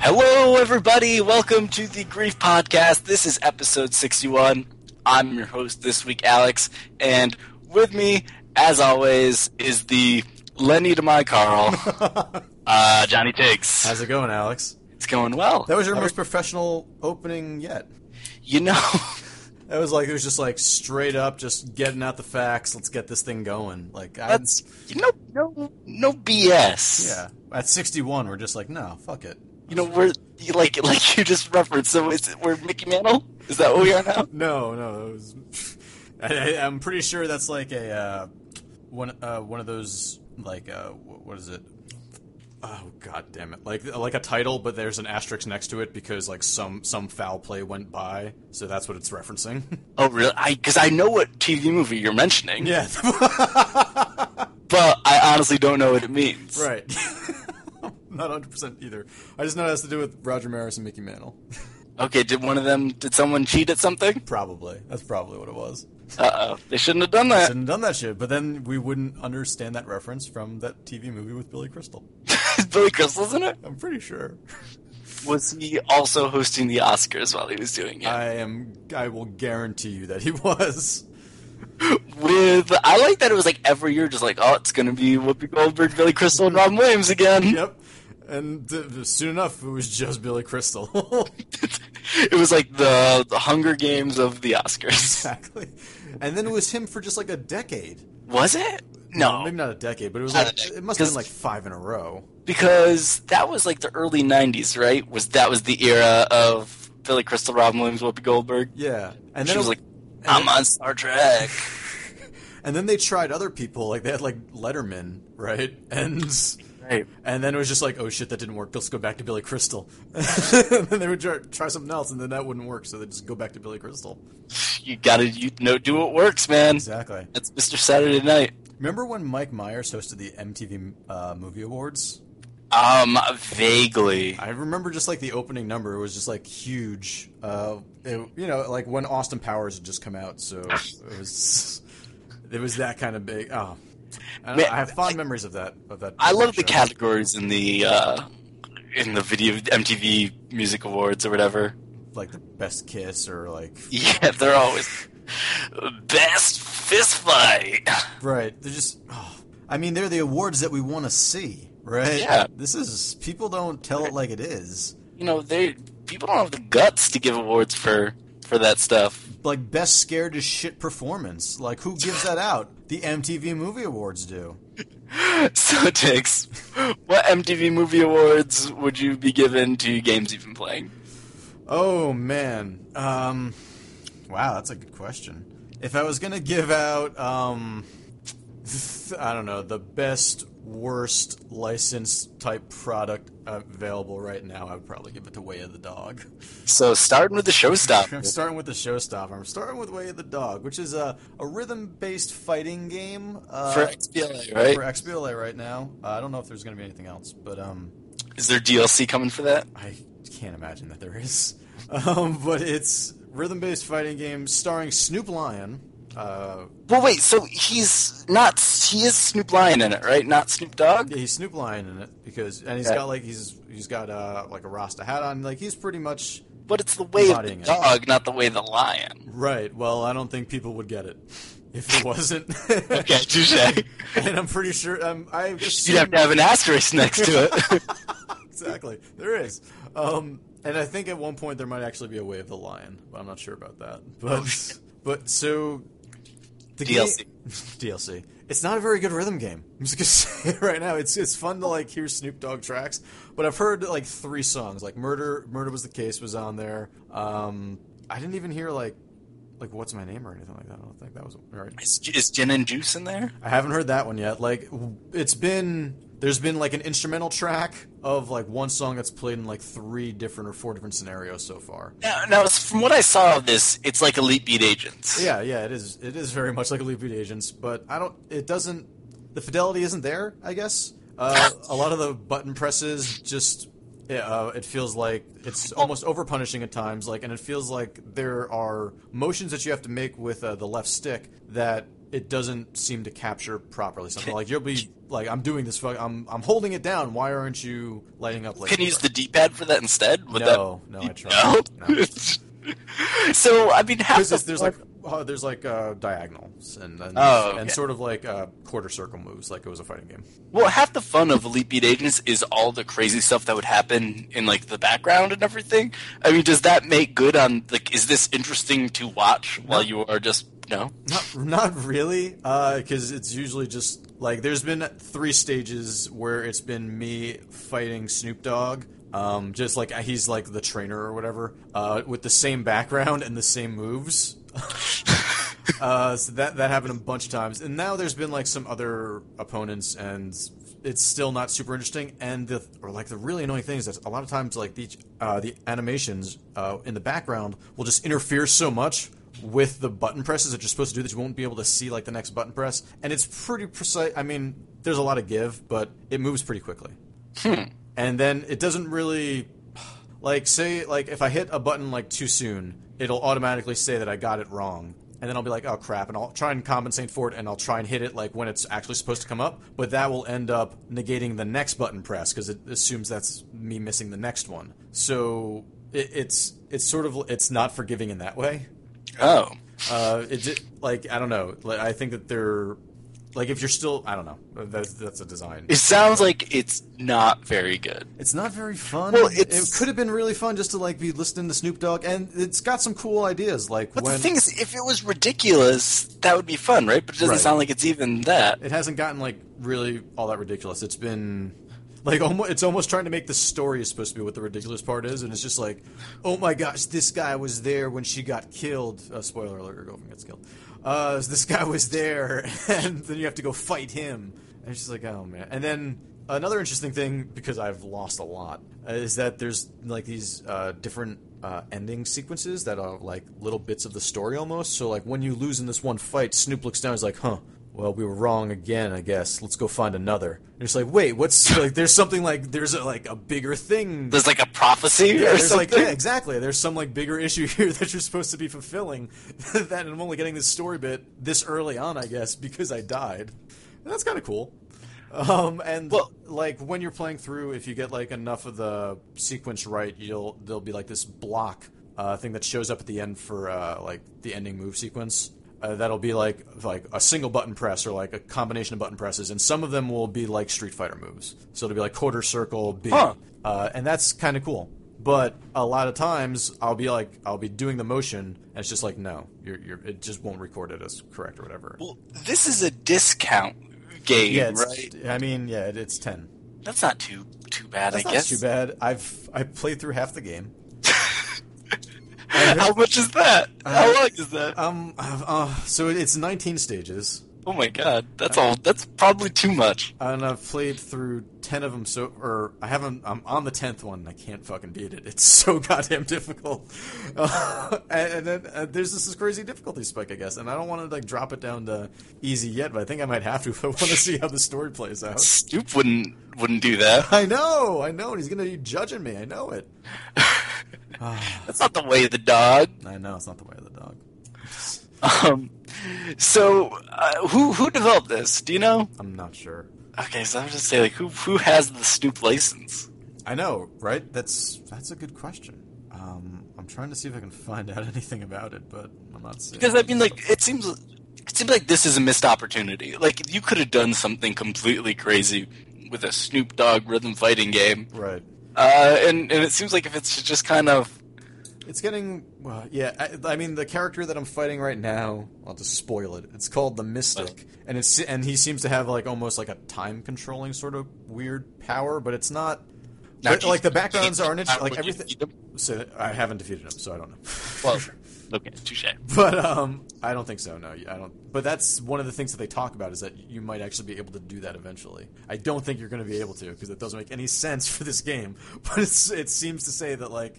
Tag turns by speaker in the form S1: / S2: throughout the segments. S1: Hello, everybody. Welcome to the Grief Podcast. This is episode 61. I'm your host this week, Alex. And with me, as always, is the Lenny to my Carl, uh, Johnny Tiggs.
S2: How's it going, Alex?
S1: It's going well.
S2: That was your most professional opening yet.
S1: You know,
S2: That was like it was just like straight up, just getting out the facts. Let's get this thing going. Like I,
S1: that's you know, no, no BS.
S2: yeah, at 61, we're just like, no, fuck it.
S1: You know, we're you- like like you just referenced. So is, we're Mickey Mantle. Is that what we are now?
S2: No, no, it was. I, I, I'm pretty sure that's like a uh, one uh, one of those like uh, wh- what is it? Oh god damn it! Like like a title, but there's an asterisk next to it because like some some foul play went by, so that's what it's referencing.
S1: Oh, really? I because I know what TV movie you're mentioning,
S2: yeah,
S1: but I honestly don't know what it means.
S2: Right. Not 100% either. I just know it has to do with Roger Maris and Mickey Mantle.
S1: Okay, did one of them? Did someone cheat at something?
S2: Probably. That's probably what it was.
S1: Uh oh, they shouldn't have done that.
S2: Shouldn't have done that shit, but then we wouldn't understand that reference from that TV movie with Billy Crystal.
S1: It's Billy Crystal, isn't it?
S2: I'm pretty sure.
S1: Was he also hosting the Oscars while he was doing it?
S2: I am. I will guarantee you that he was.
S1: With I like that it was like every year, just like oh, it's gonna be Whoopi Goldberg, Billy Crystal, and Robin Williams again.
S2: Yep. And uh, soon enough, it was just Billy Crystal.
S1: it was like the, the Hunger Games of the Oscars.
S2: exactly. And then it was him for just like a decade.
S1: Was it? No,
S2: Maybe not a decade, but it was
S1: Oh. Not a
S2: like.
S1: decade,
S2: It must have been
S1: because-
S2: like five in a row.
S1: because that was like the early '90s, right? Was that was the era of Billy Crystal, Robin Williams, Whoopi Goldberg?
S2: Yeah. And then
S1: she
S2: it,
S1: was like,
S2: and
S1: "I'm
S2: then-
S1: on Star Trek."
S2: And then they tried other people, like they had like Letterman, right? And
S1: Right.
S2: and then it was just like, oh shit, that didn't work. Let's go back to Billy Crystal. and then they would try, try something else, and then that wouldn't work. So they just go back to Billy Crystal.
S1: You gotta you know do what works, man.
S2: Exactly.
S1: That's Mr. Saturday Night.
S2: Remember when Mike Myers hosted the MTV uh, Movie Awards?
S1: Um, vaguely.
S2: I remember just like the opening number was just like huge. Uh, it- you know, like when Austin Powers had just come out, so it was it was that kind of big. Oh, I, don't know,
S1: Man,
S2: I have fond memories of that. Of that.
S1: I love the
S2: show.
S1: categories in the uh, in the video MTV Music Awards or whatever.
S2: like the best kiss or like
S1: Yeah, they're always best fist fight.
S2: right they're just oh. i mean they're the awards that we want to see right
S1: Yeah.
S2: this is people don't tell it like it is
S1: You know, they people don't have the guts to give awards for for that stuff.
S2: like best scared as shit performance like who gives that out the mtv movie awards do
S1: So, Tix, what MTV Movie Awards would you be given to games you've been playing?
S2: oh man um wow that's a good question if i was gonna give out um i don't know the best worst licensed type product available right now i would probably give it to way of the dog
S1: So, starting with the
S2: I'm
S1: showstopper.
S2: starting with the showstopper. I'm starting with Way of the Dog, which is a, a rhythm based fighting game uh,
S1: For XBLA, right?
S2: for XBLA right now. Uh, I don't know if there's going to be anything else, but um,
S1: Is there DLC coming for that?
S2: I can't imagine that there is. Um, but it's rhythm based fighting game starring Snoop Lion. Uh,
S1: Well, wait. So he's not. He is Snoop Lion in it, right? Not Snoop Dogg.
S2: yeah, he's Snoop Lion in it because, and he's
S1: Yeah.
S2: got like he's he's got uh, like a Rasta hat on. Like he's pretty much
S1: But it's the way of the
S2: Embodying it.
S1: dog, not the way of the lion.
S2: right. Well, I don't think people would get it if it wasn't.
S1: Okay, touche.
S2: and I'm pretty sure um, I assume-
S1: You'd have to have an asterisk next to it.
S2: exactly. There is. Um, and I think at one point there might actually be a way of the lion, but I'm not sure about that. But but so the
S1: DLC.
S2: game- DLC. It's not a very good rhythm game. I'm just gonna say it right now. It's it's fun to like hear Snoop Dogg tracks, but I've heard like three songs. Like Murder Murder was the case was on there. Um, I didn't even hear like like what's my name or anything like that. I don't think that was right.
S1: is, is gin and juice in there?
S2: I haven't heard that one yet. Like w- it's been there's been like an instrumental track of like one song that's played in like three different or four different scenarios so far.
S1: Now, now, s- from what I saw of this, it's like Elite Beat Agents.
S2: Yeah, yeah, it is it is very much like Elite Beat Agents, but I don't it doesn't the fidelity isn't there, I guess. Uh, a lot of the button presses just yeah, uh, it feels like it's almost overpunishing at times like and it feels like there are motions that you have to make with uh, the left stick that it doesn't seem to capture properly something. Like you'll be like, I'm doing this. Fuck, I'm I'm holding it down. Why aren't you lighting up? Like
S1: Can you
S2: you
S1: use
S2: are?"
S1: the D-pad for that instead? Would
S2: No,
S1: that-
S2: no, I tried.
S1: No?
S2: No.
S1: so I mean, half
S2: Because
S1: the
S2: it's- there's like uh, there's like uh, diagonals and and,
S1: Oh, okay.
S2: and sort of like uh, quarter circle moves, like it was a fighting game.
S1: well, half the fun of Elite Beat Agents is all the crazy stuff that would happen in like the background and everything. I mean, does that make good on like? Is this interesting to watch while you are just no?
S2: Not not really, because it's usually just like there's been three stages where it's been me fighting Snoop Dogg. Um, just like he's like the trainer or whatever, uh, with the same background and the same moves. Uh, so that that happened a bunch of times, and now there's been like some other opponents, and it's still not super interesting. And the or like the really annoying thing is that a lot of times like the uh, the animations uh, in the background will just interfere so much with the button presses that you're supposed to do that you won't be able to see like the next button press. And it's pretty precise. I mean, there's a lot of give, but it moves pretty quickly and then it doesn't really like say like if I hit a button like too soon, it'll automatically say that I got it wrong. And then I'll be like, oh crap, and I'll try and compensate for it, and I'll try and hit it like when it's actually supposed to come up, but that will end up negating the next button press because it assumes that's me missing the next one. So it, it's it's sort of it's not forgiving in that way
S1: Oh,
S2: uh, it did, like I don't know. Like, I think that they're like if you're still I don't know. That's that's a design.
S1: it sounds like it's not very good.
S2: It's not very fun.
S1: Well,
S2: it
S1: it's-
S2: could have been really fun just to like be listening to Snoop Dogg, and it's got some cool ideas. Like
S1: But
S2: when
S1: the thing is, if it was ridiculous, that would be fun, right? But it doesn't
S2: Right.
S1: sound like it's even that.
S2: it hasn't gotten like really all that ridiculous. It's been like almost it's almost trying to make the story is supposed to be what the ridiculous part is, and it's just like, oh my gosh, this guy was there when she got killed. Uh, spoiler alert: her girlfriend gets killed. Uh, this guy was there, and then you have to go fight him. And she's like, oh man. And then another interesting thing because I've lost a lot uh, is that there's like these uh, different uh, ending sequences that are like little bits of the story almost. So like when you lose in this one fight, Snoop looks down. He's like, huh. Well, we were wrong again, I guess. Let's go find another. And it's like, wait, what's like? There's something like there's a, like a bigger thing.
S1: There's like a prophecy
S2: Yeah,
S1: or
S2: there's
S1: something.
S2: like yeah, exactly. There's some like bigger issue here that you're supposed to be fulfilling. that I'm only getting this story bit this early on, I guess, because I died. And that's kind of cool. Um, and
S1: Well-
S2: like when you're playing through, if you get like enough of the sequence right, you'll there'll be like this block uh, thing that shows up at the end for uh, like the ending move sequence. Uh, that'll be like like a single button press or like a combination of button presses, and some of them will be like Street Fighter moves. So it'll be like quarter circle, B,
S1: Huh.
S2: uh, and that's kind of cool. But a lot of times I'll be like I'll be doing the motion, and it's just like no, you're, you're it just won't record it as correct or whatever.
S1: Well, this is a discount game,
S2: yeah, it's,
S1: right?
S2: I mean, yeah, it, it's ten.
S1: That's not too too bad,
S2: That's
S1: I
S2: not
S1: guess.
S2: too bad. I've I played through half the game.
S1: How much is that?
S2: Uh,
S1: How long is that?
S2: Um, uh, uh, so it's 19 stages,
S1: oh my god, that's all. That's probably too much.
S2: and I've played through 10 of them. So, or I haven't. I'm on the 10th one. and I can't fucking beat it. It's so goddamn difficult. Uh, and, and then uh, there's this crazy difficulty spike, I guess. And I don't want to like drop it down to easy yet, but I think I might have to if I want to see how the story plays out.
S1: Snoop wouldn't wouldn't do that.
S2: I know, I know, and he's gonna be judging me. I know it.
S1: That's not the way of the dog.
S2: I know it's not the way of the dog.
S1: Um, so uh, who who developed this? Do you know?
S2: I'm not sure.
S1: Okay, so I'm just saying, like, who who has the Snoop license?
S2: I know, right? That's that's a good question. Um, I'm trying to see if I can find out anything about it, but I'm not seeing.
S1: Because I mean, like, it seems it seems like this is a missed opportunity. Like, you could have done something completely crazy with a Snoop Dogg rhythm fighting game,
S2: right,
S1: uh, and and it seems like if it's just kind of
S2: it's getting. Well, yeah, I, I mean, the character that I'm fighting right now, I'll just spoil it. It's called the Mystic,
S1: Oh.
S2: and it's and he seems to have like almost like a time controlling sort of weird power, but it's not.
S1: Now,
S2: but,
S1: do you-
S2: like the backgrounds
S1: do you-
S2: aren't
S1: how
S2: interesting. Like
S1: would you
S2: everything.
S1: beat him?
S2: So I haven't defeated him, so I don't know.
S1: Well, okay, touche.
S2: But um, I don't think so. No, I don't. But that's one of the things that they talk about is that you might actually be able to do that eventually. I don't think you're going to be able to because it doesn't make any sense for this game. But it's, it seems to say that like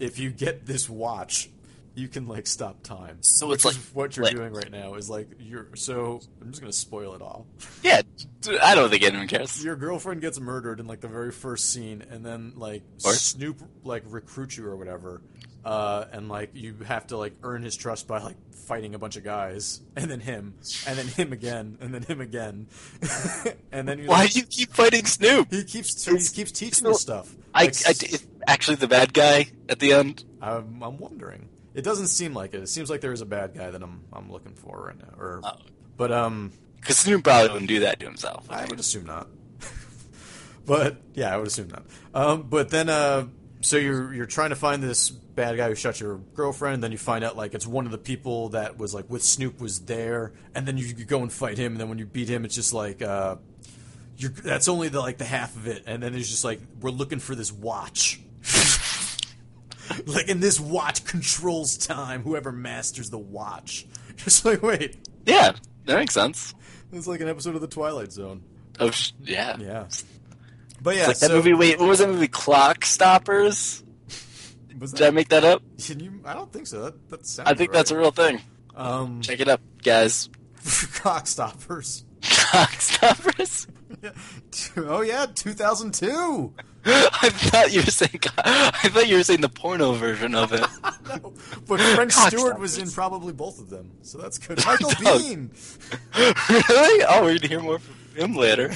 S2: if you get this watch, you can like stop time.
S1: So
S2: which
S1: it's like
S2: is what you're
S1: Flip.
S2: doing right now is like you're. So I'm just going to spoil it all.
S1: Yeah, d- I don't think anyone cares.
S2: Your girlfriend gets murdered in like the very first scene, and then like
S1: Or-
S2: Snoop like recruits you or whatever. uh, and like you have to like earn his trust by like fighting a bunch of guys, and then him, and then him again, and then him again, and then you
S1: Why
S2: like,
S1: do you keep fighting Snoop?
S2: he keeps he keeps teaching us stuff.
S1: I,
S2: Like,
S1: I- is actually the bad guy at the end.
S2: I'm, I'm wondering. It doesn't seem like it. It seems like there is a bad guy that I'm I'm looking for right now. Or,
S1: Oh.
S2: but um,
S1: Because Snoop probably wouldn't do that to himself.
S2: I would assume not. but yeah, I would assume not. Um, but then, uh, so you're you're trying to find this bad guy who shot your girlfriend. And then you find out like it's one of the people that was like with Snoop was there, and then you, you go and fight him. And then when you beat him, it's just like. Uh, you're, that's only the like the half of it, and then it's just like we're looking for this watch. like, and this watch controls time. Whoever masters the watch, just like wait,
S1: Yeah, that makes sense.
S2: it's like an episode of the Twilight Zone.
S1: Oh, sh- yeah.
S2: Yeah. But yeah,
S1: It's like that
S2: so,
S1: movie. Wait, what was that movie? Clock Stoppers.
S2: was
S1: Did I
S2: that,
S1: make that up?
S2: can you, I don't think so. That, that sounds
S1: I think that's a
S2: right.
S1: real thing.
S2: um
S1: Check it up, guys.
S2: cock stoppers.
S1: Clock Stoppers.
S2: Yeah. Oh yeah, 2002.
S1: I thought you were saying. I thought you were saying the porno version of it.
S2: No, but Frank
S1: Cock
S2: Stewart was in
S1: Stoppers.
S2: probably both of them, so that's good. Michael
S1: No.
S2: Bean.
S1: really? Oh, we're gonna hear more from him later.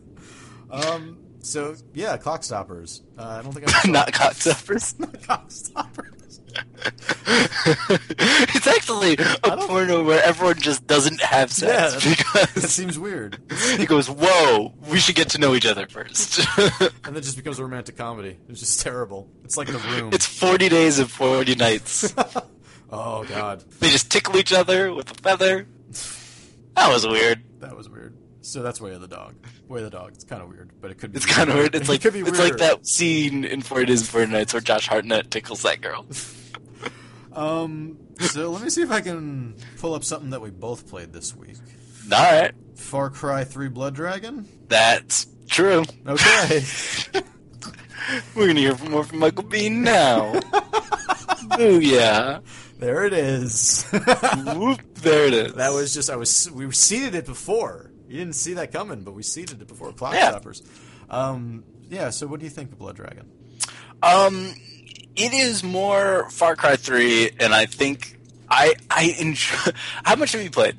S2: Um. So yeah, clock stoppers. Uh, I don't think I
S1: Not Clock Stoppers.
S2: cock stoppers.
S1: it's actually a
S2: don't-
S1: porno where everyone just doesn't have
S2: Yeah,
S1: sex
S2: that
S1: because
S2: seems weird.
S1: he goes, "Whoa, we should get to know each other first.
S2: And then just becomes a romantic comedy. It's just terrible. It's like the room.
S1: it's forty days and forty nights.
S2: oh god.
S1: they just tickle each other with a feather. That was weird.
S2: That was weird. So that's Way of the Dog. Way of the Dog. It's kind of weird, but it could be.
S1: It's kind of weird. It's
S2: It
S1: like
S2: could be
S1: it's like
S2: weirder.
S1: that scene in Forty Days and Forty Nights where Josh Hartnett tickles that girl.
S2: Um. So let me see if I can pull up something that we both played this week.
S1: All right,
S2: Far Cry Three Blood Dragon.
S1: that's true.
S2: Okay.
S1: We're gonna hear more from Michael Bean now. Booyah!
S2: there it is. that
S1: Whoop! There it is.
S2: was just I was we seeded it before. You didn't see that coming, but we seeded it before Clock
S1: Yeah.
S2: Stoppers. Um. Yeah. So what do you think of Blood Dragon?
S1: Um, it is more Far Cry Three, and I think I I enjoy. How much have you played?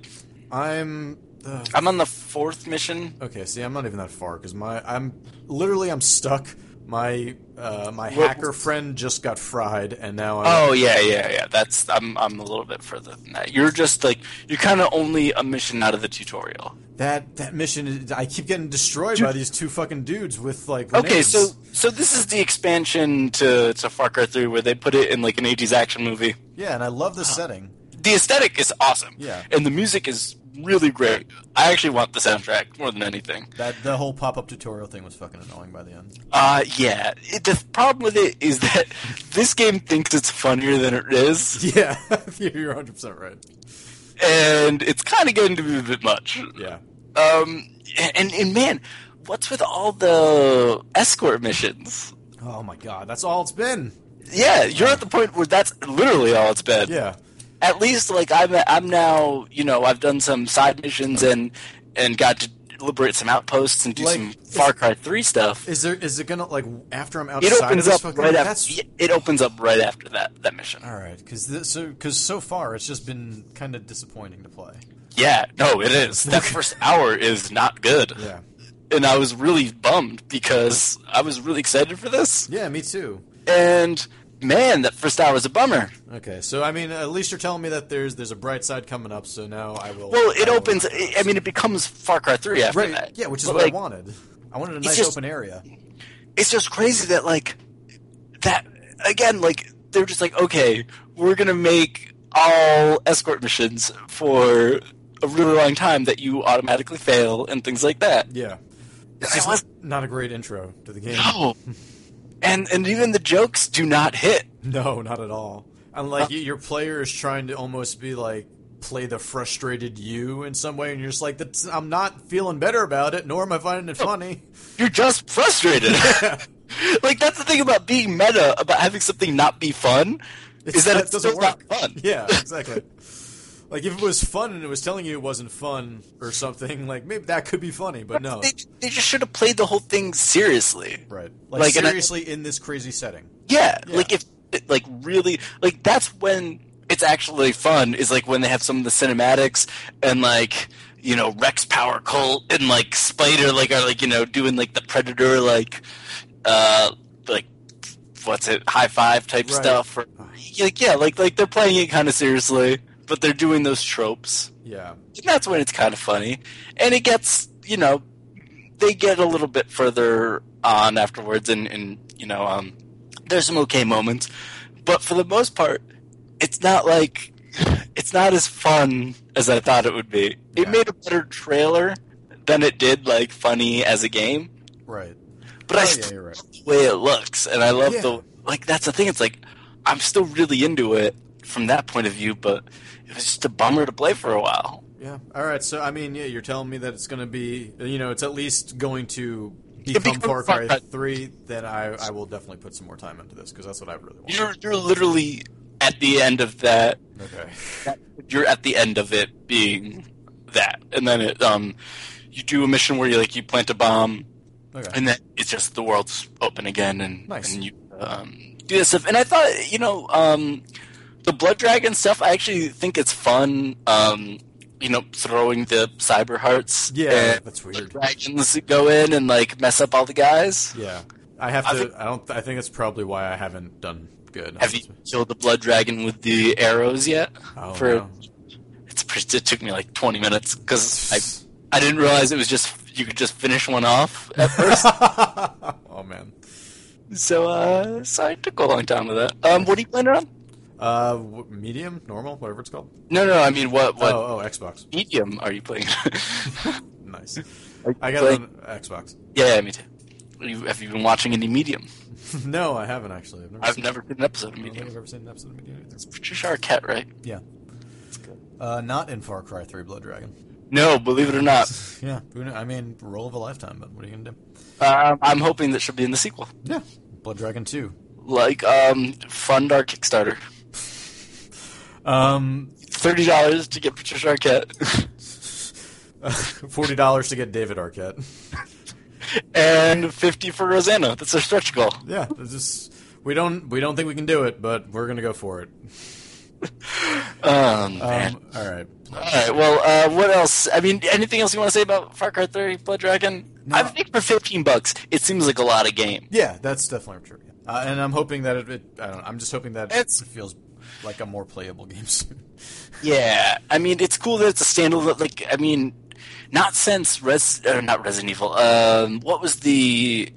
S2: I'm. Uh,
S1: I'm on the fourth mission.
S2: okay. See, I'm not even that far because my I'm literally I'm stuck. My uh, my
S1: What-
S2: hacker friend just got fried, and now I'm
S1: Oh yeah, yeah, yeah. That's I'm I'm a little bit further than that. You're just like you're kind of only a mission out of the tutorial.
S2: That that mission, is, I keep getting destroyed by these two fucking dudes with like.
S1: Okay,
S2: grenades.
S1: so so this is the expansion to to Far Cry Three where they put it in like an 80s action movie.
S2: yeah, and I love this setting.
S1: The aesthetic is awesome.
S2: Yeah.
S1: and the music is really great. I actually want the soundtrack more than anything.
S2: That the whole pop up tutorial thing was fucking annoying by the end.
S1: Uh, yeah. It, the problem with it is that this game thinks it's funnier than it is,
S2: Yeah, you're 100 percent right.
S1: and it's kind of getting to be a bit much.
S2: Yeah,
S1: Um, and, and man, what's with all the escort missions?
S2: Oh my god, that's all it's been.
S1: Yeah, you're at the point where that's literally all it's been.
S2: Yeah,
S1: At least, like I'm, I'm now, you know, I've done some side missions and and got to liberate some outposts and do
S2: Like,
S1: some
S2: is-
S1: Far Cry Three stuff.
S2: is there is it gonna like after I'm outside?
S1: It opens
S2: of this
S1: up
S2: fucking,
S1: right
S2: that's,
S1: after. It opens up right after that that mission.
S2: All right, because so because so far it's just been kind of disappointing to play.
S1: Yeah, no, it is. That first hour is not good.
S2: Yeah,
S1: And I was really bummed because I was really excited for this.
S2: yeah, me too.
S1: And man, that first hour is a bummer.
S2: Okay, so I mean, at least you're telling me that there's there's a bright side coming up. So now I will.
S1: Well, it
S2: I will-
S1: opens. I I mean, it becomes Far Cry 3 after
S2: Right.
S1: that.
S2: Yeah, which is
S1: But,
S2: what
S1: like,
S2: I wanted. I wanted a nice
S1: just-
S2: open area.
S1: It's just crazy that, like, that, again, like, they're just like, okay, we're going to make all escort missions for a really long time that you automatically fail and things like that.
S2: Yeah.
S1: I
S2: It's
S1: was-
S2: not a great intro to the game.
S1: No. And, and even the jokes do not hit.
S2: No, not at all. And
S1: Uh,
S2: like y your player is trying to almost be like play the frustrated you in some way, and you're just like, That's, I'm not feeling better about it, nor am I finding it funny.
S1: you're just frustrated. like that's the thing about being meta, about having something not be fun, is that,
S2: it
S1: it's still not fun.
S2: Yeah, exactly. like if it was fun and it was telling you it wasn't fun or something, like maybe that could be funny, but no.
S1: They, they just should have played the whole thing seriously.
S2: Right. Like,
S1: Like, and I-
S2: seriously, in this crazy setting.
S1: Yeah,
S2: Yeah.
S1: like if it, like really like that's when it's actually fun is like when they have some of the cinematics and like you know Rex Power Colt and like Spider like are like you know doing like the Predator like uh like what's it high five type
S2: Right.
S1: stuff or, like yeah like like they're playing it kind of seriously but they're doing those tropes
S2: Yeah.
S1: and that's when it's kind of funny. And it gets, you know, they get a little bit further on afterwards, and, and you know, um, there's some okay moments, but for the most part, it's not like it's not as fun as I thought it would be. It
S2: Yeah.
S1: made a better trailer than it did like funny as a game,
S2: Right.
S1: but I
S2: Oh,
S1: still
S2: yeah, you're right.
S1: the way it looks, and I love
S2: Yeah.
S1: the like. That's the thing. It's like I'm still really into it from that point of view, but it was just a bummer to play for a while.
S2: Yeah. All right. So I mean, yeah, you're telling me that it's going to be, you know, it's at least going to
S1: It
S2: become
S1: becomes
S2: Far
S1: Far
S2: Cry
S1: Cry.
S2: Three. Then I, I will definitely put some more time into this because that's what I really want.
S1: you're you're literally at the end of that.
S2: Okay.
S1: You're at the end of it being that, and then it um, you do a mission where you like you plant a bomb,
S2: Okay.
S1: and then it's just the world's open again, and
S2: Nice.
S1: and you um do this stuff. And I thought you know um, the blood dragon stuff. I actually think it's fun. Um, you know, throwing the cyber hearts.
S2: Yeah,
S1: and
S2: that's
S1: the
S2: weird.
S1: dragons go in and like mess up all the guys.
S2: Yeah. I have
S1: I
S2: to.
S1: think-
S2: I don't. I think that's probably why I haven't done good.
S1: Have you killed the blood dragon with the arrows yet?
S2: Oh,
S1: for-
S2: no.
S1: it's pretty, it took me like 20 minutes because I, I didn't realize it was just you could just finish one off at first
S2: oh man.
S1: so uh so i took a long time with that um what are you planning on
S2: Uh, w- medium, normal, whatever it's called.
S1: no no i mean what what
S2: Oh, oh, Xbox.
S1: medium are you playing
S2: Nice.
S1: Are
S2: I
S1: you
S2: got it
S1: playing-
S2: on Xbox.
S1: yeah, yeah me too Are you- have you been watching any medium
S2: no, I haven't actually. I've never.
S1: i've
S2: seen
S1: never seen an episode of
S2: I don't think
S1: medium
S2: I've ever seen an episode of Medium either.
S1: it's patricia arquette right
S2: Yeah. Uh, not in Far Cry 3 Blood Dragon.
S1: no believe it or not
S2: Yeah. who kn- I mean, roll of a lifetime, but what are you going to do?
S1: um, i'm hoping that she'll be in the sequel
S2: Yeah. Blood Dragon 2.
S1: like um fund our kickstarter
S2: Um,
S1: $30 to get patricia arquette
S2: $40 to get David Arquette.
S1: and 50 for rosanna that's a stretch goal
S2: Yeah. This is, we don't we don't think we can do it, but we're going to go for it.
S1: Oh, man.
S2: Um, all right.
S1: All right. Well, uh, what else? I mean, anything else you want to say about Far Cry 3 Blood Dragon?
S2: No.
S1: I think for 15 bucks, it seems like a lot of game.
S2: Yeah, that's definitely true. Uh, and I'm hoping that it, it I don't know, I'm just hoping that
S1: It's-
S2: it feels like a more playable game soon.
S1: Yeah. I mean, it's cool that it's a standalone. Like, I mean, not since Res, uh, not Resident Evil. Um, what was the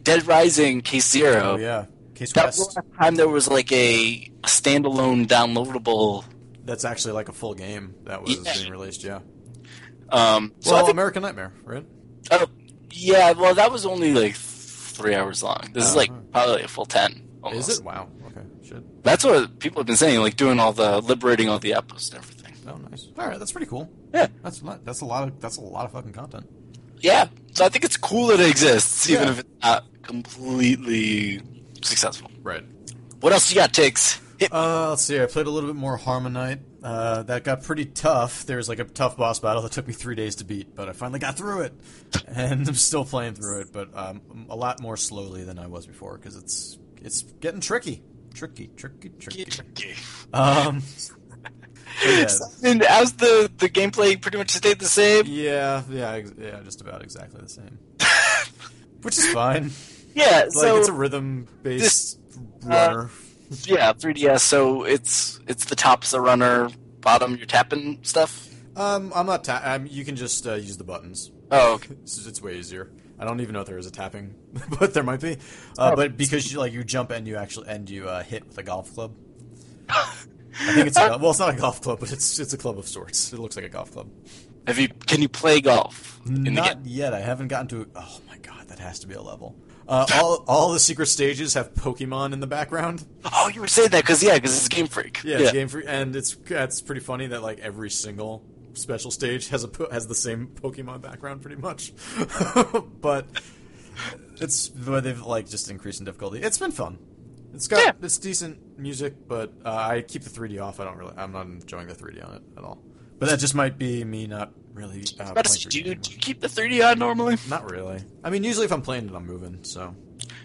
S1: Dead Rising Case Zero?
S2: Oh, yeah. Case
S1: That was
S2: West.
S1: the last time there was like a standalone downloadable.
S2: That's actually like a full game that was
S1: Yeah.
S2: being released, yeah.
S1: Um, so
S2: well,
S1: I think,
S2: American Nightmare, right?
S1: oh, yeah. Well, that was only like three hours long. This is
S2: Oh,
S1: like
S2: alright.
S1: probably a full ten. Almost.
S2: Is it? Wow. Okay. Shit.
S1: That's what people have been saying, like doing all the liberating all the apples and everything.
S2: Oh, nice. All right, that's pretty cool.
S1: Yeah,
S2: That's not, that's a lot of that's a lot of fucking content.
S1: yeah. So I think it's cool that it exists, even
S2: Yeah.
S1: if it's not completely successful.
S2: Right.
S1: What else you got, Tiggs? Hit-
S2: Uh, let's see. I played a little bit more Harmonite. Uh, that got pretty tough. There was like a tough boss battle that took me three days to beat, but I finally got through it, and I'm still playing through it, but um, a lot more slowly than I was before because it's it's getting tricky, tricky, tricky, tricky. Um. but Oh, yeah.
S1: And as the the gameplay pretty much stayed the same.
S2: Yeah, yeah, ex- yeah, just about exactly the same. Which is fine.
S1: Yeah,
S2: Like
S1: so
S2: it's a rhythm-based
S1: uh,
S2: runner.
S1: yeah, 3DS. So it's it's the top's the runner, bottom you're tapping stuff.
S2: Um, I'm not. Ta- I'm, you can just uh, use the buttons.
S1: Oh, okay.
S2: It's, it's way easier. I don't even know if there is a tapping, but there might be. Uh,
S1: Oh.
S2: But because you like you jump and you actually and you uh, hit with a golf club. I think it's a, gol- well, it's not a golf club, but it's it's a club of sorts. It looks like a golf club.
S1: Have you? Can you play golf in the
S2: Not
S1: game?
S2: yet. I haven't gotten to. Oh my god, that has to be a level. Uh, all all the secret stages have Pokemon in the background.
S1: Oh, you were saying that because yeah, because it's Game Freak.
S2: Yeah, It's Game Freak, and it's that's pretty funny that like every single special stage has a po- has the same Pokemon background pretty much, but it's but they've like just increased in difficulty. It's been fun. It's got
S1: Yeah.
S2: it's decent music, but uh, I keep the 3D off. I don't really. I'm not enjoying the 3D on it at all. But that just might be me not really. Uh,
S1: about to
S2: playing
S1: say,
S2: 3D
S1: do you,
S2: anymore.
S1: do you keep the 30 on normally?
S2: Not really. I mean, usually if I'm playing it, I'm moving. So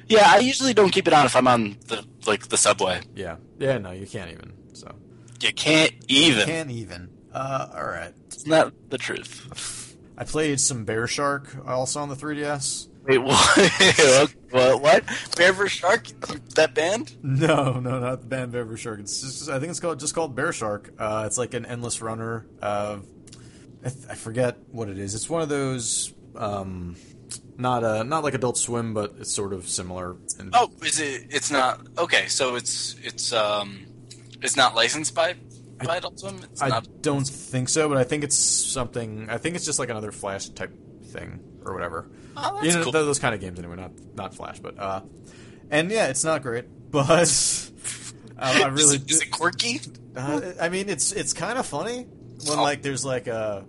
S1: Yeah, I usually don't keep it on if I'm on the like the subway.
S2: Yeah. Yeah, no, you can't even. So
S1: You can't even.
S2: can't even. Uh, all right.
S1: It's not the truth.
S2: I played some Bear Shark also on the 3DS.
S1: Wait, what? what? What? Bear vs. Shark? That band?
S2: No, no, not the band Bear Shark. It's just, I think it's called just called Bear Shark. Uh, it's like an endless runner. Of, I, th- I forget what it is. It's one of those, um, not uh not like Adult Swim, but it's sort of similar. in-
S1: Oh, is it? It's not. Okay, so it's it's um, it's not licensed by by Adult Swim. It's
S2: I
S1: not.
S2: don't think so, but I think it's something. I think it's just like another Flash type thing or whatever.
S1: Oh,
S2: you
S1: that's
S2: know,
S1: cool.
S2: th- those kind of games anyway. Not not Flash, but uh, and yeah, it's not great, but um, I really
S1: is, it- is it quirky?
S2: Uh, I mean, it's it's kind of funny when
S1: Oh.
S2: like there's like a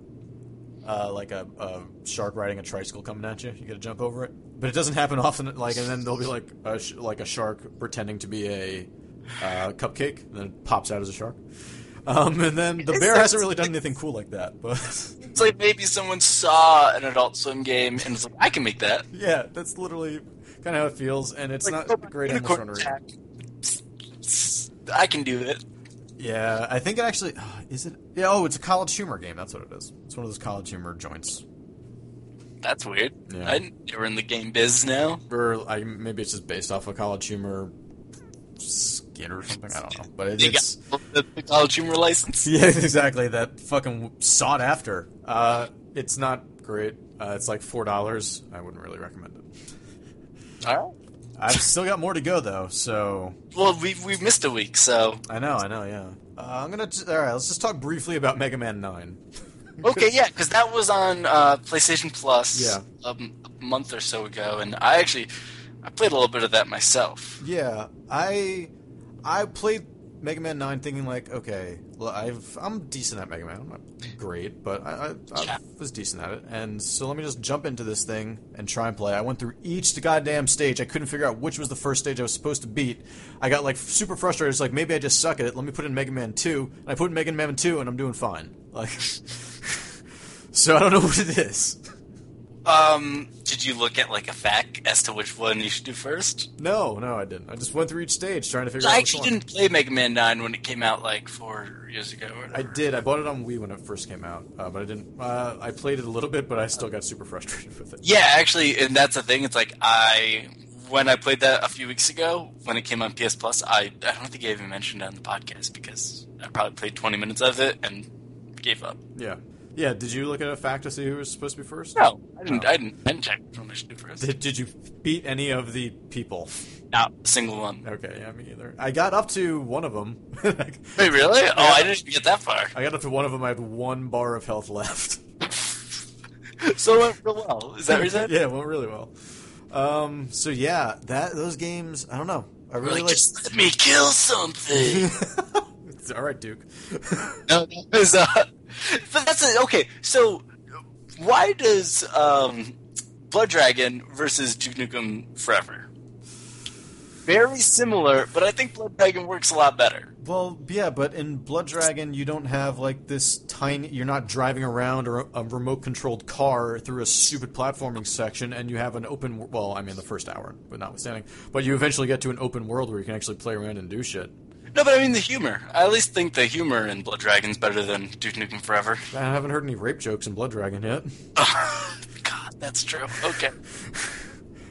S2: uh, like a, a shark riding a tricycle coming at you. You got to jump over it, but it doesn't happen often. Like, and then there'll be like a sh- like a shark pretending to be a uh, cupcake, and then it pops out as a shark. Um, and then the
S1: It
S2: bear
S1: sounds
S2: hasn't really done anything cool like that, but
S1: It's like maybe someone saw an Adult Swim game and was like, I can make that.
S2: yeah, that's literally kind of how it feels, and it's
S1: Like,
S2: not a great endless
S1: unicorn
S2: runner.
S1: attack. I can do it.
S2: Yeah, I think it actually uh, is it. Yeah, oh, it's a college humor game. That's what it is. It's one of those college humor joints.
S1: That's weird.
S2: Yeah.
S1: I didn't, you're in the game biz now.
S2: or I, maybe it's just based off a college humor skit or something. I don't know, but it,
S1: You got
S2: it's
S1: the, the college humor license.
S2: yeah, exactly that fucking sought after. Uh, it's not great. Uh, it's like four dollars. I wouldn't really recommend it.
S1: All right.
S2: I've still got more to go though, so
S1: Well, we've we've missed a week, so
S2: I know, I know, yeah. Uh, I'm gonna t- all right. Let's just talk briefly about Mega Man Nine.
S1: okay, yeah, because that was on uh, PlayStation Plus
S2: Yeah.
S1: um, a month or so ago, and I actually I played a little bit of that myself.
S2: Yeah, I I played Mega Man Nine thinking like, okay, well, I've I'm decent at Mega Man. I'm not great, but I, I, I
S1: Yeah.
S2: was decent at it. And so let me just jump into this thing and try and play. I went through each goddamn stage. I couldn't figure out which was the first stage I was supposed to beat. I got like super frustrated. It's like maybe I just suck at it. Let me put in Mega Man Two. And I put in Mega Man Two, and I'm doing fine. Like, so I don't know what it is.
S1: Um, did you look at like a fact as to which one you should do first?
S2: No, no, I didn't. I just went through each stage trying to figure out.
S1: I
S2: which
S1: actually
S2: one.
S1: didn't play Mega Man Nine when it came out like four years ago. Or
S2: I
S1: whatever.
S2: did. I bought it on Wii when it first came out, uh, but I didn't. Uh, I played it a little bit, but I still got super frustrated with it.
S1: Yeah, actually, and that's the thing. It's like I when I played that a few weeks ago when it came on PS Plus, I I don't think I even mentioned it on the podcast because I probably played twenty minutes of it and gave up.
S2: Yeah, yeah. Did you look at a fact to see who was supposed to be first? Oh.
S1: No, I didn't. I didn't. I didn't check which one I should do first.
S2: Did, did you beat any of the people?
S1: Not a single one.
S2: Okay, yeah, me either. I got up to one of them.
S1: Wait, really? Oh, I didn't even get that far.
S2: I got up to one of them. I had one bar of health left.
S1: So it went real well. Is that what you said?
S2: yeah, it went really well. Um, so yeah, that those games. I don't know. I
S1: Really?
S2: really like.
S1: Just let me kill something.
S2: It's All right, Duke.
S1: no, that was, uh, but that's a, okay. So why does um, Blood Dragon versus Duke Nukem Forever? Very similar, but I think Blood Dragon works a lot better.
S2: Well, yeah, but in Blood Dragon, you don't have like this tiny. You're not driving around or a remote-controlled car through a stupid platforming section, and you have an open. Well, I mean, the first hour, but notwithstanding, but you eventually get to an open world where you can actually play around and do shit.
S1: No, but I mean the humor. I at least think the humor in Blood Dragon's better than Duke Nukem Forever.
S2: I haven't heard any rape jokes in Blood Dragon yet.
S1: God, that's true. Okay.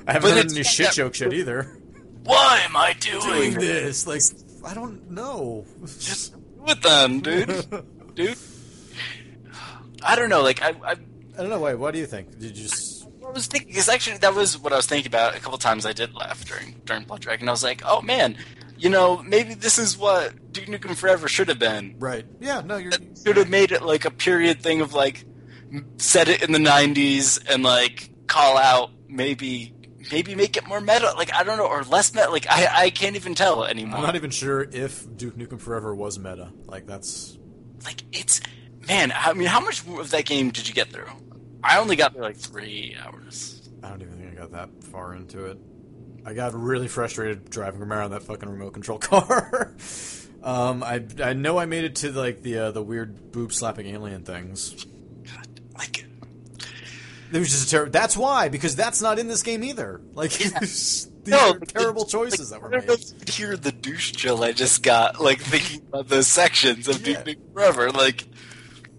S2: I haven't
S1: But
S2: heard
S1: it's-
S2: any shit jokes yet either.
S1: Why am I doing,
S2: Doing
S1: this?
S2: this, like, I don't know.
S1: Just with them, dude. dude. I don't know. Like I, I,
S2: I don't know why. What do you think? Did you? s-
S1: I was thinking because actually that was what I was thinking about. A couple times I did laugh during during Blood Dragon. I was like, oh man, you know, maybe this is what Duke Nukem Forever should have been.
S2: Right? Yeah. No. You're.
S1: Should have made it like a period thing of like set it in the '90s and like call out maybe. Maybe make it more meta, like I don't know, or less meta. Like I, I can't even tell anymore.
S2: I'm not even sure if Duke Nukem Forever was meta. Like that's
S1: like it's man i mean how much of that game did you get through i only got through like three hours
S2: I don't even think I got that far into it. I got really frustrated driving around that fucking remote control car. um, I I know I made it to like the uh, the weird boob slapping alien things.
S1: God, like
S2: It was just a terrible. That's why because that's not in this game either. Like
S1: Yeah.
S2: these
S1: No,
S2: are terrible choices that
S1: I
S2: were
S1: don't
S2: made.
S1: know if you'd hear the douche chill I just got, like thinking about those sections of
S2: Yeah.
S1: Duke Nukem Forever. Like,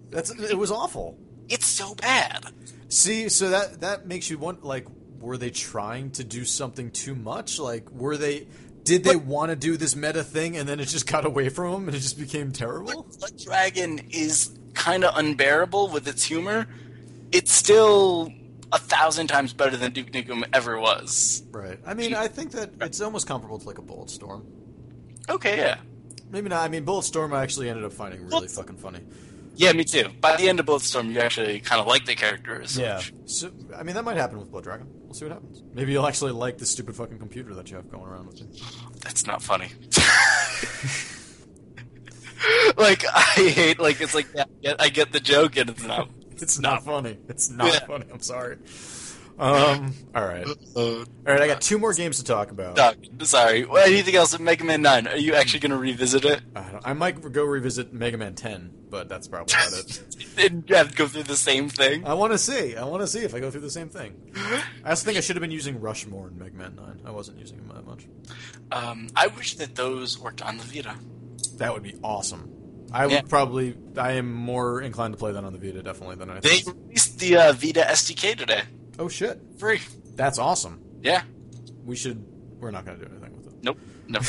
S2: That's it was awful.
S1: it's so bad.
S2: See, so that that makes you want like were they trying to do something too much? Like were they did they want to do this meta thing and then it just got away from them and it just became terrible?
S1: Blood Dragon is kind of unbearable with its humor. It's still a thousand times better than Duke Nukem ever was.
S2: Right. I mean, I think that it's almost comparable to like a Bullet Storm.
S1: Okay, yeah.
S2: Maybe not. I mean, Bullet Storm I actually ended up finding really fucking funny.
S1: Yeah, me too. By the end of Bulletstorm, you actually kind of like the characters. which-
S2: So I mean, that might happen with Blood Dragon. We'll see what happens. Maybe you'll actually like the stupid fucking computer that you have going around with you.
S1: That's not funny. like, I hate, like, it's like, yeah, I get- I get the joke, and it's not.
S2: It's not funny. It's not
S1: Yeah.
S2: funny. I'm sorry. Um. All right. All
S1: Uh,
S2: right. I got two more games to talk about.
S1: Doc, sorry. Well, anything else with Mega Man 9? Are you actually going to revisit it?
S2: I, don't- I might go revisit Mega Man 10, but that's probably about it.
S1: And have to go through the same thing?
S2: I want to see. I want to see if I go through the same thing. I also think I should have been using Rushmore in Mega Man 9. I wasn't using him that much.
S1: Um, I wish that those worked on the Vita.
S2: That would be awesome. I would
S1: Yeah.
S2: probably. I am more inclined to play that on the Vita definitely than anything.
S1: They released the uh, Vita SDK today.
S2: oh shit!
S1: Free.
S2: That's awesome.
S1: Yeah.
S2: We should. We're not going to do anything with
S1: Nope. Never.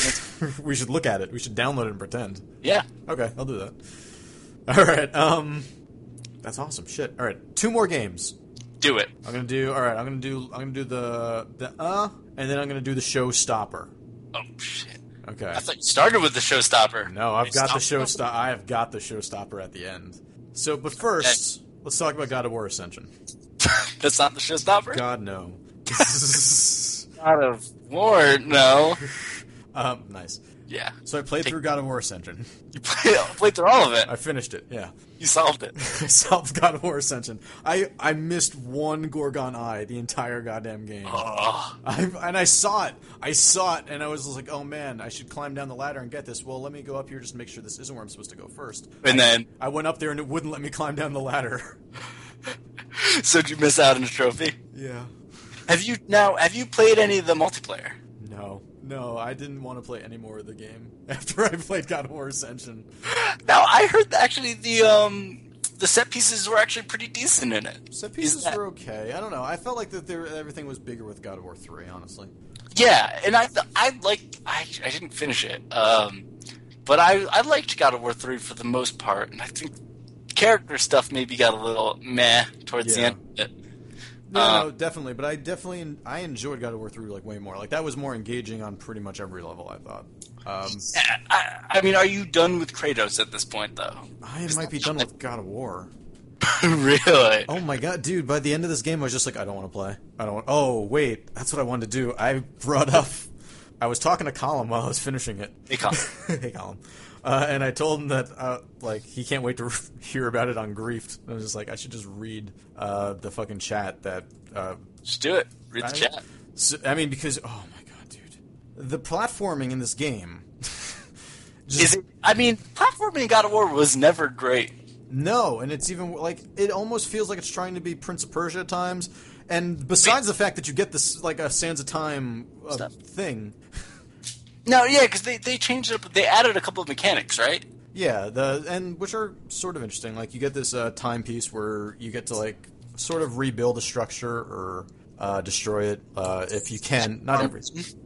S2: it. we should look at it. We should download it and pretend.
S1: yeah.
S2: Okay, I'll do that. All right. Um, that's awesome. Shit. All right, two more games.
S1: Do it.
S2: I'm gonna do. All right. I'm gonna do. I'm gonna do the the uh, and then I'm gonna do the showstopper.
S1: Oh, shit.
S2: Okay.
S1: I thought you started with the showstopper.
S2: No, I've got the
S1: Stop-
S2: showstopper. I have got the showstopper at the end. So, but first, let's talk about God of War Ascension.
S1: That's not the showstopper?
S2: God no.
S1: God of War, no.
S2: um, nice.
S1: Yeah.
S2: So I played through God of War Ascension.
S1: You played, played through all of it.
S2: I finished it. Yeah.
S1: You solved it.
S2: I solved God of War Ascension. I I missed one Gorgon Eye the entire goddamn game.
S1: Oh.
S2: I, and I saw it. I saw it, and I was like, "Oh man, I should climb down the ladder and get this." Well, let me go up here just to make sure this isn't where I'm supposed to go first.
S1: And then,
S2: I went up there, and it wouldn't let me climb down the ladder.
S1: so did you miss out on a trophy?
S2: yeah.
S1: Have you, now, have you played any of the multiplayer?
S2: No, no, I didn't want to play any more of the game after I played God of War Ascension.
S1: Now, I heard that actually the, um, the set pieces were actually pretty decent in it.
S2: Set pieces
S1: that-
S2: were okay. I don't know. I felt like that there, everything was bigger with God of War Three. Honestly,
S1: Yeah, and I, I liked, I, I didn't finish it, um, but I, I liked God of War 3 for the most part, and I think character stuff maybe got a little meh towards
S2: Yeah.
S1: the end of it.
S2: no,
S1: Uh,
S2: no, definitely. But I definitely I enjoyed God of War Three like way more. Like that was more engaging on pretty much every level. I thought. Um,
S1: Yeah, Eh, I, I mean, are you done with Kratos at this point, though?
S2: I might be done with God of War.
S1: really?
S2: Oh my god, dude! By the end of this game, I was just like, I don't want to play. I don't. Want, oh wait, that's what I wanted to do. I brought up. I was talking to Colin while I was finishing it.
S1: Hey, Colin.
S2: hey, Colin. Uh, and I told him that uh, like he can't wait to hear about it on Griefed. I was just like, I should just read uh, the fucking chat that. Uh,
S1: Just do it. Read the
S2: I,
S1: chat.
S2: So- I mean, because oh my god, dude, the platforming in this game. just,
S1: Is it? I mean, platforming in God of War was never great.
S2: No, and it's even like it almost feels like it's trying to be Prince of Persia at times. And besides the fact that you get this like a Sands of Time uh,
S1: Stop.
S2: thing,
S1: No, yeah, because they, they changed it up. They added a couple of mechanics, right?
S2: yeah, the and which are sort of interesting. Like you get this uh, timepiece where you get to like sort of rebuild a structure or uh, destroy it uh, if you can. Not every.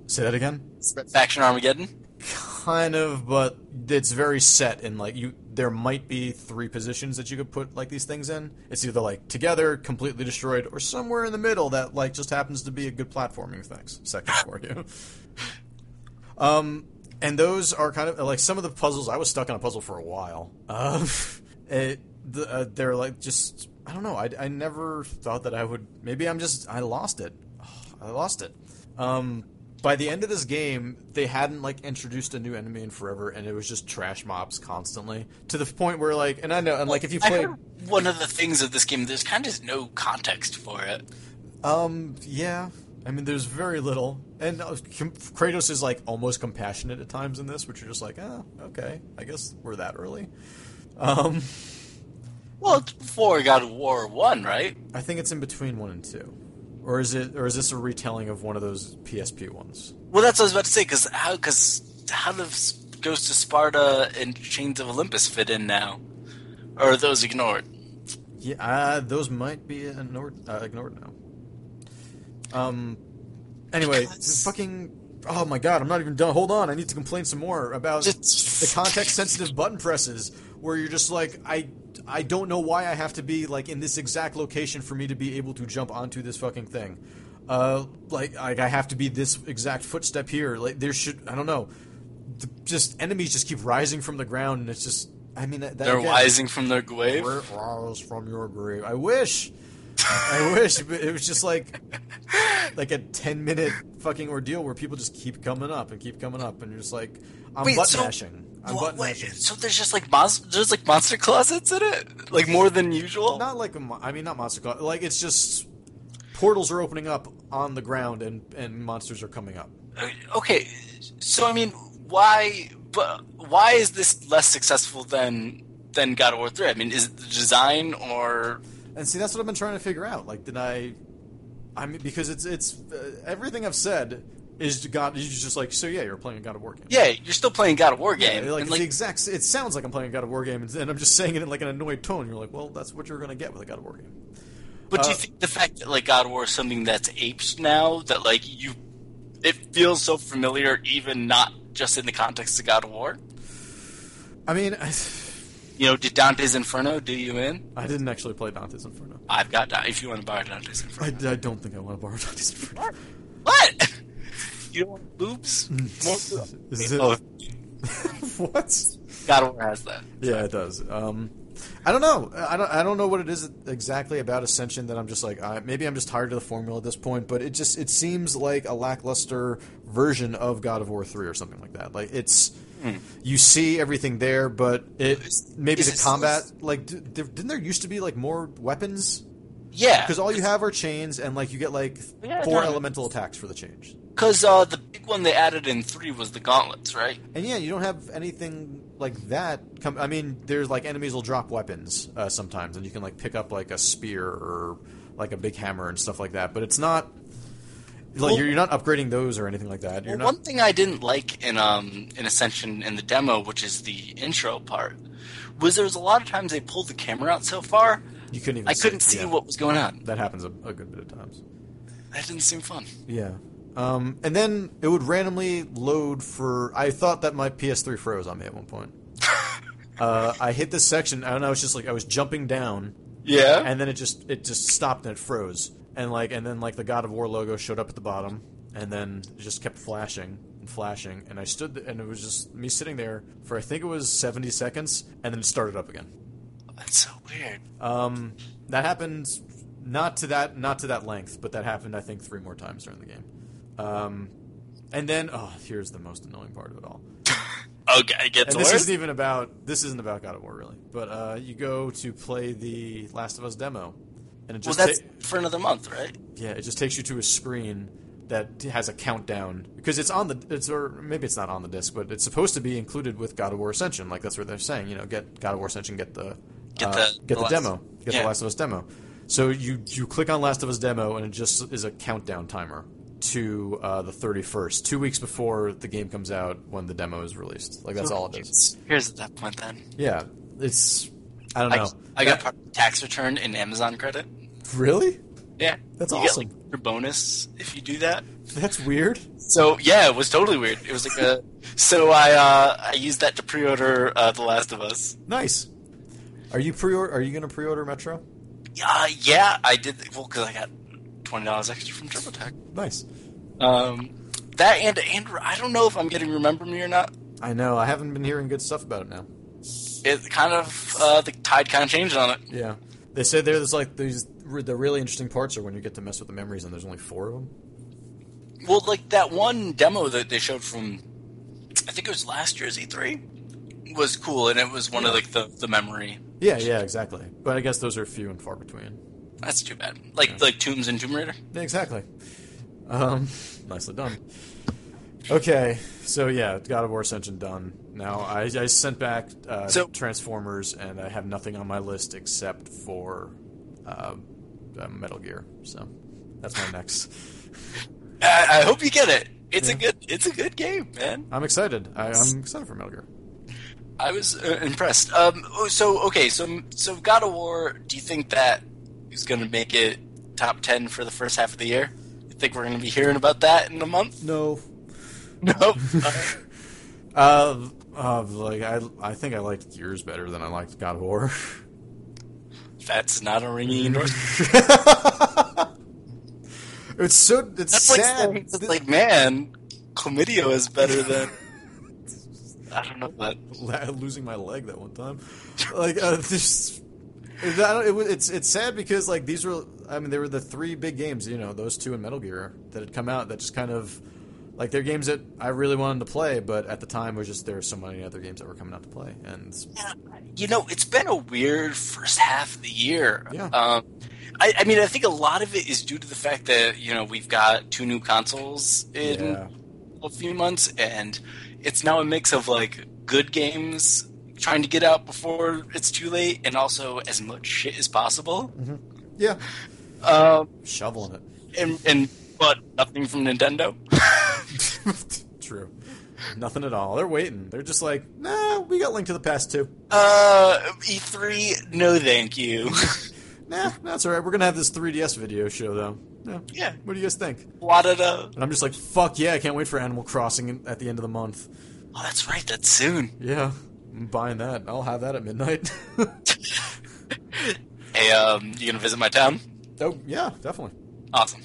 S2: Say that again.
S1: Faction Armageddon.
S2: Kind of, but it's very set in like you. There might be three positions that you could put like these things in. It's either like together, completely destroyed, or somewhere in the middle that like just happens to be a good platforming thanks section for you. Um, and those are kind of like some of the puzzles. I was stuck on a puzzle for a while. Uh, it, the, uh, they're like just I don't know. I, I never thought that I would. Maybe I'm just I lost it. I lost it. Um, by the end of this game, they hadn't like introduced a new enemy in forever, and it was just trash mobs constantly to the point where like, and I know, and like if you
S1: I
S2: play,
S1: heard one of the things of this game, there's kind of no context for it.
S2: um, yeah, I mean, there's very little, and uh, com- Kratos is like almost compassionate at times in this, which you're just like, ah, okay, I guess we're that early. Um,
S1: Well, it's before God of War 1, right?
S2: I think it's in between one and two, Or is it? Or is this a retelling of one of those PSP ones?
S1: Well, that's what I was about to say. Because how? Because how does Ghost of Sparta and Chains of Olympus fit in now? Or are those ignored?
S2: Yeah, uh, those might be ignored, uh, ignored now. Um. Anyway,
S1: Because-
S2: fucking. Oh my god, I'm not even done. Hold on, I need to complain some more about
S1: Just-
S2: the context-sensitive button presses, where you're just like, I, I don't know why I have to be like in this exact location for me to be able to jump onto this fucking thing. Uh, like, like I have to be this exact footstep here. Like, there should, I don't know. The, just enemies just keep rising from the ground, and it's just, I mean, that, that
S1: They're
S2: again-
S1: rising from their grave.
S2: where it rose from your grave. I wish. I wish. But it was just like like a ten minute fucking ordeal where people just keep coming up and keep coming up and you're just like I'm
S1: Wait,
S2: butt
S1: so-
S2: mashing. I'm
S1: Wha-
S2: butt
S1: wait,
S2: mashing.
S1: so there's just like monster, there's like monster closets in it, like more than usual.
S2: Not like a mo- I mean not monster claw like it's just portals are opening up on the ground and and monsters are coming up.
S1: Uh, Okay, so I mean, why? But why is this less successful than than God of War Three? I mean, is it the design or
S2: And see, that's what I've been trying to figure out. Like, did I? I mean, because it's it's uh, everything I've said is God. Is just like so. Yeah, you're playing a God of War game.
S1: yeah, you're still playing God of War game.
S2: Yeah, like,
S1: and,
S2: it's
S1: like,
S2: the exact. It sounds like I'm playing a God of War game, and- and I'm just saying it in like an annoyed tone. You're like, well, that's what you're gonna get with a God of War game.
S1: but do you
S2: uh,
S1: think the fact that like God of War is something that's apes now that like you, it feels so familiar, even not just in the context of God of War.
S2: I mean, I,
S1: You know, did Dante's Inferno do you in?
S2: I didn't actually play Dante's Inferno.
S1: I've got Dante, if you want to borrow Dante's
S2: I,
S1: Inferno.
S2: I don't think I want to borrow Dante's Inferno.
S1: What? You don't want boobs?
S2: Mm.
S1: More
S2: Is it-
S1: Oh,
S2: what?
S1: God of War has that.
S2: Yeah, it does. Um, I don't know. I don't. I don't know what it is exactly about Ascension that I'm just like. I, maybe I'm just tired of the formula at this point. But it just it seems like a lackluster version of God of War three or something like that. Like it's you see everything there, but it
S1: Hmm. Is-
S2: maybe
S1: is
S2: the
S1: it still-
S2: combat like d- there, didn't there used to be like more weapons
S1: Yeah,
S2: because all you have are chains and like you get like
S1: Yeah,
S2: four
S1: no.
S2: elemental attacks for the change.
S1: because uh, the big one they added in three was the gauntlets, right?
S2: And yeah, you don't have anything like that. Come, I mean, there's like enemies will drop weapons uh, sometimes, and you can like pick up like a spear or like a big hammer and stuff like that. But it's not like
S1: Well-
S2: you're, you're not upgrading those or anything like that. You're
S1: Well, one
S2: not.
S1: thing I didn't like in um in Ascension in the demo, which is the intro part, was there was a lot of times they pulled the camera out so far
S2: You couldn't even.
S1: I couldn't see
S2: yeah.
S1: what was going on.
S2: that happens a, a good bit of times.
S1: That didn't seem fun.
S2: Yeah. Um, and then it would randomly load for. I thought that my PS3 froze on me at one point. uh, I hit this section, and I was just like, I was jumping down,
S1: Yeah,
S2: and then it just it just stopped and it froze and like and then like the god of war logo showed up at the bottom and then it just kept flashing and flashing and i stood th- and it was just me sitting there for i think it was 70 seconds and then it started up again
S1: that's so weird.
S2: um, that happened not to that not to that length but that happened i think three more times during the game um, and then oh here's the most annoying part of it all
S1: Okay, I get
S2: and
S1: the
S2: this
S1: worst.
S2: isn't even about this isn't about god of war really but uh, you go to play the last of us demo and it
S1: Well,
S2: just
S1: that's
S2: ta-
S1: for another month, right?
S2: Yeah, it just takes you to a screen that has a countdown because it's on the it's or maybe it's not on the disc, but it's supposed to be included with God of War Ascension. Like that's what they're saying. You know, get God of War Ascension, get the
S1: Get
S2: uh,
S1: the-
S2: get
S1: the
S2: the
S1: last-
S2: demo, get
S1: yeah.
S2: the Last of Us demo. So you you click on Last of Us demo, and it just is a countdown timer to uh, the thirty first, two weeks before the game comes out when the demo is released. Like
S1: Oh,
S2: that's all it is.
S1: Here's at that point then.
S2: Yeah, it's I don't
S1: I,
S2: know.
S1: I got part of the tax return and Amazon credit.
S2: really.
S1: Yeah,
S2: That's
S1: you
S2: awesome.
S1: Get, like, your bonus if you do that.
S2: That's weird.
S1: So yeah, it was totally weird. It was like a. so I uh, I used that to pre-order uh, The Last of Us.
S2: Nice. Are you pre Are you going to pre-order Metro?
S1: Uh, yeah, I did. Well, because I got twenty dollars extra from TurboTax.
S2: Nice.
S1: Um, that and and I don't know if I'm getting Remember Me or not.
S2: I know. I haven't been hearing good stuff about it now.
S1: It kind of uh, the tide kind of changed on it.
S2: Yeah, they said there's like these the really interesting parts are when you get to mess with the memories, and there's only four of them.
S1: Well, like that one demo that they showed from, I think it was last year's E3, was cool, and it was one of like the the memory.
S2: Yeah, yeah, exactly. But I guess those are few and far between.
S1: That's too bad. Like like Tombs and Tomb Raider.
S2: Yeah, exactly. Um, nicely done. Okay, so yeah, God of War Ascension done. Now I, I sent back uh,
S1: So-
S2: Transformers, and I have nothing on my list except for uh, uh, Metal um, Gear. So That's my next.
S1: I, I hope you get it. It's
S2: Yeah.
S1: a good. It's a good game, man.
S2: I'm excited. I, I'm excited for Metal Gear.
S1: I was uh, impressed. Um. oh, So okay. So so God of War. Do you think that is going to make it top ten for the first half of the year? You think we're going to be hearing about that in a month?
S2: No.
S1: Nope.
S2: Uh, uh, like I, I think I liked Gears better than I liked God of War.
S1: That's not a ringing endorsement.
S2: it's so it's
S1: That's like
S2: sad.
S1: saying- it's like man, chlamydia is better than. I don't know what.
S2: la- losing my leg that one time. Like uh, just, I don't, it, wa- it's it's sad because like these were I mean they were the three big games you know those two and Metal Gear that had come out that just kind of like they're games that I really wanted to play but at the time was just there were so many other games that were coming out to play and
S1: you know, it's been a weird first half of the year.
S2: Yeah.
S1: Um, I, I mean, I think a lot of it is due to the fact that you know we've got two new consoles in
S2: yeah
S1: a few months, and it's now a mix of like good games trying to get out before it's too late, and also as much shit as possible.
S2: yeah Mm-hmm.
S1: Um,
S2: shoveling it
S1: and and but nothing from Nintendo.
S2: true nothing at all they're waiting they're just like nah we got Link to the Past too
S1: Uh, E3, no, thank you.
S2: nah that's all right we're gonna have this 3DS video show though yeah
S1: yeah,
S2: what do you guys think
S1: Wadada.
S2: And I'm just like, fuck yeah, I can't wait for Animal Crossing in- at the end of the month.
S1: Oh, that's right. That's soon.
S2: Yeah, I'm buying that. I'll have that at midnight.
S1: Hey, um, you gonna visit my town?
S2: oh, yeah, definitely.
S1: Awesome.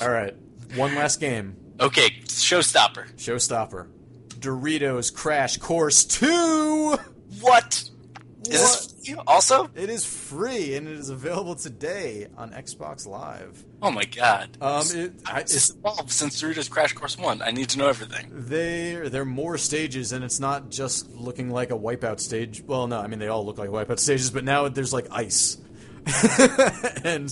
S2: All right, one last game.
S1: Okay, showstopper.
S2: Showstopper. Doritos Crash Course 2!
S1: What? Is this you also?
S2: It is free and it is available today on Xbox Live.
S1: Oh my god.
S2: Um, it, I,
S1: It's
S2: it's, Uh,
S1: just evolved since Doritos Crash Course 1. I need to know everything.
S2: there, there are more stages, and it's not just looking like a Wipeout stage. Well, no, I mean, they all look like Wipeout stages, but now there's like ice. and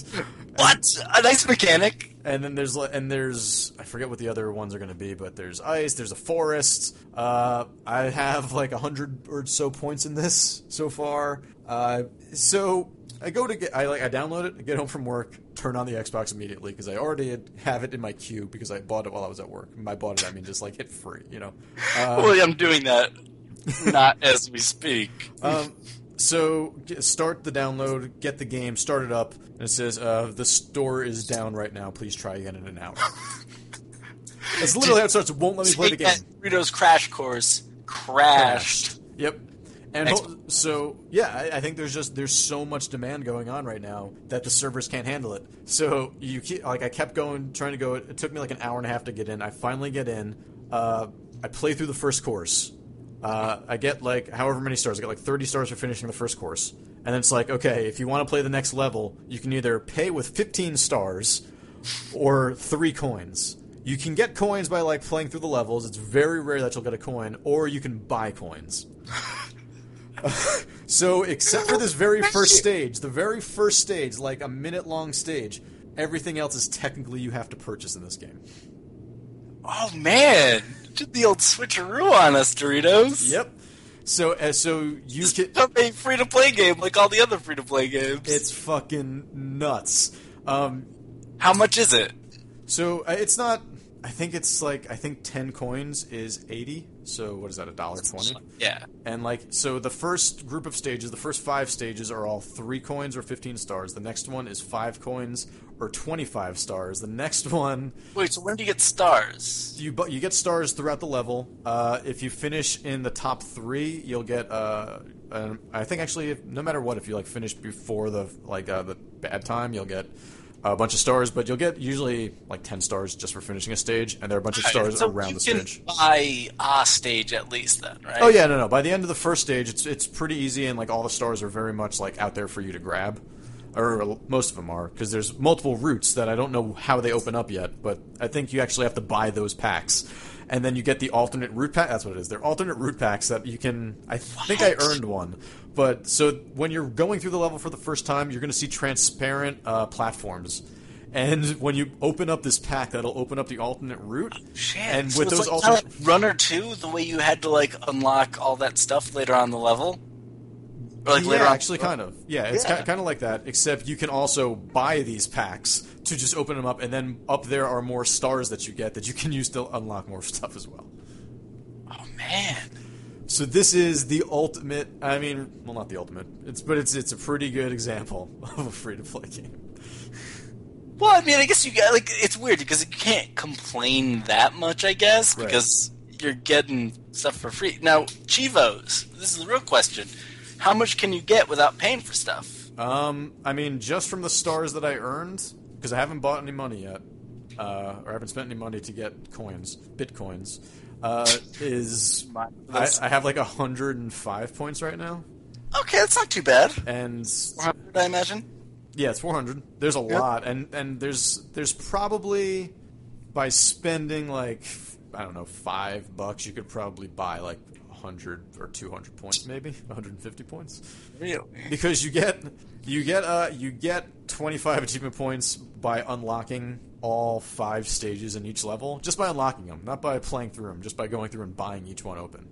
S1: What? A nice mechanic.
S2: And then there's li- and there's I forget what the other ones are going to be, but there's ice, there's a forest. Uh, I have like a hundred or so points in this so far. Uh, so I go to get I like I download it, I get home from work, turn on the Xbox immediately because I already had, have it in my queue because I bought it while I was at work. And By bought it, I mean just like hit free, you know. Uh,
S1: well, I'm doing that. Not as we speak.
S2: um, so get, start the download, get the game, start it up, and it says uh, the store is down right now. Please try again in an hour. That's literally how it starts. It won't let me play the
S1: Take
S2: game.
S1: that Doritos Crash Course crashed.
S2: Yep. And
S1: Next.
S2: ho- so yeah, I, I think there's just there's so much demand going on right now that the servers can't handle it. So you keep, like I kept going trying to go. It, took me like an hour and a half to get in. I finally get in. Uh, I play through the first course. Uh, I get like however many stars. I get like 30 stars for finishing the first course. And then it's like, okay, if you want to play the next level, you can either pay with 15 stars or three coins. You can get coins by like playing through the levels. It's very rare that you'll get a coin, or you can buy coins. so, except for this very first stage, the very first stage, like a minute long stage, everything else is technically you have to purchase in this game.
S1: Oh man. Did the old switcheroo on us, Doritos?
S2: Yep. So, uh, so you can.
S1: It's a free to play game like all the other free to play games.
S2: It's fucking nuts. Um,
S1: How much is it?
S2: so uh, it's not. I think it's like I think ten coins is eighty. So what is that? A dollar twenty.
S1: Yeah.
S2: And like so the first group of stages, the first 5 stages are all 3 coins or 15 stars. The next one is 5 coins or 25 stars. The next one
S1: Wait, so when do you get stars?
S2: you bu- you get stars throughout the level. Uh, if you finish in the top 3, you'll get uh an, I think actually if, no matter what if you like finish before the like uh, the bad time, you'll get a bunch of stars, but you'll get usually like 10 stars just for finishing a stage and there are a bunch of stars
S1: So
S2: around
S1: you
S2: the
S1: can
S2: stage.
S1: Buy a stage at least, then, right?
S2: Oh yeah, no, no. By the end of the first stage, it's it's pretty easy, and like all the stars are very much like out there for you to grab, or most of them are, because there's multiple routes that I don't know how they open up yet, but I think you actually have to buy those packs, and then you get the alternate route pack. That's what it is. They're alternate route packs that you can. I think I
S1: What?
S2: earned one, but so when you're going through the level for the first time, you're going to see transparent uh, platforms. And when you open up this pack, that'll open up the alternate route.
S1: Oh, Shit.
S2: And
S1: so
S2: with
S1: it's
S2: those
S1: like
S2: alternate,
S1: kinda like Runner Two, the way you had to like unlock all that stuff later on in the level. Or like
S2: yeah,
S1: later on,
S2: actually, kind of. Yeah, it's
S1: Yeah.
S2: ki kind of like that, except you can also buy these packs to just open them up, and then up there are more stars that you get that you can use to unlock more stuff as well.
S1: Oh man,
S2: So this is the ultimate. I mean, well, not the ultimate. It's but it's it's a pretty good example of a free to play game.
S1: Well, I mean, I guess you got like it's weird because you can't complain that much, I guess,
S2: Right.
S1: because you're getting stuff for free. Now, Chivos, this is the real question: How much can you get without paying for stuff?
S2: Um, I mean, just from the stars that I earned, because I haven't bought any money yet, uh, or I haven't spent any money to get coins, bitcoins, uh, is
S1: My-
S2: I, I have like hundred and five points right now,
S1: Okay, that's not too bad.
S2: and
S1: 400, I imagine.
S2: yeah, it's four hundred. There's a
S1: Yeah.
S2: lot, and and there's there's probably by spending like I don't know five bucks, you could probably buy like hundred or two hundred points, maybe one hundred and fifty points.
S1: Really?
S2: because you get you get uh you get 25 achievement points by unlocking all five stages in each level just by unlocking them not by playing through them just by going through and buying each one open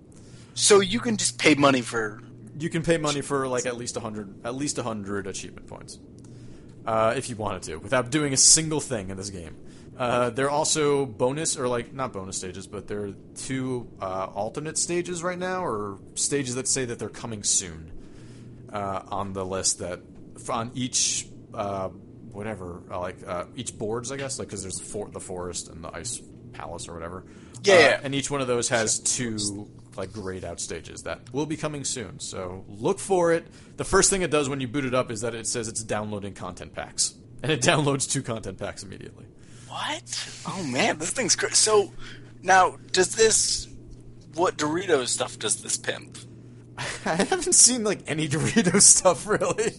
S1: So you can just pay money for.
S2: you can pay money for like at least 100 at least 100 achievement points uh, if you wanted to without doing a single thing in this game uh, there are also bonus or like not bonus stages but there are two uh, alternate stages right now or stages that say that they're coming soon uh, on the list that on each uh, whatever uh, like uh, each boards i guess like because there's the, for- the forest and the ice palace or whatever
S1: Yeah,
S2: Uh,
S1: yeah.
S2: and each one of those has two like grayed out stages that will be coming soon so look for it the first thing it does when you boot it up is that it says it's downloading content packs and it downloads two content packs immediately
S1: What? Oh man, this thing's crazy. So now, does this? What Doritos stuff does this pimp?
S2: i haven't seen like any doritos stuff really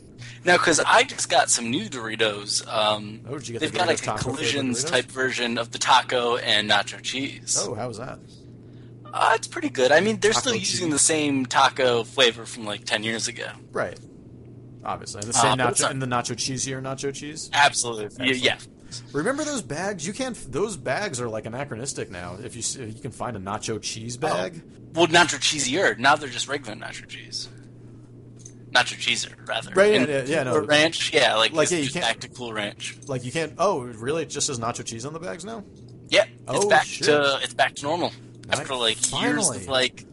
S1: Now, because I just got some new Doritos. Um,
S2: Oh, did you get
S1: they've
S2: the
S1: got
S2: Doritos
S1: like a
S2: taco flavored
S1: collisions
S2: Doritos?
S1: type version of the taco and nacho cheese.
S2: oh how's that
S1: Uh, it's pretty good. I mean, they're
S2: Taco
S1: still using
S2: cheese.
S1: the same taco flavor from like ten years ago.
S2: right Ah, obviously and the same
S1: Uh, but it's
S2: nacho
S1: not-
S2: and the nacho cheese here nacho cheese
S1: Absolutely. Yeah.
S2: Remember those bags? You can't. Those bags are like anachronistic now. If you s- you can find a nacho cheese bag,
S1: Well, nacho cheesier. Now they're just regular nacho cheese. Nacho cheeser, rather.
S2: Right, yeah,
S1: And
S2: yeah, yeah, no.
S1: Cool ranch. Yeah. Like,
S2: Like,
S1: it's
S2: yeah, you
S1: just
S2: can't-
S1: back to cool ranch.
S2: like you can't. Oh, really? It just says nacho cheese on the bags now.
S1: Yeah. It's
S2: Oh,
S1: back
S2: shit.
S1: to it's back to normal
S2: Nice.
S1: after like years
S2: Finally.
S1: of like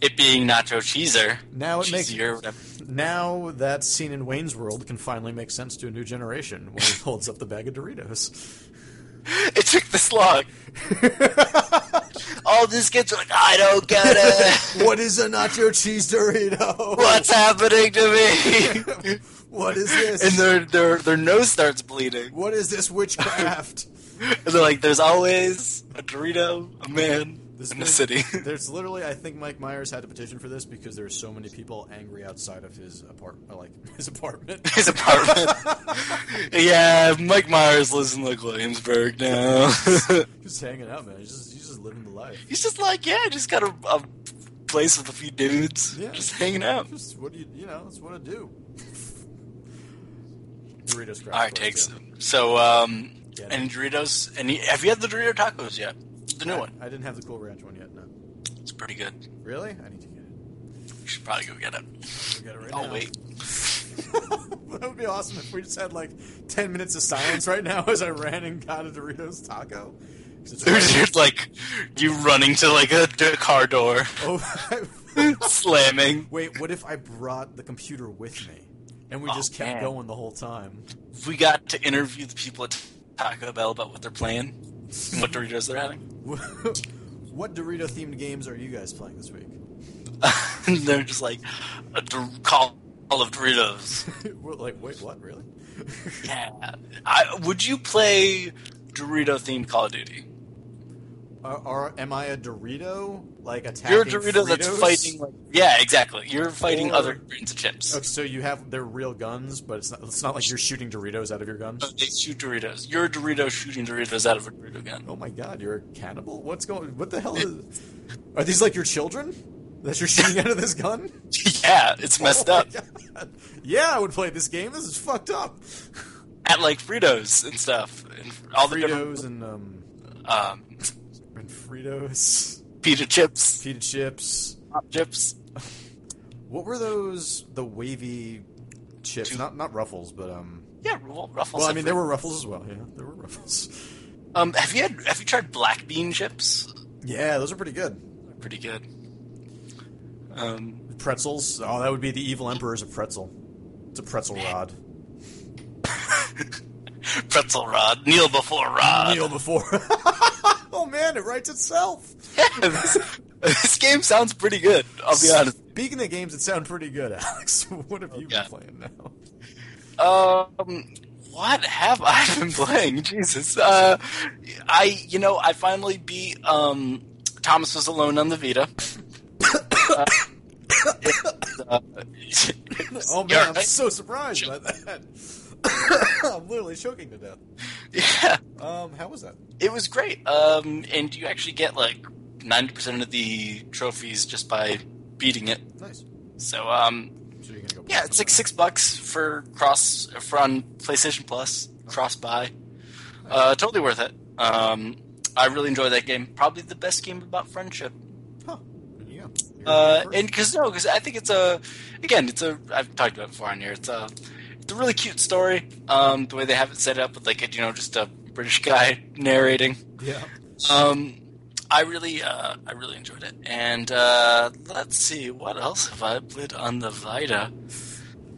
S1: it being nacho cheeser.
S2: Now it makes-
S1: cheesier, whatever.
S2: Now that scene in Wayne's World can finally make sense to a new generation when he holds up the bag of Doritos.
S1: It took this long. All these kids are like, I don't get it.
S2: what is a nacho cheese Dorito?
S1: What's happening to me?
S2: What is this?
S1: and their their their nose starts bleeding.
S2: what is this witchcraft?
S1: And they're like, "There's always a Dorito, a man
S2: This
S1: in
S2: man-
S1: the city."
S2: There's literally, I think Mike Myers had to petition for this because there's so many people angry outside of his apartment, like his apartment.
S1: His apartment. yeah, Mike Myers lives in like Williamsburg now.
S2: He's hanging out, man. He's just, he's just living the life.
S1: He's just like, yeah, I just got a, a place with a few dudes,
S2: Yeah.
S1: just hanging out.
S2: Just what do you, you know, that's what I do. Doritos crap.
S1: All right, takes it. So, um,
S2: Get
S1: and Doritos. And have you had the Dorito tacos yet? The new one.
S2: I didn't have the Cool Ranch one yet. No,
S1: It's pretty good.
S2: really? I need to get it.
S1: You should probably go get it.
S2: We got it right
S1: I'll
S2: now.
S1: wait.
S2: that would be awesome if we just had like ten minutes of silence right now as I ran and got a Doritos taco. 'Cause it's
S1: There's just, like you running to like a d- car door,
S2: oh,
S1: slamming.
S2: wait. What if I brought the computer with me and we
S1: Oh,
S2: just kept
S1: man.
S2: going the whole time?
S1: We got to interview the people at Taco Bell about what they're playing, and what Doritos they're having.
S2: what Dorito themed games are you guys playing this week?
S1: and they're just like a Dor- call all of Doritos.
S2: We're like, wait, what? Really?
S1: Yeah. I, would you play Dorito themed Call of Duty?
S2: Are, are am I a Dorito like attacking?
S1: You're a Dorito that's
S2: Fritos?
S1: fighting. Like, yeah, exactly. You're fighting
S2: Or-
S1: other kinds of chips.
S2: Okay, Oh, so you have they're real guns, but it's not. It's not like you're shooting Doritos out of your gun.
S1: They shoot Doritos. You're a Dorito shooting Doritos out of a Dorito gun.
S2: Oh my god, you're a cannibal! What's going? What the hell is? Are these like your children that you're shooting out of this gun?
S1: yeah, it's messed
S2: Oh my
S1: up.
S2: God. Yeah, I would play this game. This is fucked up.
S1: at like Fritos and stuff, and all the different
S2: Fritos and um
S1: um,
S2: and Fritos,
S1: pita chips,
S2: pita chips.
S1: pop chips.
S2: What were those? The wavy chips?
S1: Two-
S2: Not not ruffles, but um.
S1: Yeah, Ru- Ruffles.
S2: Well, I
S1: have
S2: mean, there
S1: fruit.
S2: were ruffles as well. Yeah, there were ruffles.
S1: Um, have you had? Have you tried black bean chips?
S2: Yeah, those are pretty good.
S1: They're pretty good. Um,
S2: Pretzels. Oh, that would be the evil emperor's a pretzel. It's a pretzel rod.
S1: pretzel rod. Kneel before Rod.
S2: Kneel before. oh man, it writes itself.
S1: this, this game sounds pretty good. I'll be honest. Oh,
S2: Speaking of games that sound pretty good, Alex, what have you
S1: Yeah.
S2: been playing now?
S1: Um, what have I been playing? Jesus. Uh, I you know I finally beat um Thomas was alone on the Vita. Uh, it- uh,
S2: Oh man,
S1: you're
S2: I'm
S1: right.
S2: so surprised by that. I'm literally choking to death.
S1: yeah,
S2: Um, how was that?
S1: it was great. Um, and you actually get like ninety percent of the trophies just by beating it.
S2: Nice.
S1: So um,
S2: So you're gonna go?
S1: Yeah, it's like six bucks for cross for on PlayStation Plus cross buy. Uh, totally worth it. Um, I really enjoy that game. Probably the best game about friendship.
S2: Huh. There you go. You're
S1: Uh,
S2: first.
S1: and because no, because I think it's a again, it's a I've talked about it before on here. It's a it's a really cute story. Um, the way they have it set up with like a, you know just a British guy narrating.
S2: yeah.
S1: Um, I really, uh, I really enjoyed it. And uh, let's see, what else have I played on the Vita?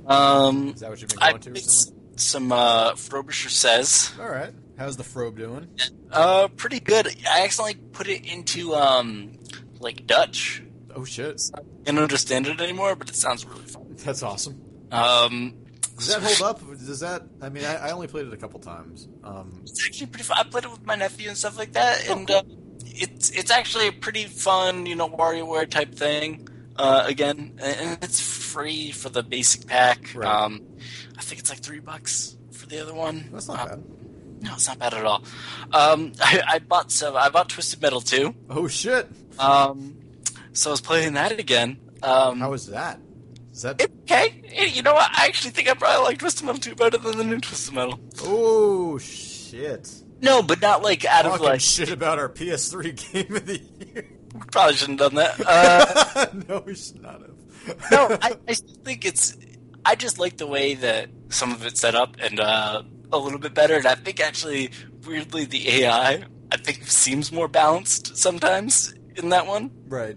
S1: Um,
S2: Is that what you've been
S1: I
S2: going to
S1: played
S2: recently?
S1: some uh, Frobisher says.
S2: All right. How's the Frobe doing?
S1: Uh, pretty good. I accidentally put it into um, like Dutch.
S2: Oh shit,
S1: I don't understand it anymore, but it sounds really fun.
S2: that's awesome.
S1: Um,
S2: Does that hold up? Does that? I mean, I, I only played it a couple times. Um,
S1: It's actually pretty fun. I played it with my nephew and stuff like that,
S2: Oh,
S1: and uh, it's it's actually a pretty fun, you know, WarioWare type thing. Uh, again, and and it's free for the basic pack.
S2: Right.
S1: Um, I think it's like three bucks for the other one.
S2: that's not
S1: Uh,
S2: bad.
S1: No, it's not bad at all. Um, I, I bought some. I bought Twisted Metal too.
S2: Oh shit!
S1: Um, so I was playing that again. Um,
S2: How is that? Is that?
S1: it- okay, It- you know what? I actually think I probably like Twisted Metal two better than the new Twisted Metal.
S2: Oh shit!
S1: No, but not like out of
S2: Talking
S1: like.
S2: shit about our PS3 game of the year.
S1: Probably shouldn't have done that. Uh,
S2: no, we should not have.
S1: no, I, I still think it's. I just like the way that some of it's set up and uh, a little bit better. And I think actually, weirdly, the AI I think seems more balanced sometimes in that one.
S2: right.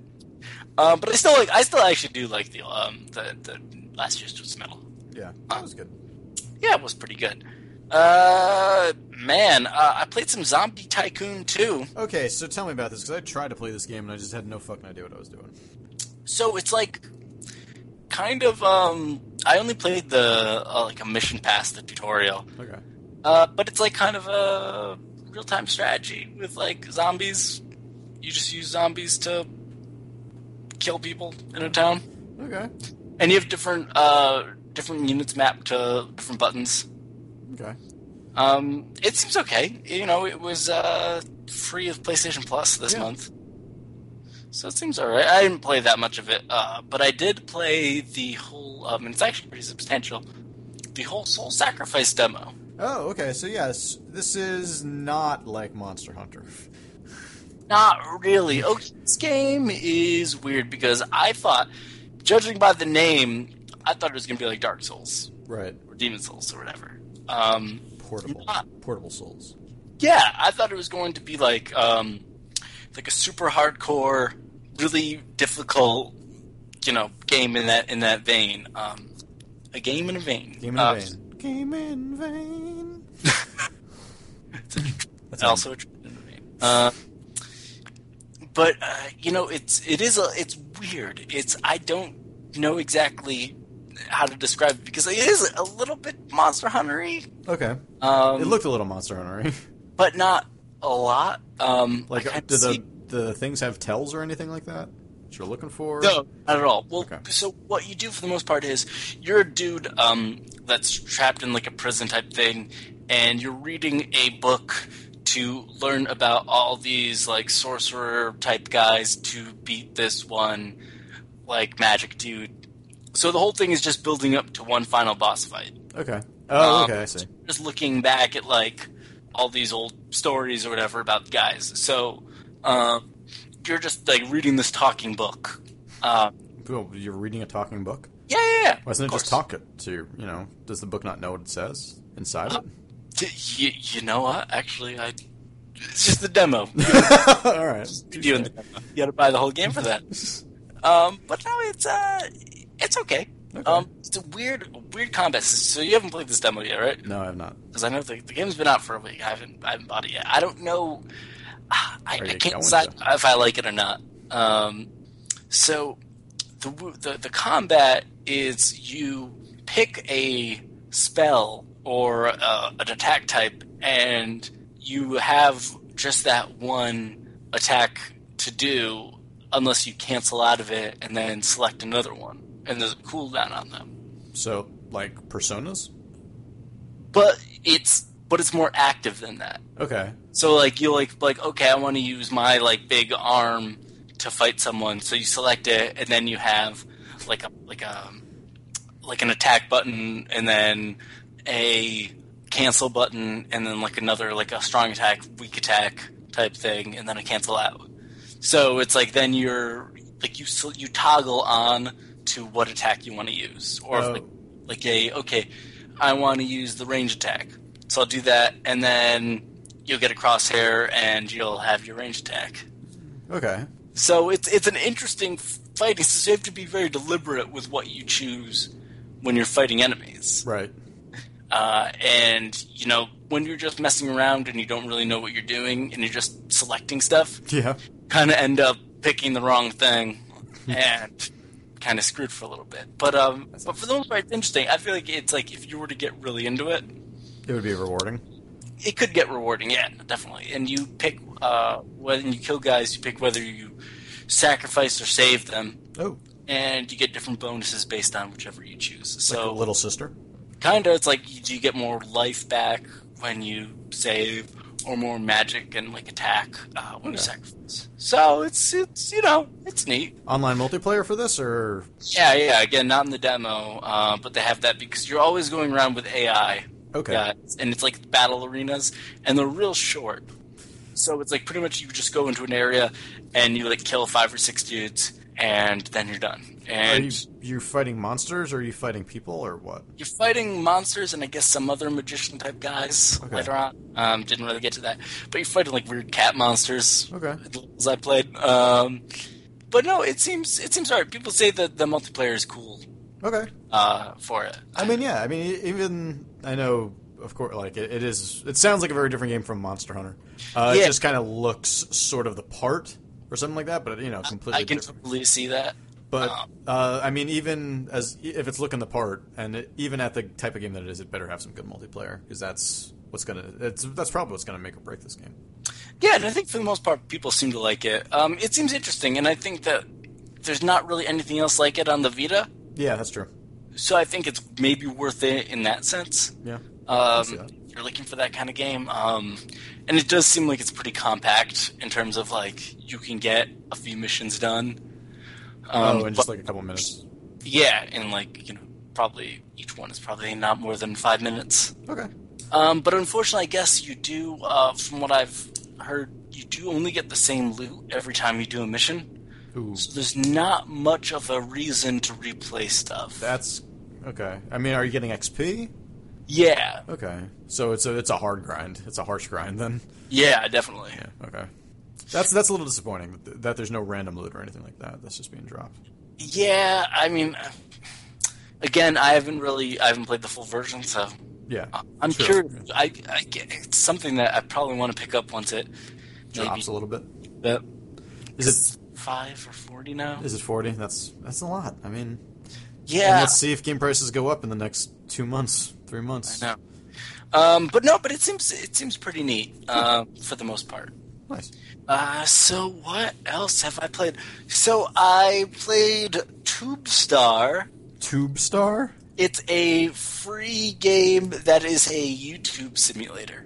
S1: Um, but I still like. I still actually do like the um, the, the last year's Twisted Metal.
S2: Yeah, that was good.
S1: Yeah, it was pretty good. Uh, man, uh, I played some Zombie Tycoon too.
S2: Okay, so tell me about this because I tried to play this game and I just had no fucking idea what I was doing.
S1: so it's like kind of um i only played the uh, like a mission past the tutorial
S2: Okay.
S1: uh, but it's like kind of a real-time strategy with like zombies you just use zombies to kill people in a town
S2: Okay.
S1: and you have different uh different units mapped to different buttons
S2: Okay.
S1: um it seems okay you know it was uh free of playstation plus this
S2: Yeah.
S1: month so it seems all right. I didn't play that much of it, uh, but I did play the whole. Um, and it's actually pretty substantial. The whole Soul Sacrifice demo.
S2: Oh, okay. So yes, this is not like Monster Hunter.
S1: Not really. Okay, this game is weird because I thought, judging by the name, I thought it was gonna be like Dark Souls
S2: Right.
S1: or Demon Souls or whatever. Um,
S2: Portable.
S1: Not-
S2: Portable Souls.
S1: yeah, I thought it was going to be like um, like a super hardcore, really difficult, you know, game in that in that vein. Um, a game in a vein.
S2: Game in
S1: Uh,
S2: vain. Game in vain.
S1: It's also a uh, but uh, you know, it's it is a it's weird. It's I don't know exactly how to describe it because it is a little bit Monster Huntery,
S2: Okay.
S1: um,
S2: It looked a little Monster Hunter.
S1: but not a lot. Um,
S2: Like,
S1: I kinda
S2: do
S1: see-
S2: the the things have tells or anything like that? That you're looking for?
S1: No, not at all. Well,
S2: Okay.
S1: so what you do for the most part is you're a dude um, that's trapped in like a prison type thing, and you're reading a book to learn about all these like sorcerer type guys to beat this one like magic dude. So the whole thing is just building up to one final boss fight.
S2: Okay. Oh,
S1: Um,
S2: okay. I see.
S1: Just looking back at like all these old stories or whatever about um, guys. So uh, you're just like reading this talking book. Uh,
S2: well, you're reading a talking book.
S1: Yeah, yeah, yeah.
S2: Why doesn't
S1: of
S2: it just
S1: course.
S2: talk it to you? know, does the book not know what it says inside
S1: Uh,
S2: it?
S1: D- You, you know what? Actually, I. It's just a demo.
S2: All right.
S1: You do in the demo. You gotta buy the whole game for that. Um, but no, it's uh, it's okay.
S2: Okay.
S1: Um, it's a weird, weird combat. So you haven't played this demo yet, right?
S2: No, I have not.
S1: Because I know the, the game's been out for a week. I haven't, I haven't bought it yet. I don't know. I, I
S2: Are you
S1: can't
S2: going
S1: decide if I like it or not. Um, so the, w- the the combat is you pick a spell or uh, an attack type, and you have just that one attack to do, unless you cancel out of it and then select another one. And there's a cooldown on them.
S2: So, like personas?
S1: But it's but it's more active than that.
S2: Okay.
S1: So like you like like okay, I want to use my like big arm to fight someone. So you select it, and then you have like a like a like an attack button, and then a cancel button, and then like another like a strong attack, weak attack type thing, and then a cancel out. So it's like then you're like you sel- you toggle on to what attack you want to use, or if,
S2: Oh.
S1: like like a okay, I want to use the range attack, so I'll do that, and then you'll get a crosshair and you'll have your range attack.
S2: Okay.
S1: So it's it's an interesting fighting. So you have to be very deliberate with what you choose when you're fighting enemies.
S2: Right.
S1: Uh, and you know when you're just messing around and you don't really know what you're doing and you're just selecting stuff,
S2: Yeah.
S1: kind of end up picking the wrong thing and kind of screwed for a little bit. But um, but for the most part, it's interesting. I feel like it's like if you were to get really into it,
S2: It would be rewarding.
S1: it could get rewarding, yeah, definitely. And you pick uh, when you kill guys, you pick whether you sacrifice or save them,
S2: Oh,
S1: and you get different bonuses based on whichever you choose.
S2: like
S1: So
S2: a little sister.
S1: kind of, it's like you, do you get more life back when you save, or more magic and like attack uh, when you
S2: Okay.
S1: sacrifice. So it's it's you know it's neat.
S2: Online multiplayer for this, or
S1: Yeah, yeah. Again, not in the demo, uh, but they have that because you're always going around with AI.
S2: okay,
S1: Yeah, and it's like battle arenas, and they're real short. So it's like pretty much you just go into an area and you like kill five or six dudes, and then you're done.
S2: are
S1: And
S2: you
S1: you...
S2: you fighting monsters, or are you fighting people, or what?
S1: are fighting monsters and I guess some other magician type guys
S2: Okay.
S1: later on. Um, didn't really get to that, but you're fighting like weird cat monsters
S2: Okay,
S1: as I played. Um, but no, it seems it seems alright. People say that the multiplayer is cool
S2: okay.
S1: uh, for it.
S2: I mean, yeah. I mean, e- even I know, of course, like it, it is. It sounds like a very different game from Monster Hunter. Uh, It
S1: Yeah.
S2: just kind of looks sort of the part or something like that, but you know, completely
S1: I can
S2: different.
S1: totally see that.
S2: But
S1: um,
S2: uh, I mean, even as e, if it's looking the part, and it, even at the type of game that it is, it better have some good multiplayer because that's what's gonna. It's, that's probably what's gonna make or break this game.
S1: Yeah, and I think for the most part, people seem to like it. Um, it seems interesting, and I think that there's not really anything else like it on the Vita,
S2: Yeah, that's true.
S1: so I think it's maybe worth it in that sense.
S2: Yeah.
S1: Um,
S2: see that.
S1: if you're looking for that kind of game, um, and it does seem like it's pretty compact in terms of like you can get a few missions done. Um,
S2: oh, in
S1: but-
S2: just like a couple minutes.
S1: yeah, and like you know, probably each one is probably not more than five minutes.
S2: Okay.
S1: Um, but unfortunately, I guess you do, uh, from what I've heard, you do only get the same loot every time you do a mission.
S2: Ooh,
S1: So there's not much of a reason to replay stuff.
S2: that's okay. I mean, are you getting XP?
S1: yeah,
S2: Okay, so it's a it's a hard grind. It's a harsh grind then.
S1: yeah, definitely.
S2: Yeah. Okay. That's that's a little disappointing that- that there's no random loot or anything like that. That's just being dropped.
S1: Yeah, I mean, again, I haven't really, I haven't played the full version, so
S2: Yeah.
S1: Uh, I'm
S2: Sure.
S1: curious. I, I, it's something that I probably want to pick up once it maybe
S2: Drops a little bit.
S1: that
S2: Is
S1: five or forty now.
S2: it is it forty? That's that's a lot. I mean, and
S1: Yeah,
S2: let's see if game prices go up in the next two months, three months.
S1: No. Um, but no, but it seems it seems pretty neat uh, for the most part.
S2: Nice.
S1: Uh, so what else have I played? So I played Tube Star.
S2: Tube Star.
S1: It's a free game that is a YouTube simulator.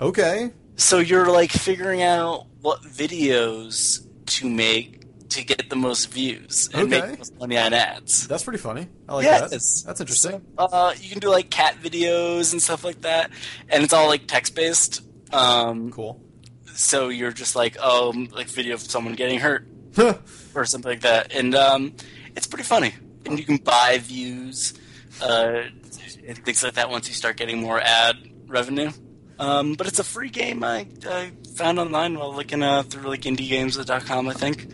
S2: Okay.
S1: So you're like figuring out what videos to make to get the most views and make
S2: Okay.
S1: the most money on ads.
S2: That's pretty funny. I like that.
S1: Yes.
S2: That's interesting.
S1: Uh, you can do like cat videos and stuff like that, and it's all like text based. Um,
S2: Cool.
S1: so oh, you're just like um like video of someone getting hurt
S2: Huh.
S1: or something like that and um it's pretty funny. And you can buy views uh, and things like that once you start getting more ad revenue. Um, but it's a free game I, I found online while looking uh, through like indiegames.com, I think.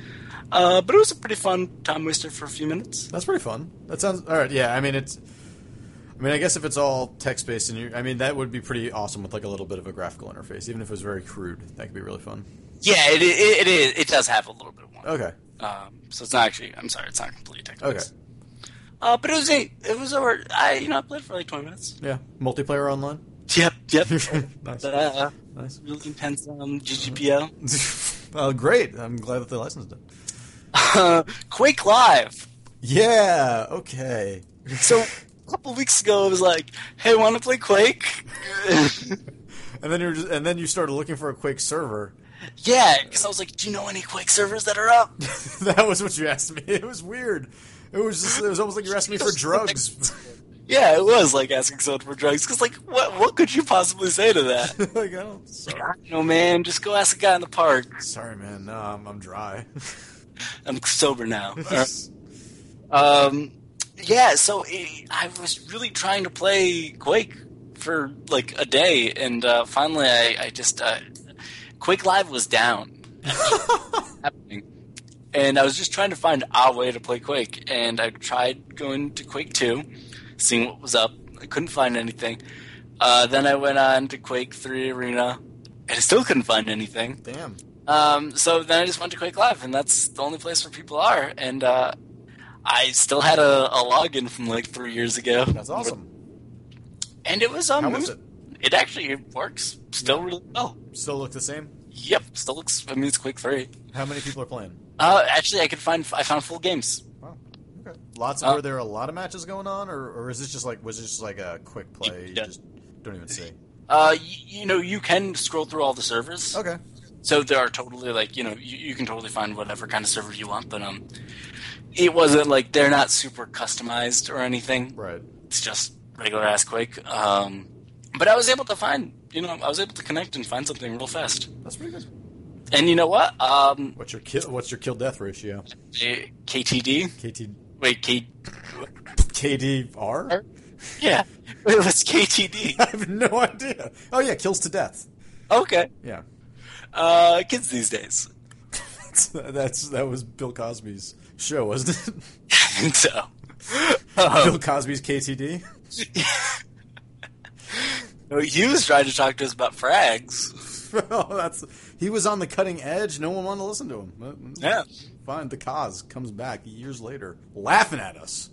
S1: Uh, but it was a pretty fun time waster for a few minutes.
S2: That's pretty fun. That sounds all right. Yeah, I mean it's. I mean, I guess if it's all text based and you, I mean that would be pretty awesome with like a little bit of a graphical interface, even if it was very crude. That could be really fun.
S1: Yeah, it it, it is. It does have a little bit of one.
S2: Okay.
S1: Um, so it's not actually. I'm sorry, it's not completely technical.
S2: Okay.
S1: Uh, but it was a, it was over. I you know I played for like 20 minutes.
S2: Yeah. Multiplayer online.
S1: Yep, yep.
S2: nice.
S1: uh,
S2: Nice.
S1: really intense um, GGPL.
S2: well, great. I'm glad that they licensed it.
S1: Quake Live.
S2: Yeah. Okay.
S1: So a couple weeks ago, it was like, "Hey, want to play Quake?"
S2: And then you're just, and then you started looking for a Quake server.
S1: yeah, because I was like, "Do you know any Quake servers that are up?"
S2: that was what you asked me. It was weird. It was just, it was almost like you were asking me for drugs.
S1: yeah, it was like asking someone for drugs because, like, what what could you possibly say to that?
S2: like, oh, sorry.
S1: no, man, just go ask a guy in the park.
S2: Sorry, man. No, I'm, I'm dry.
S1: I'm sober now. um, yeah, so it, I was really trying to play Quake for like a day, and uh, finally, I, I just uh, Quake Live was down, happening, and I was just trying to find a way to play Quake, and I tried going to Quake Two, seeing what was up. I couldn't find anything. Uh, then I went on to Quake Three Arena, and I still couldn't find anything.
S2: Damn.
S1: Um, so then I just went to Quake Live, and that's the only place where people are. And uh, I still had a, a login from like three years ago.
S2: That's awesome.
S1: And it was um,
S2: How was it?
S1: It actually works still really well.
S2: Still look the same?
S1: Yep, still looks. I mean, it's Quake Three.
S2: How many people are playing?
S1: Uh, actually, I could find. I found full games.
S2: Wow. Okay. Lots of,
S1: Uh,
S2: were there a lot of matches going on, or, or is this just like, was this just like a quick play? You
S1: Yeah.
S2: just don't even see.
S1: Uh, y- you know, you can scroll through all the servers.
S2: Okay.
S1: So there are totally like you know you, you can totally find whatever kind of server you want, but um, it wasn't like they're not super customized or anything.
S2: Right.
S1: it's just regular ass quake. Um, but I was able to find, you know, I was able to connect and find something real fast.
S2: That's pretty good.
S1: And you know what? Um,
S2: What's your kill? What's your kill death ratio?
S1: eh, KTD,
S2: KT
S1: wait, K,
S2: KDR?
S1: yeah, it was KTD.
S2: I have no idea. Oh yeah, kills to death.
S1: Okay,
S2: Yeah,
S1: uh, kids these days,
S2: that's that was Bill Cosby's show, wasn't it?
S1: I think so. Um,
S2: Bill Cosby's KTD.
S1: Hughes tried to talk to us about frags.
S2: oh, that's he was on the cutting edge. No one wanted to listen to him.
S1: Yeah.
S2: fine. The cause comes back years later, laughing at us.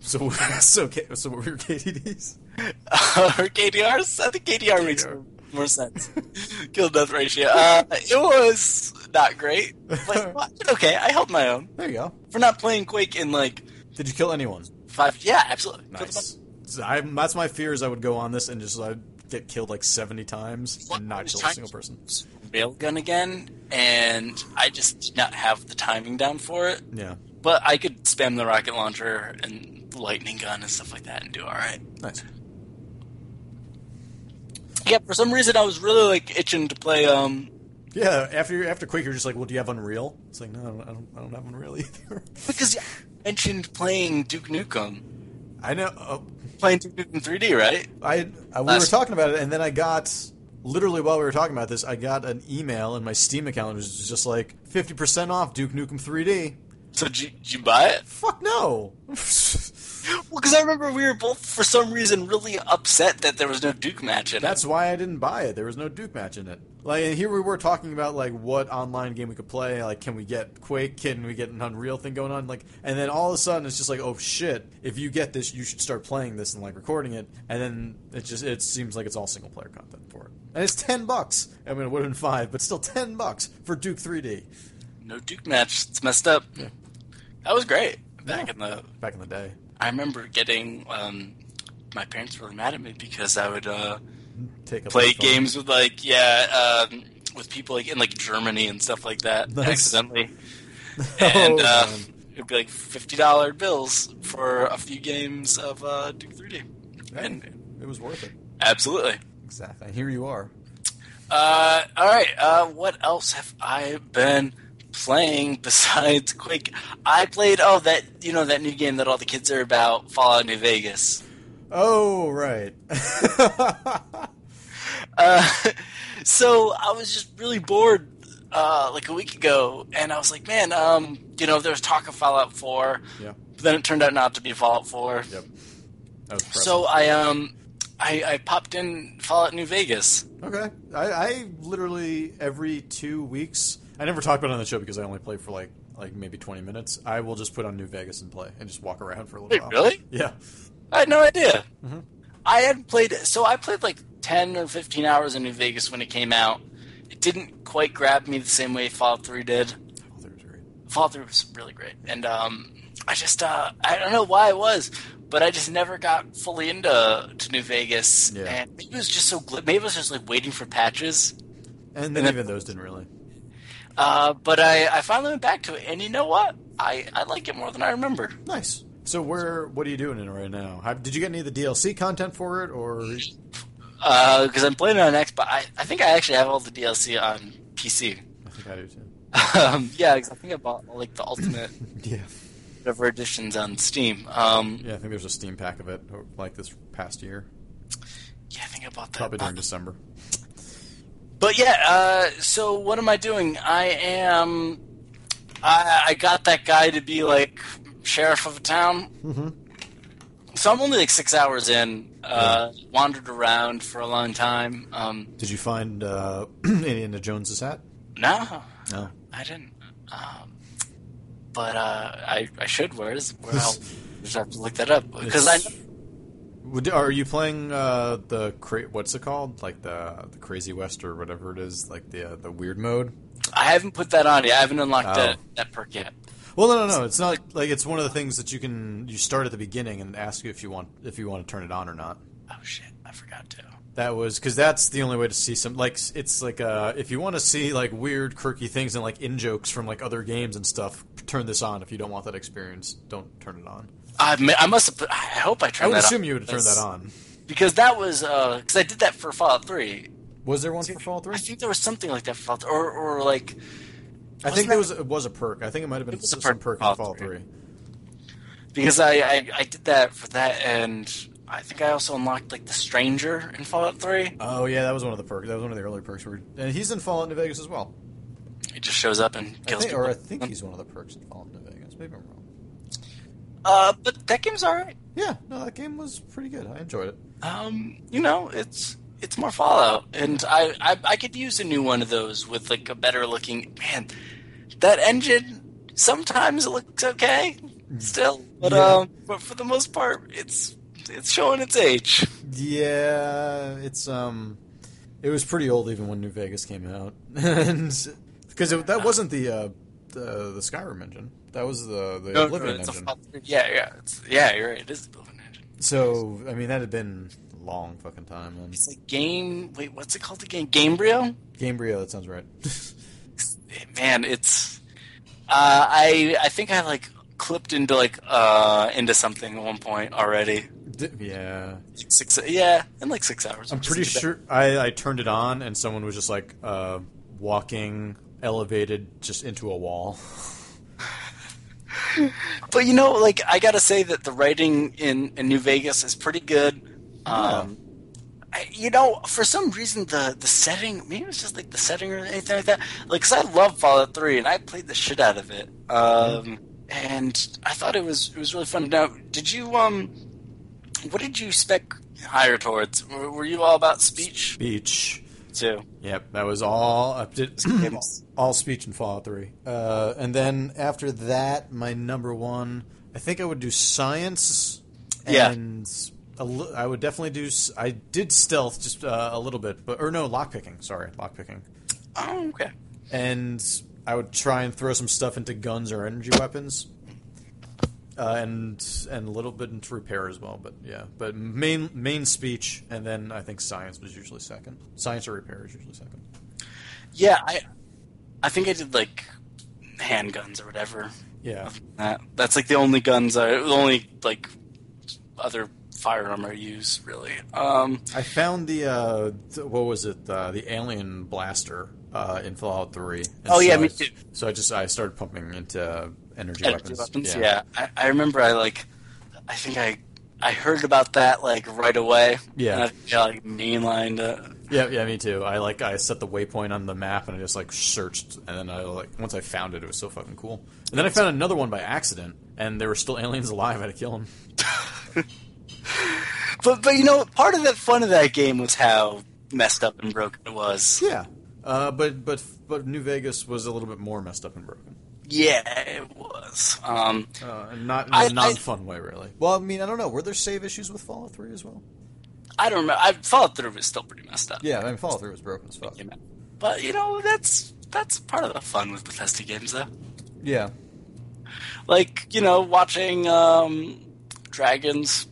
S2: so so K- so we were KTDs.
S1: or KDRs? I think KDR makes more sense. Kill death ratio. Uh, it was not great, but but okay, I held my own.
S2: There you go.
S1: for not playing Quake in like
S2: Did you kill anyone?
S1: five. Yeah, absolutely.
S2: Nice. So I, that's my fears. I would go on this and just I'd get killed like seventy times and not kill a single person.
S1: Railgun again, and I just did not have the timing down for it.
S2: Yeah.
S1: But I could spam the rocket launcher and lightning gun and stuff like that and do all right.
S2: Nice.
S1: Yeah, for some reason I was really like itching to play. Um,
S2: Yeah, after after Quake, you're just like, well, do you have Unreal? It's like, no, I don't, I don't, I don't have Unreal either.
S1: because you mentioned playing Duke Nukem,
S2: I know. Uh,
S1: playing Duke Nukem 3D, right?
S2: I, I we were
S1: Last-
S2: talking about it, and then I got literally while we were talking about this, I got an email in my Steam account. It was just like fifty percent off Duke Nukem 3D.
S1: So did you, did you buy it?
S2: Fuck no.
S1: Well, because I remember we were both for some reason really upset that there was no Duke match in it.
S2: That's why I didn't buy it. There was no Duke match in it. Like and here we were talking about like what online game we could play. Like, can we get Quake? Can we get an Unreal thing going on? Like, and then all of a sudden it's just like, oh shit! If you get this, you should start playing this and like recording it. And then it just it seems like it's all single player content for it. And it's ten bucks. I mean, it would have been five, but still ten bucks for Duke 3D
S1: No Duke match. It's messed up. That was great. Back
S2: Yeah.
S1: in the,
S2: back in the day.
S1: I remember getting. Um, my parents were really mad at me because I would uh,
S2: Take up
S1: play
S2: my phone.
S1: games with like yeah, um, with people like in like Germany and stuff like that
S2: Nice.
S1: accidentally, and
S2: Oh,
S1: uh,
S2: man.
S1: it'd be like fifty dollar bills for a few games of uh, Duke 3D.
S2: Hey, it was worth it.
S1: Absolutely.
S2: Exactly. And here you are.
S1: Uh, all right. Uh, what else have I been playing besides Quake? I played oh that you know that new game that all the kids are about, Fallout New Vegas.
S2: Oh, right.
S1: Uh, so I was just really bored uh, like a week ago, and I was like, man, um, you know, there was talk of Fallout 4,
S2: yeah.
S1: but then it turned out not to be Fallout 4.
S2: Yep. That was
S1: So I um I, I popped in Fallout New Vegas.
S2: Okay. I, I literally every two weeks. I never talk about it on the show because I only play for like like maybe twenty minutes. I will just put on New Vegas and play and just walk around for a little
S1: Wait,
S2: while.
S1: really?
S2: Yeah.
S1: I had no idea.
S2: Mhm.
S1: I hadn't played so I played like ten or fifteen hours in New Vegas when it came out. It didn't quite grab me the same way Fallout 3 did.
S2: Oh, that was great.
S1: Fallout 3 was really great, and um, I just uh, I don't know why it was, but I just never got fully into to New Vegas,
S2: Yeah.
S1: and maybe it was just so gl- maybe it was just like waiting for patches.
S2: And
S1: And
S2: then
S1: then-
S2: even those didn't really.
S1: Uh, but I, I finally went back to it, and you know what? I, I like it more than I remember.
S2: Nice. So where? What are you doing in it right now? How, did you get any of the DLC content for it, or
S1: Because Uh, I'm playing it on Xbox. I, I think I actually have all the DLC on PC.
S2: I think I do too.
S1: Um, yeah, 'cause I think I bought like the ultimate
S2: Yeah.
S1: whatever editions on Steam. Um,
S2: Yeah. I think there's a Steam pack of it, or, like this past year,
S1: yeah, I think I bought that.
S2: probably during December.
S1: But yeah, uh, so what am I doing? I am. I, I got that guy to be like sheriff of a town.
S2: Mm-hmm.
S1: So I'm only like six hours in. Uh, Wandered around for a long time. Um,
S2: Did you find uh, Indiana Jones's hat?
S1: no,
S2: No.
S1: I didn't. Um, but uh, I, I should. Where is? Where else? Just have to look that up because I.
S2: It's- Would- are you playing uh, the cra- what's it called like the the crazy west or whatever it is like the uh, the weird mode?
S1: I haven't put that on yet. I haven't unlocked
S2: Oh.
S1: that, that perk yet.
S2: Well, no, no, no. It's not like it's one of the things that you can you start at the beginning and ask you if you want if you want to turn it on or not.
S1: Oh shit! I forgot to.
S2: That was because that's the only way to see some like s- it's like uh if you want to see like weird quirky things and like in jokes from like other games and stuff, turn this on. If you don't want that experience, don't turn it on.
S1: I, ma- I must have. Put, I hope I
S2: I
S1: turned
S2: would
S1: that
S2: assume
S1: on.
S2: you would turn
S1: That's-
S2: that on.
S1: because that was because I did that for Fallout Three.
S2: Was there one for Fallout Three?
S1: I think there was something like that for Fallout, or or like
S2: I
S1: wasn't
S2: think there was it was a perk. I think it might have been
S1: It was a
S2: some
S1: perk
S2: perk
S1: for
S2: in Fallout
S1: Fallout
S2: Three.
S1: because I, I I did that for that, and I think I also unlocked like the Stranger in Fallout Three.
S2: Oh yeah, that was one of the perks. That was one of the early perks. Where, and he's in Fallout New Vegas as well.
S1: It just shows up and
S2: I
S1: kills
S2: think, or I
S1: people. Mm-hmm.
S2: think he's one of the perks in Fallout New Vegas. Maybe I'm wrong.
S1: Uh, but that game's all right.
S2: Yeah, no, that game was pretty good. I enjoyed it.
S1: Um, you know, it's it's more Fallout, and I, I I could use a new one of those with like a better looking man. That engine sometimes it looks okay still, but
S2: Yeah.
S1: um, but for the most part, it's it's showing its age.
S2: Yeah, it's um, it was pretty old even when New Vegas came out, and because that wasn't the uh, the, the Skyrim engine. That was the the
S1: No, no,
S2: Oblivion
S1: it's a
S2: engine.
S1: Fallout three. yeah, yeah, it's, yeah. You're right. It is the Oblivion engine.
S2: so I mean, that had been a long fucking time. And
S1: It's like game. Wait, what's it called again? Gamebryo.
S2: Gamebryo, that sounds right.
S1: Man, it's. Uh, I I think I like clipped into like uh into something at one point already.
S2: D- yeah,
S1: Six. Yeah, in like six hours.
S2: I'm
S1: which isn't
S2: pretty
S1: too bad.
S2: sure I, I turned it on and someone was just like uh, walking elevated just into a wall.
S1: But you know, like I gotta say that the writing in, in New Vegas is pretty good.
S2: Oh.
S1: Um, I, you know, for some reason the the setting, maybe it's just like the setting or anything like that. Like, 'cause I love Fallout Three and I played the shit out of it. Um, and I thought it was it was really fun. Now, did you um, what did you spec higher towards? Were, were you all about speech
S2: Speech.
S1: too?
S2: Yep, that was all up to all speech in Fallout Three. Uh, and then after that, my number one, I think I would do science.
S1: Yeah.
S2: And a li- I would definitely do. s- I did stealth just uh, a little bit, but or no lockpicking. Sorry, lockpicking.
S1: Oh, okay.
S2: and I would try and throw some stuff into guns or energy weapons, uh, and and a little bit into repair as well. But yeah, but main main speech, and then I think science was usually second. Science or repair is usually second.
S1: Yeah, I I think I did like handguns or whatever.
S2: Yeah,
S1: That, that's like the only guns I, the only like other firearm I use really. Um,
S2: I found the uh, th- what was it? Uh, the alien blaster. uh, in Fallout Three. And
S1: Oh, yeah,
S2: so
S1: me
S2: I,
S1: too.
S2: So I just I started pumping into energy,
S1: Energy weapons, Yeah, I, I remember. I like, I think I I heard about that like right away.
S2: Yeah.
S1: and I, think I like mainlined. Uh,
S2: yeah, yeah, me too. I like I set the waypoint on the map and I just like searched, and then I like once I found it, it was so fucking cool. And then I found another one by accident, and there were still aliens alive. I had to kill them.
S1: but but you know, part of the fun of that game was how messed up and broken it was.
S2: Yeah, uh, but but but New Vegas was a little bit more messed up and broken.
S1: Yeah, it was. Um,
S2: Uh, and not in
S1: I- I-
S2: a non-fun way, really. Well, I mean, I don't know. Were there save issues with Fallout Three as well?
S1: I don't remember. I Fallout Three was still pretty messed up.
S2: Yeah, I mean, Fallout Three was broken as fuck.
S1: came out. But you know, that's that's part of the fun with Bethesda games, though.
S2: Yeah,
S1: Like you know, watching um, dragons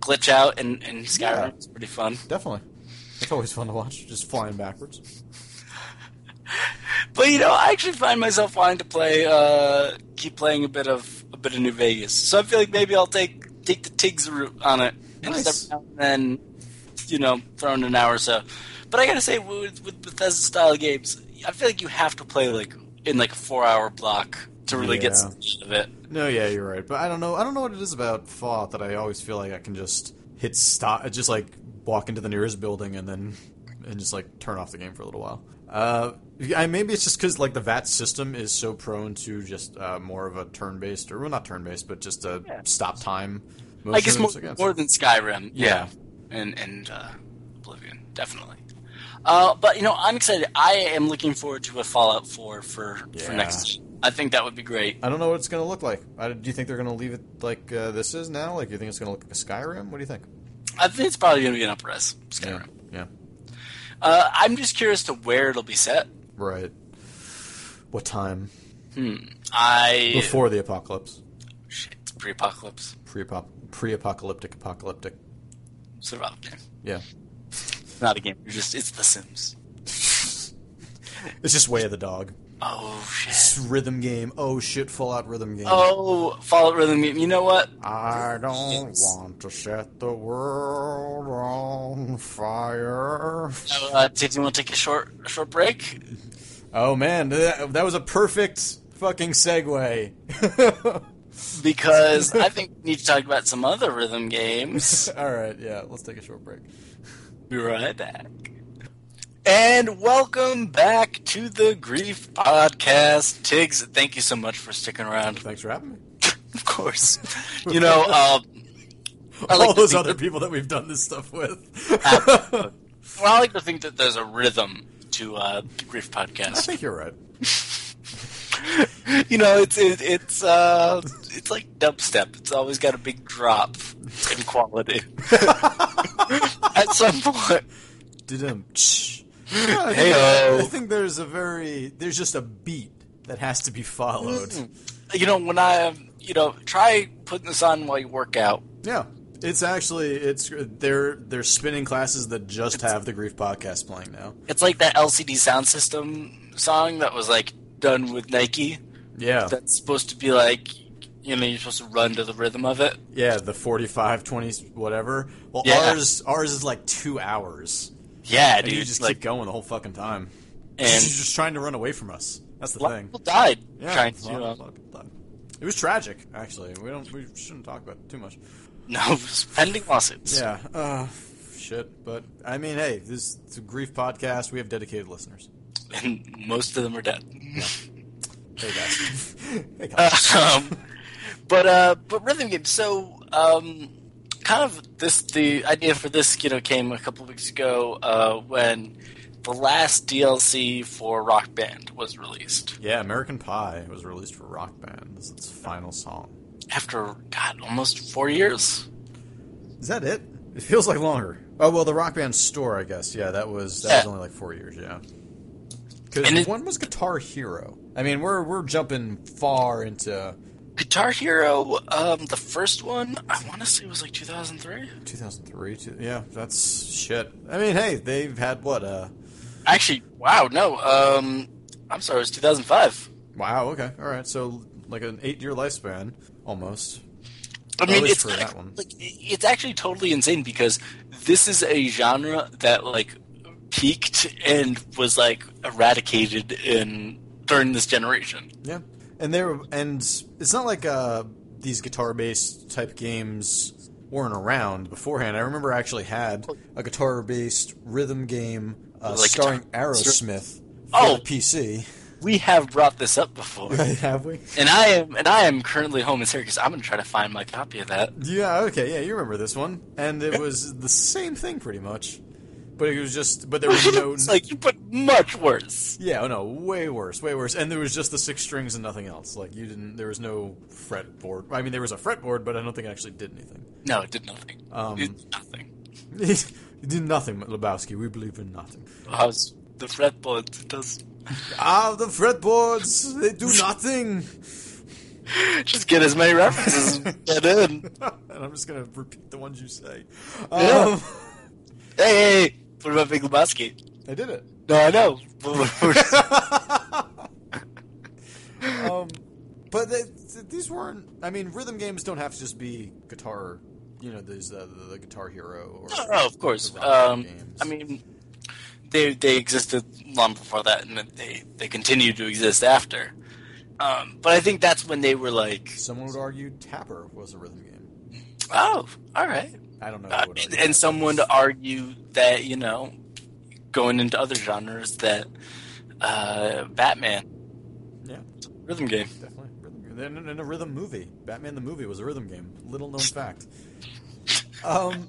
S1: glitch out in, in Skyrim
S2: Yeah.
S1: is pretty fun.
S2: definitely. It's always fun to watch, just flying backwards.
S1: But you know, I actually find myself wanting to play, uh, keep playing a bit of a bit of New Vegas. So I feel like maybe I'll take take the Tiggs route on it, and
S2: Nice.
S1: just every now and then, you know, throw in an hour or so. But I gotta say, with, with Bethesda style games, I feel like you have to play like in like a four hour block to really
S2: Yeah.
S1: get something out of it.
S2: No, yeah, you're right. But I don't know. I don't know what it is about Fallout that I always feel like I can just hit stop, just like walk into the nearest building and then and just like turn off the game for a little while. Uh, I, maybe it's just because like the VAT system is so prone to just uh, more of a turn-based, or well, not turn-based, but just a
S1: Yeah.
S2: stop time.
S1: I guess
S2: motion.
S1: more,
S2: So it's-
S1: more than Skyrim.
S2: Yeah.
S1: And and uh, Oblivion, definitely. Uh, but you know, I'm excited. I am looking forward to a Fallout 4 for for
S2: Yeah.
S1: next. gen. I think that would be great.
S2: I don't know what it's going to look like. I, do you think they're going to leave it like uh, this is now? Like, you think it's going to look like a Skyrim? What do you think?
S1: I think it's probably going to be an upres Skyrim.
S2: Yeah.
S1: Uh, I'm just curious to where it'll be set.
S2: Right. What time?
S1: Hmm. I oh,
S2: Before the apocalypse.
S1: shit, it's pre-apocalypse
S2: Pre-apop- pre-apocalyptic, apocalyptic.
S1: survival game.
S2: Yeah.
S1: It's not a game. It's just it's The Sims.
S2: It's just way of the dog.
S1: Oh shit.
S2: It's rhythm game. Oh shit! Fallout rhythm game.
S1: Oh, Fallout Rhythm. You know what?
S2: I don't want to set the world on fire.
S1: Uh, Tibbs, you want to take a short a short break?
S2: Oh man, that, that was a perfect fucking segue.
S1: because I think we need to talk about some other rhythm games.
S2: All right, yeah, let's take a short break.
S1: Be right back. And welcome back to the Grief Podcast. Tiggs, thank you so much for sticking around.
S2: Thanks for having me.
S1: of course. You know, um, I like
S2: All
S1: to
S2: those
S1: think
S2: other
S1: that-
S2: people that we've done this stuff with.
S1: well, I like to think that there's a rhythm to uh, the Grief
S2: I
S1: Podcast.
S2: think you're right.
S1: you know, it's it, it's uh, it's like dubstep. It's always got a big drop in quality at some point.
S2: Did him? Hey,
S1: Hey-o.
S2: I think there's a very there's just a beat that has to be followed.
S1: Mm. you know when i um, you know try putting this on while you work out
S2: Yeah, it's actually it's they're they're spinning classes that just have the grief podcast playing now.
S1: it's like that lcd sound system song that was like done with nike
S2: Yeah,
S1: that's supposed to be like you know you're supposed to run to the rhythm of it
S2: yeah, the 45, 20, whatever. Well,
S1: Yeah.
S2: ours ours is like two hours,
S1: yeah
S2: and
S1: dude
S2: you just
S1: like
S2: keep going the whole fucking time.
S1: and
S2: She's just trying to run away from us. That's the
S1: a lot of
S2: thing.
S1: people died
S2: Yeah,
S1: trying
S2: a lot-
S1: to
S2: a
S1: uh,
S2: lot of people died. It was tragic, actually. We don't. We shouldn't talk about it too much.
S1: no pending lawsuits
S2: Yeah. Uh, shit. But I mean, hey, this it's a grief podcast. We have dedicated listeners.
S1: and most of them are dead
S2: Hey guys. hey guys.
S1: um, but uh, but rhythm games. So um, kind of this the idea for this you know came a couple weeks ago uh, when the last DLC for Rock Band was released
S2: yeah, American Pie was released for Rock Band. This is its final song.
S1: after God almost four years.
S2: Is that it? It feels like longer. Oh well, the Rock Band store, I guess. Yeah, that was that was
S1: Yeah.
S2: only like four years. Yeah.
S1: And
S2: Because
S1: it-
S2: one was Guitar Hero. I mean, we're we're jumping far into
S1: Guitar Hero, um, the first one, I want to say was like 2003.
S2: 2003. Two, yeah, that's shit. I mean, hey, they've had what? Uh,
S1: Actually, wow, no, um, I'm sorry, it was 2005.
S2: wow. Okay. All right. So like an eight-year lifespan almost.
S1: I mean,
S2: least
S1: it's
S2: for
S1: kinda-
S2: that one.
S1: like it- it's actually totally insane because this is a genre that like peaked and was like eradicated in during this generation.
S2: Yeah, and they were, and it's not like uh, these guitar-based type games weren't around beforehand. I remember I actually had a guitar-based rhythm game uh,
S1: Like
S2: starring
S1: guitar-
S2: Aerosmith for
S1: Oh.
S2: the PC.
S1: We have brought this up before,
S2: Have we?
S1: and I am and I am currently home in Syracuse. I'm gonna try to find my copy of that.
S2: Yeah. Okay. Yeah, you remember this one, and it was the same thing pretty much, but it was just, but there was no.
S1: it's like you put much worse.
S2: Yeah, oh no, way worse, way worse. And there was just the six strings and nothing else. Like you didn't, there was no fretboard. I mean, there was a fretboard, but I don't think it actually did anything.
S1: No, it did nothing.
S2: Um,
S1: it did nothing.
S2: it did nothing, Lebowski. We believe in nothing.
S1: I was the fretboard does
S2: Ah, the fretboards, they do nothing.
S1: just get as many references as we get in.
S2: and I'm just gonna repeat the ones you say.
S1: Yeah.
S2: Um,
S1: Hey, hey, hey, what about Big Lebowski?
S2: I did it.
S1: No, I know. We're-
S2: um, but th th- these weren't. I mean, rhythm games don't have to just be guitar. You know, there's the, the, the Guitar Hero. Or
S1: No, no, Oh, of course.
S2: the rock
S1: Um,
S2: games.
S1: I mean, they they existed long before that, and they they continue to exist after. Um, but I think that's when they were like,
S2: someone would argue Tapper was a rhythm game.
S1: oh, all right.
S2: I don't know.
S1: Uh,
S2: who would argue
S1: and
S2: that.
S1: someone to argue that you know, going into other genres, that uh, Batman
S2: yeah,
S1: rhythm game.
S2: definitely rhythm. game. Then in a rhythm movie, Batman the movie was a rhythm game. Little known fact. Um,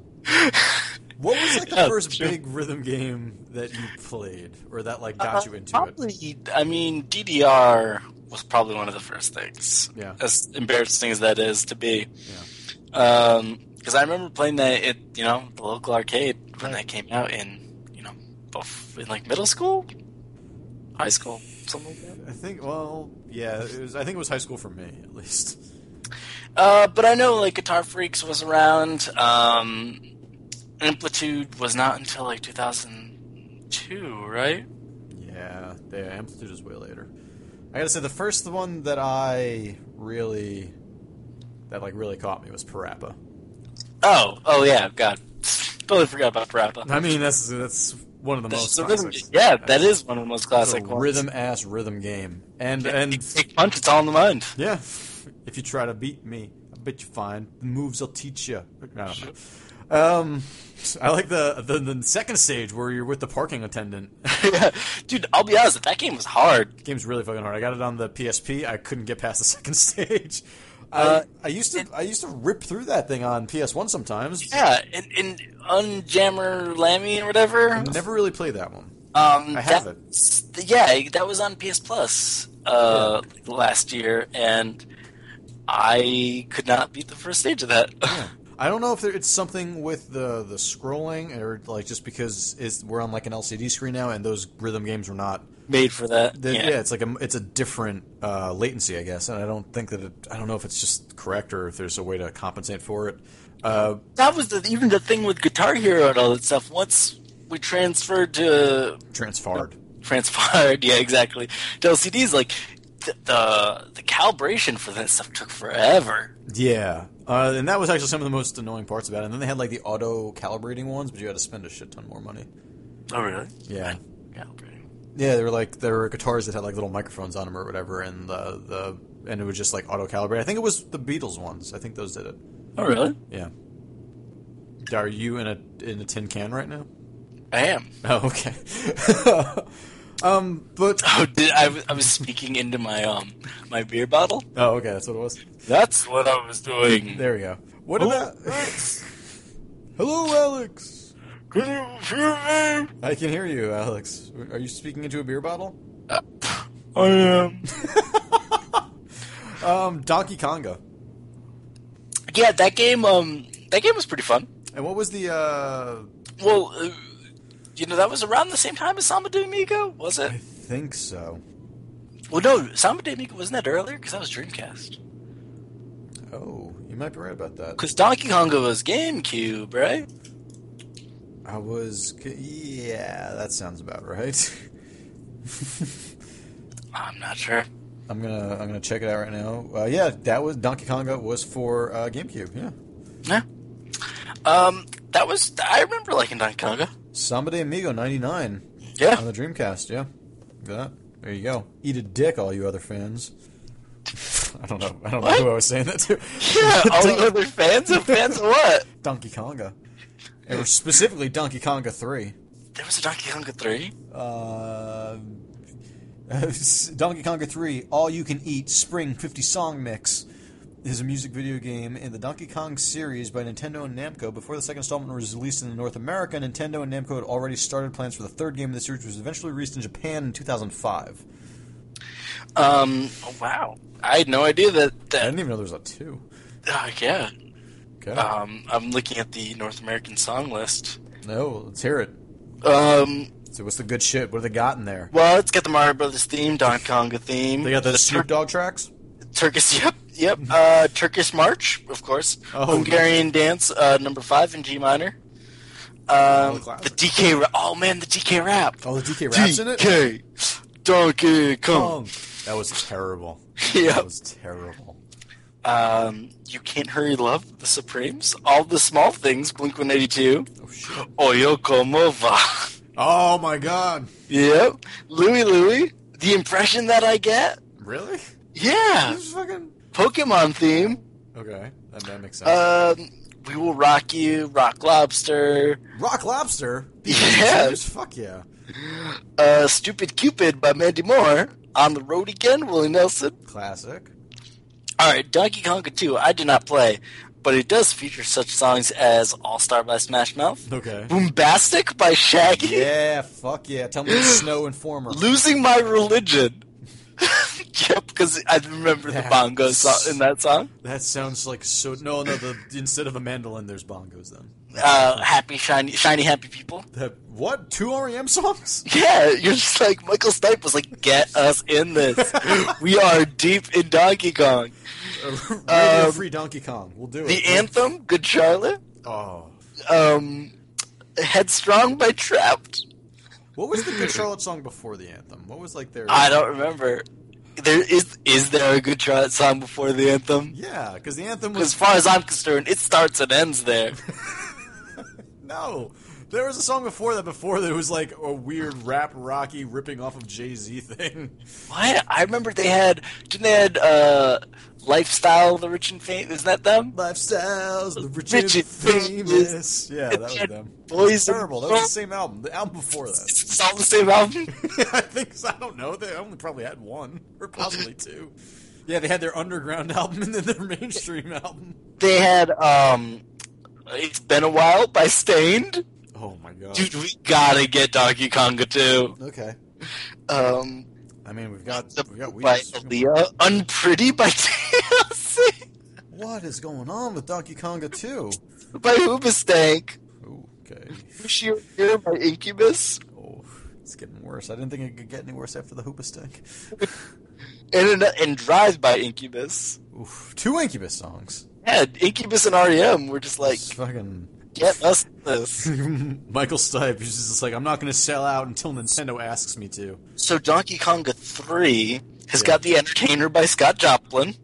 S2: what was like the
S1: Yeah,
S2: first
S1: sure.
S2: big rhythm game that you played, or that like got
S1: Uh,
S2: you into it?
S1: probably, I mean, DDR was probably one of the first things.
S2: Yeah.
S1: As embarrassing as that is to be.
S2: Yeah.
S1: Because I remember playing that at, you know, the local arcade when that
S2: Right.
S1: came out in, you know, both in like middle school? High school? Something like that.
S2: I think. Well, yeah. It was, I think it was high school for me, at least.
S1: Uh, but I know, like, Guitar Freaks was around. Um, Amplitude was not until like 2002, right?
S2: Yeah, the amplitude is way later. I gotta say, the first one that I really, that like really caught me was Parappa.
S1: Oh, oh yeah, God. Totally forgot about Parappa.
S2: I mean, that's that's one of the
S1: That's
S2: most
S1: the rhythm-
S2: classic-
S1: yeah, that is one of the most
S2: that's
S1: classic
S2: a
S1: ones.
S2: rhythm ass rhythm game, and and
S1: Take punch, it's all in the mind.
S2: yeah, if you try to beat me, I bet you find the moves I'll teach you. I don't know. Um, I like the, the the second stage where you're with the parking attendant.
S1: Dude, I'll be honest, that game was hard.
S2: game's really fucking hard. I got it on the PSP. I couldn't get past the second stage. I,
S1: Uh,
S2: I used to I used to rip through that thing on PS1 sometimes.
S1: Yeah, and, and Unjammer Lammy or whatever.
S2: I never really played that one.
S1: um,
S2: I have
S1: that's- Yeah, that was on PS Plus uh, last year, and I could not beat the first stage of that.
S2: I don't know if there, it's something with the the scrolling or like just because it's, we're on like an LCD screen now and those rhythm games were not.
S1: Made for that.
S2: they-
S1: yeah.
S2: yeah. it's like a it's a different uh, latency, I guess, and I don't think that it, I don't know if it's just correct or if there's a way to compensate for it. Uh,
S1: That was the, even the thing with Guitar Hero and all that stuff. Once we transferred to
S2: transferred.
S1: transpired. Yeah, exactly. To LCDs, like th- the the calibration for that stuff took forever.
S2: Yeah, uh, and that was actually some of the most annoying parts about it. And then they had like the auto calibrating ones, but you had to spend a shit ton more money.
S1: Oh, really?
S2: Yeah,
S1: Calibrating.
S2: yeah, they were like there were guitars that had like little microphones on them or whatever, and the the and it was just like auto calibrate. I think it was the Beatles ones. I think those did it.
S1: Oh, really?
S2: Yeah. Are you in a in a tin can right now?
S1: I am.
S2: Oh, okay. um, but
S1: Oh, did, I, w- I was speaking into my um my beer bottle.
S2: oh, okay, that's what it was.
S1: That's what I was doing.
S2: There we go. What
S1: Oh,
S2: about?
S1: Alex,
S2: Hello, Alex.
S1: Can you hear me?
S2: I can hear you, Alex. Are you speaking into a beer bottle?
S1: I am.
S2: Um, Donkey Konga.
S1: Yeah, that game. Um, that game was pretty fun.
S2: And what was the uh
S1: Well, uh, you know, that was around the same time as Samba de Amigo, was it?
S2: I think so.
S1: Well, no, Samba de Amigo wasn't that earlier because that was Dreamcast.
S2: Oh, you might be right about that.
S1: Because Donkey Konga was GameCube, right?
S2: I was yeah, that sounds about right.
S1: I'm not sure.
S2: I'm going to I'm going to check it out right now. Uh, yeah, that was Donkey Konga was for uh, GameCube, yeah.
S1: Yeah. Um, that was I remember liking Donkey Konga.
S2: Samba de Amigo 99
S1: Yeah.
S2: on the Dreamcast, yeah. That. There you go. Eat a dick, all you other fans. I don't know. I don't
S1: What?
S2: know who I was saying that to.
S1: Yeah, all the other fans of fans of what?
S2: Donkey Konga. Or specifically Donkey Konga 3.
S1: There was a Donkey Konga 3?
S2: Uh, Donkey Konga 3, All You Can Eat Spring 50 Song Mix is a music video game in the Donkey Kong series by Nintendo and Namco. Before the second installment was released in North America, Nintendo and Namco had already started plans for the third game in the series, which was eventually released in Japan in 2005.
S1: Um, oh, wow. I had no idea that,
S2: I
S1: that
S2: didn't even know there was a 2.
S1: uh, yeah.
S2: Okay.
S1: Um, I'm looking at the North American song list.
S2: no, let's hear it.
S1: Um,
S2: So, what's the good shit? What have they got in there?
S1: well, it's got the Mario Brothers theme, Donkey Konga theme.
S2: They got the
S1: the
S2: Snoop Dogg tracks?
S1: Turkish, yep, yep. Uh, Turkish March, of course.
S2: Oh,
S1: Hungarian Dance, uh, number five in G minor. Um,
S2: classic.
S1: the DK, ra- oh man, the DK rap.
S2: All Oh, the DK raps in it? Oh.
S1: DK, Donkey Kong.
S2: That was terrible.
S1: Yep.
S2: That was terrible.
S1: Um, you can't hurry love, the Supremes, all the small things, Blink 182.
S2: Oh, shit.
S1: Oyokomova.
S2: Oh, my God.
S1: yep. Louie Louie, the impression that I get.
S2: Really?
S1: Yeah.
S2: This is fucking.
S1: Pokemon theme.
S2: Okay, that, that makes sense.
S1: Um, we will rock you, Rock Lobster.
S2: Rock Lobster?
S1: Yeah.
S2: Jeez, Fuck yeah.
S1: uh, Stupid Cupid by Mandy Moore. On the Road Again, Willie Nelson.
S2: Classic.
S1: All right, Donkey Konga 2, I did not play, but it does feature such songs as All Star by Smash Mouth,
S2: Okay.
S1: Boombastic by Shaggy,
S2: Yeah, fuck yeah. Tell me the Snow Informer.
S1: Losing My Religion. yep, because I remember the
S2: That's-
S1: bongo song in that song.
S2: That sounds like so. No, no. The, instead of a mandolin, there's bongos then.
S1: Uh, happy, shiny, shiny, happy people.
S2: That, what? Two REM songs?
S1: Yeah, you're just like Michael Stipe was like, get us in this. we are deep in Donkey Kong.
S2: Radio Free Donkey Kong. We'll do
S1: Um, The
S2: it.
S1: anthem, Good Charlotte.
S2: Oh.
S1: um, Headstrong by Trapped.
S2: What was the Good Charlotte song before the anthem? What was like their.
S1: I don't remember. There is is there a good Charlotte song before the anthem?
S2: Yeah, because the anthem
S1: As
S2: was.
S1: far as I'm concerned, it starts and ends there.
S2: No. There was a song before that before that was like a weird rap Rocky ripping off of Jay Z thing.
S1: Why? I remember they had didn't they had uh, lifestyle the rich and famous. Is that them?
S2: Lifestyles, the rich,
S1: Rich
S2: and
S1: and
S2: famous.
S1: famous.
S2: Yeah, that was them.
S1: Boys and
S2: Terrible. That was the same album. The album before that.
S1: It's all the same album.
S2: I think so. I don't know. They only probably had one or possibly two. Yeah, they had their underground album and then their mainstream album.
S1: they had um, it's been a while by Stained.
S2: Oh my god.
S1: Dude, we gotta get Donkey Konga too.
S2: Okay.
S1: Um,
S2: I mean, we've got
S1: the,
S2: we've got
S1: by
S2: Weezer.
S1: Aaliyah, Unpretty by TLC.
S2: What is going on with Donkey Konga 2?
S1: by Hoobastank,
S2: Okay.
S1: Who's Here by Incubus,
S2: Oh, it's getting worse. I didn't think it could get any worse after the Hoopa Stick.
S1: and, and Drive by Incubus.
S2: Oof. Two Incubus songs.
S1: Yeah, Incubus and REM were just like,
S2: It's fucking
S1: get us this.
S2: Michael Stipe is just like, I'm not going to sell out until Nintendo asks me to.
S1: So Donkey Konga 3 has
S2: Yeah.
S1: got The Entertainer by Scott Joplin,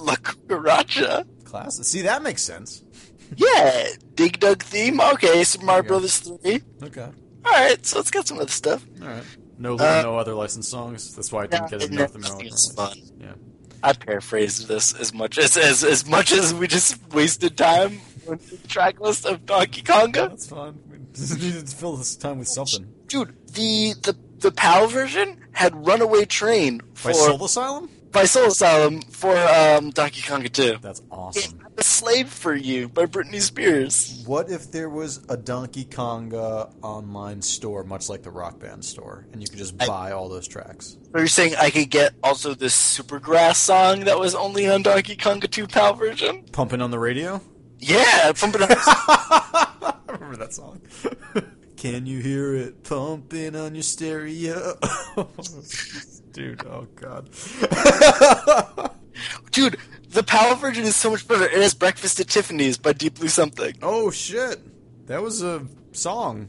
S1: La Cucaracha.
S2: Class. See, that makes sense.
S1: Yeah, Dig Dug theme. Okay, Super Mario
S2: Yeah.
S1: Brothers 3.
S2: Okay.
S1: Alright, so it's got some other stuff.
S2: All right. No,
S1: Uh,
S2: no other licensed songs. That's why I
S1: yeah,
S2: didn't get
S1: and
S2: enough
S1: then
S2: American
S1: nothing else
S2: releases. Yeah.
S1: I paraphrased this as much as as, as much as we just wasted time on the track list of Donkey Konga.
S2: That's fine. We just needed to fill this time with something.
S1: dude the the the PAL version had Runaway Train
S2: By
S1: for
S2: Soul Asylum?
S1: by Soul Asylum for um, Donkey Konga 2.
S2: That's
S1: It-
S2: awesome.
S1: I'm a slave for you by Britney Spears.
S2: What if there was a Donkey Konga online store, much like the Rock Band store, and you could just
S1: I-
S2: buy all those tracks?
S1: So you're saying I could get also this Supergrass song that was only on Donkey Konga 2 PAL version?
S2: Pumping on the radio?
S1: Yeah, pump it up.
S2: I remember that song. Can you hear it pumping on your stereo? Dude, oh god.
S1: dude. The PAL version is so much better. It has Breakfast at Tiffany's by Deep Blue Something.
S2: oh shit. That was a song.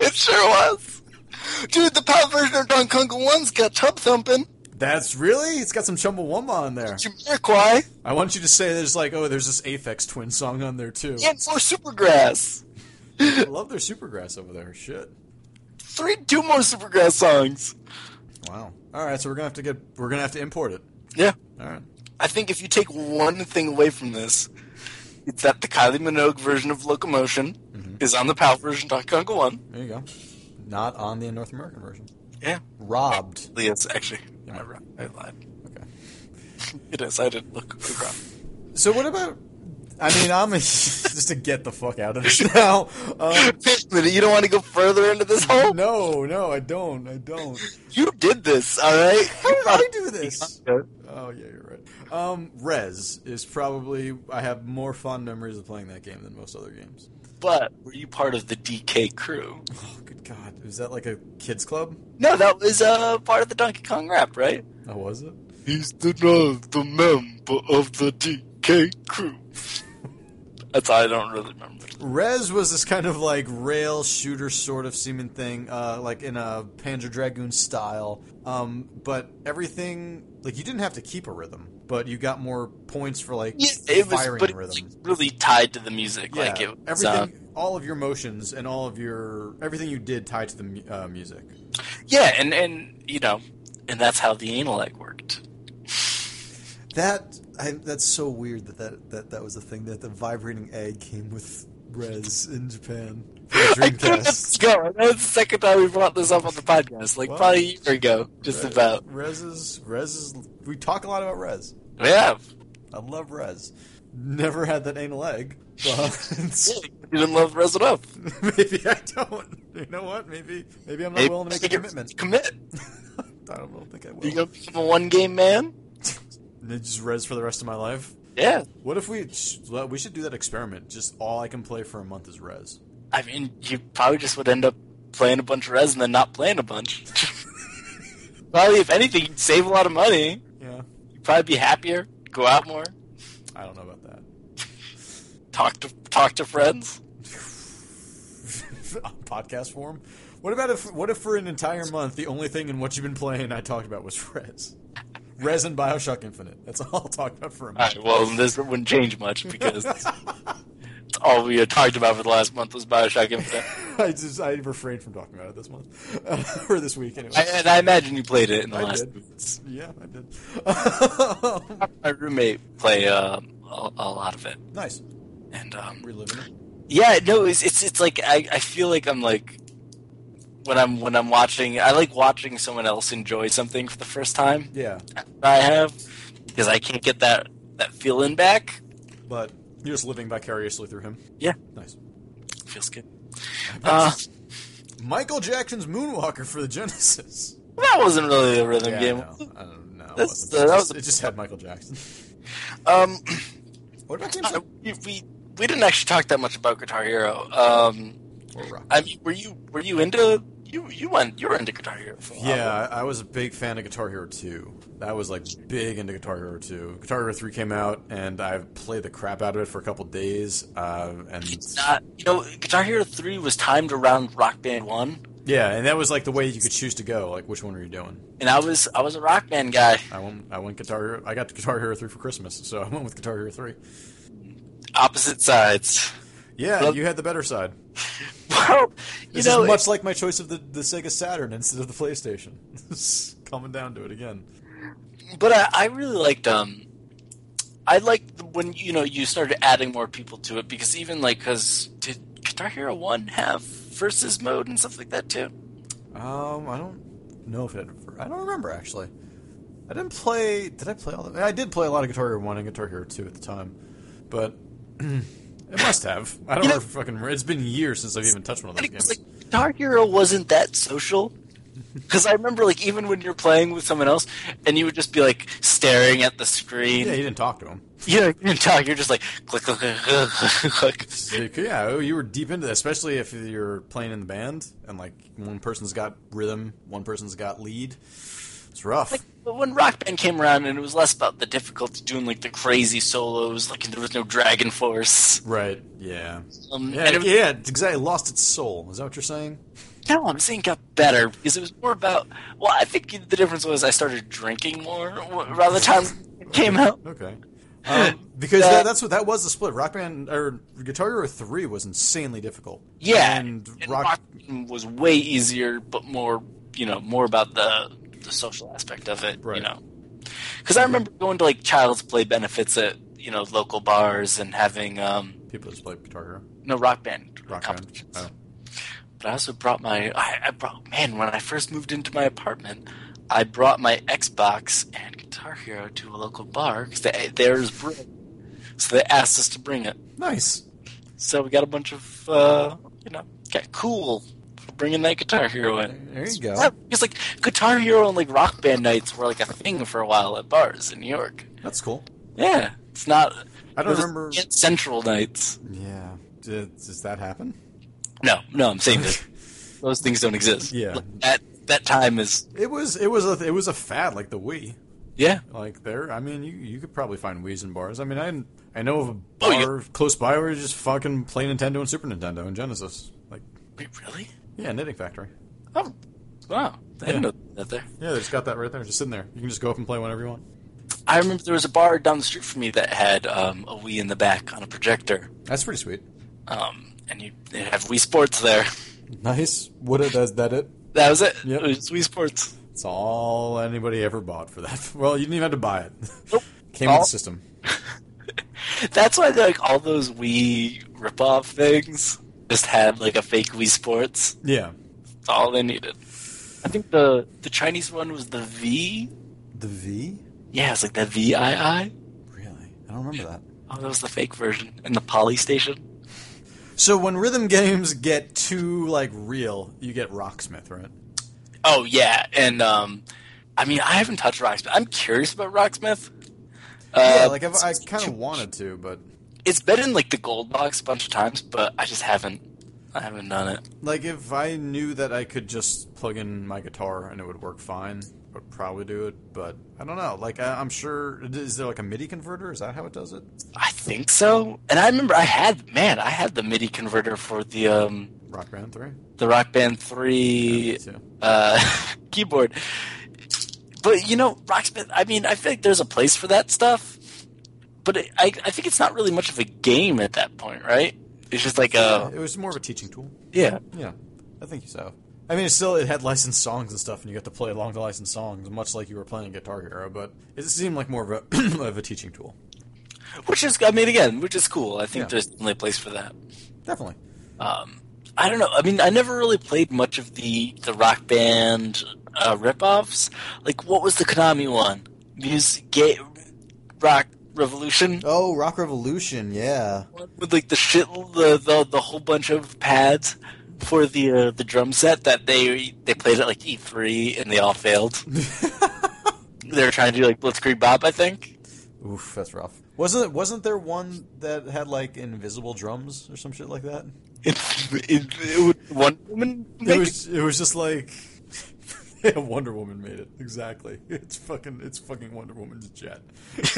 S1: It sure was. Dude, the PAL version of Donkey Konga 1's got Tub Thumping,
S2: That's really? It's got some Chumbawamba on there.
S1: Jamiroquai,
S2: I want you to say there's like, oh, there's this Aphex Twin song on there too.
S1: and more Supergrass.
S2: I love their supergrass over there. Shit.
S1: Three, two more Supergrass songs.
S2: Wow. All right, so we're gonna have to get we're gonna have to import it.
S1: Yeah.
S2: All right.
S1: I think if you take one thing away from this, it's that the Kylie Minogue version of Locomotion is on the PAL version, not Conga 1.
S2: There you go. Not on the North American version.
S1: Yeah.
S2: Robbed.
S1: It is, actually. Am I wrong? I lied.
S2: Okay.
S1: It is. I didn't look wrong.
S2: So what about? I mean, I'm just to get the fuck out of this now. Um,
S1: Wait a minute, you don't want to go further into this hole?
S2: no, no, I don't. I don't.
S1: You did this, alright?
S2: How did I do this? Oh yeah, you're right. Um, Rez is probably I have more fond memories of playing that game than most other games.
S1: But were you part of the DK crew?
S2: Oh good god, was that like a kids club?
S1: No, that was uh, part of the Donkey Kong rap, right?
S2: Oh, was it?
S1: He's the, the member of the DK crew. That's I don't really remember.
S2: Rez was this kind of like rail shooter sort of seeming thing, uh, like in a Panzer Dragoon style. Um, but everything like you didn't have to keep a rhythm, but you got more points for like
S1: Yeah, it was,
S2: firing
S1: but it
S2: rhythm.
S1: was like, really tied to the music.
S2: yeah,
S1: like it was, uh,
S2: everything, all of your motions and all of your everything you did tied to the mu- uh, music.
S1: uh, yeah, and and you know, and that's how the anal egg worked.
S2: That I, that's so weird that that, that that was the thing that the vibrating egg came with Rez in Japan. for the
S1: I couldn't
S2: Dreamcast.
S1: let go. That's the second time we brought this up on the podcast, like
S2: Wow.
S1: probably a year ago, just
S2: Right.
S1: about.
S2: Rez is Rez is. We talk a lot about Rez.
S1: Yeah,
S2: I love Rez. Never had that anal egg,
S1: Yeah,
S2: but
S1: you didn't love Res It Up.
S2: maybe I don't. You know what? Maybe maybe I'm not
S1: Maybe
S2: willing to make a
S1: you're-
S2: commitment.
S1: Commit.
S2: I don't really think I
S1: You
S2: will.
S1: gonna become a one game man?
S2: Just Rez for the rest of my life.
S1: Yeah.
S2: What if we sh- well, we should do that experiment? Just all I can play for a month is Rez.
S1: I mean, you probably just would end up playing a bunch of Res and then not playing a bunch. probably, if anything, you'd save a lot of money.
S2: Yeah,
S1: You'd probably be happier, go out more,
S2: I don't know about that.
S1: talk to talk to friends.
S2: On podcast form. What about if what if for an entire month the only thing in what you've been playing I talked about was Rez, Rez and Bioshock Infinite. That's all I'll talk about for a
S1: All
S2: month.
S1: right. Well, this wouldn't change much because it's all we had talked about for the last month was Bioshock Infinite,
S2: I just I refrained from talking about it this month or this week anyway.
S1: I, and I imagine you played it in the
S2: I
S1: last.
S2: did. Yeah, I did.
S1: My roommate played um, a, a lot of it,
S2: nice.
S1: and um,
S2: Reliving it.
S1: Yeah, no, it's it's, it's like I, I feel like I'm like when I'm when I'm watching I like watching someone else enjoy something for the first time.
S2: Yeah,
S1: I have because I can't get that that feeling back.
S2: but you're just living vicariously through him.
S1: Yeah.
S2: Nice.
S1: Feels good. Uh,
S2: Michael Jackson's Moonwalker for the Genesis.
S1: that wasn't really a rhythm
S2: Yeah,
S1: game.
S2: No, I don't know.
S1: That's- uh, that was a-
S2: it just had Michael Jackson.
S1: Um,
S2: What about games
S1: I-
S2: like
S1: Uh, we, we we didn't actually talk that much about Guitar Hero. Um,
S2: or rock?
S1: I mean, were you were you into you you went you were into Guitar Hero? For a while.
S2: Yeah, I I was a big fan of Guitar Hero 2. That was like big into Guitar Hero 2. Guitar Hero 3 came out, and I played the crap out of it for a couple days. Uh, and
S1: Not, you know, Guitar Hero Three was timed around Rock Band One,
S2: yeah, and that was like the way you could choose to go. Like, which one were you doing?
S1: and I was I was a Rock Band guy.
S2: I went. I went Guitar. Hero, I got Guitar Hero 3 for Christmas, so I went with Guitar Hero 3.
S1: opposite sides.
S2: Yeah,
S1: Well-
S2: you had the better side.
S1: Well, you
S2: This
S1: know,
S2: is much like my choice of the, the Sega Saturn instead of the PlayStation. It's Coming down to it again.
S1: but I, I really liked um, I liked when you know you started adding more people to it because even like because did Guitar Hero One have versus mode and stuff like that too?
S2: Um, I don't know if it. I don't remember actually. I didn't play. Did I play all the? I did play a lot of Guitar Hero One and Guitar Hero Two at the time, but it must have. I don't
S1: You know-
S2: know, fucking. It's been years since I've even touched one of
S1: But
S2: those
S1: it was
S2: games.
S1: like Guitar Hero wasn't that social. Because I remember, like, even when you're playing with someone else, and you would just be like staring at the screen.
S2: Yeah, you didn't talk to him.
S1: You know, you didn't talk. You're just like click, click, click, click, click, click.
S2: Like, yeah, Oh, you were deep into, that, especially if you're playing in the band and like one person's got rhythm, one person's got lead. It's rough.
S1: like but when Rock Band came around, and it was less about the difficulty doing like the crazy solos, like and there was no Dragon Force.
S2: right? Yeah.
S1: Um,
S2: Yeah,
S1: and it was,
S2: yeah, it's exactly. Lost its soul. Is that what you're saying?
S1: No, I'm saying it got better because it was more about. Well, I think the difference was I started drinking more wh- around the time it came out.
S2: Okay. Um, because
S1: Uh,
S2: that, that's what that was the split. Rock Band or Guitar Hero Three was insanely difficult.
S1: Yeah,
S2: and,
S1: and
S2: Rock,
S1: Rock was way easier, but more you know more about the the social aspect of it. You
S2: Right.
S1: know, because I remember going to like child's play benefits at you know local bars and having um
S2: people just play Guitar Hero.
S1: no rock band
S2: Rock Band.
S1: competitions.
S2: Oh.
S1: But I also brought my I, I brought man when I first moved into my apartment. I brought my Xbox and Guitar Hero to a local bar because theirs brew, so they asked us to bring it.
S2: Nice.
S1: So we got a bunch of, uh, you know, got cool for bringing that Guitar Hero in.
S2: There you go.
S1: It's like Guitar Hero and like rock band nights were like a thing for a while at bars in New York.
S2: That's cool.
S1: Yeah, it's not.
S2: I
S1: it
S2: don't
S1: was
S2: remember.
S1: Central nights.
S2: Yeah. Did, does that happen?
S1: No, no, I'm saying that those things don't exist.
S2: Yeah.
S1: Like, that that time is
S2: It was it was a it was a fad like the Wii.
S1: yeah.
S2: Like there, I mean, you you could probably find Wii's in bars. I mean, I I know of a
S1: Oh, yeah.
S2: bar close by where you just fucking play Nintendo and Super Nintendo and Genesis. Like,
S1: Wait, really?
S2: yeah, Knitting Factory.
S1: Oh, wow! I didn't know that there.
S2: Yeah, they just got that right there, just sitting there. You can just go up and play whenever you want.
S1: I remember there was a bar down the street from me that had um, a Wii in the back on a projector,
S2: That's pretty sweet.
S1: um, and you they have Wii Sports there.
S2: Nice. What it does that it?
S1: That was it.
S2: Yep.
S1: It was Wii Sports.
S2: It's all anybody ever bought for that. Well, you didn't even have to buy it.
S1: Nope.
S2: Came with
S1: All-
S2: the system.
S1: That's why like all those Wii ripoff things just had like a fake Wii Sports.
S2: Yeah.
S1: That's all they needed. I think the the Chinese one was the V.
S2: The V?
S1: Yeah, it's like the VII. Oh,
S2: Really? I don't remember that.
S1: that was the fake version and the Poly Station.
S2: So when rhythm games get too like real, you get Rocksmith, right?
S1: Oh yeah, and um, I mean I haven't touched Rocksmith. I'm curious about Rocksmith. Uh,
S2: yeah, like I've, I kind of wanted to, but
S1: it's been in like the gold box a bunch of times, but I just haven't. I haven't done it.
S2: like if I knew that I could just plug in my guitar and it would work fine, I would probably do it. But I don't know. Like I, I'm sure, is there like a MIDI converter? Is that how it does it?
S1: I think so. And I remember I had man, I had the MIDI converter for the um
S2: Rock Band Three.
S1: the Rock Band 3
S2: too.
S1: uh keyboard. But you know, Rocksmith, I mean, I feel like there's a place for that stuff. But it, I I think it's not really much of a game at that point, right? It's just like
S2: Yeah,
S1: a
S2: it was more of a teaching tool.
S1: yeah.
S2: Yeah, I think so. I mean, it still it had licensed songs and stuff, and you got to play along to licensed songs, much like you were playing Guitar Hero. But it seemed like more of a of a teaching tool.
S1: Which is I mean again, which is cool. I think
S2: Yeah.
S1: there's definitely a place for that.
S2: Definitely.
S1: Um I don't know. I mean, I never really played much of the the Rock Band uh, ripoffs. Like, what was the Konami one? Music Ga- Rock Revolution
S2: Oh, Rock Revolution. Yeah.
S1: with like the shit the the, the whole bunch of pads for the uh, the drum set that they they played at like E3 and they all failed. they were trying to do like Blitzkrieg Bob, I think.
S2: Oof, that's rough. Wasn't wasn't there one that had like invisible drums or some shit like that?
S1: It, it, it would one woman
S2: It
S1: make
S2: was it was just like yeah, Wonder Woman made it exactly. It's fucking it's fucking Wonder Woman's jet, but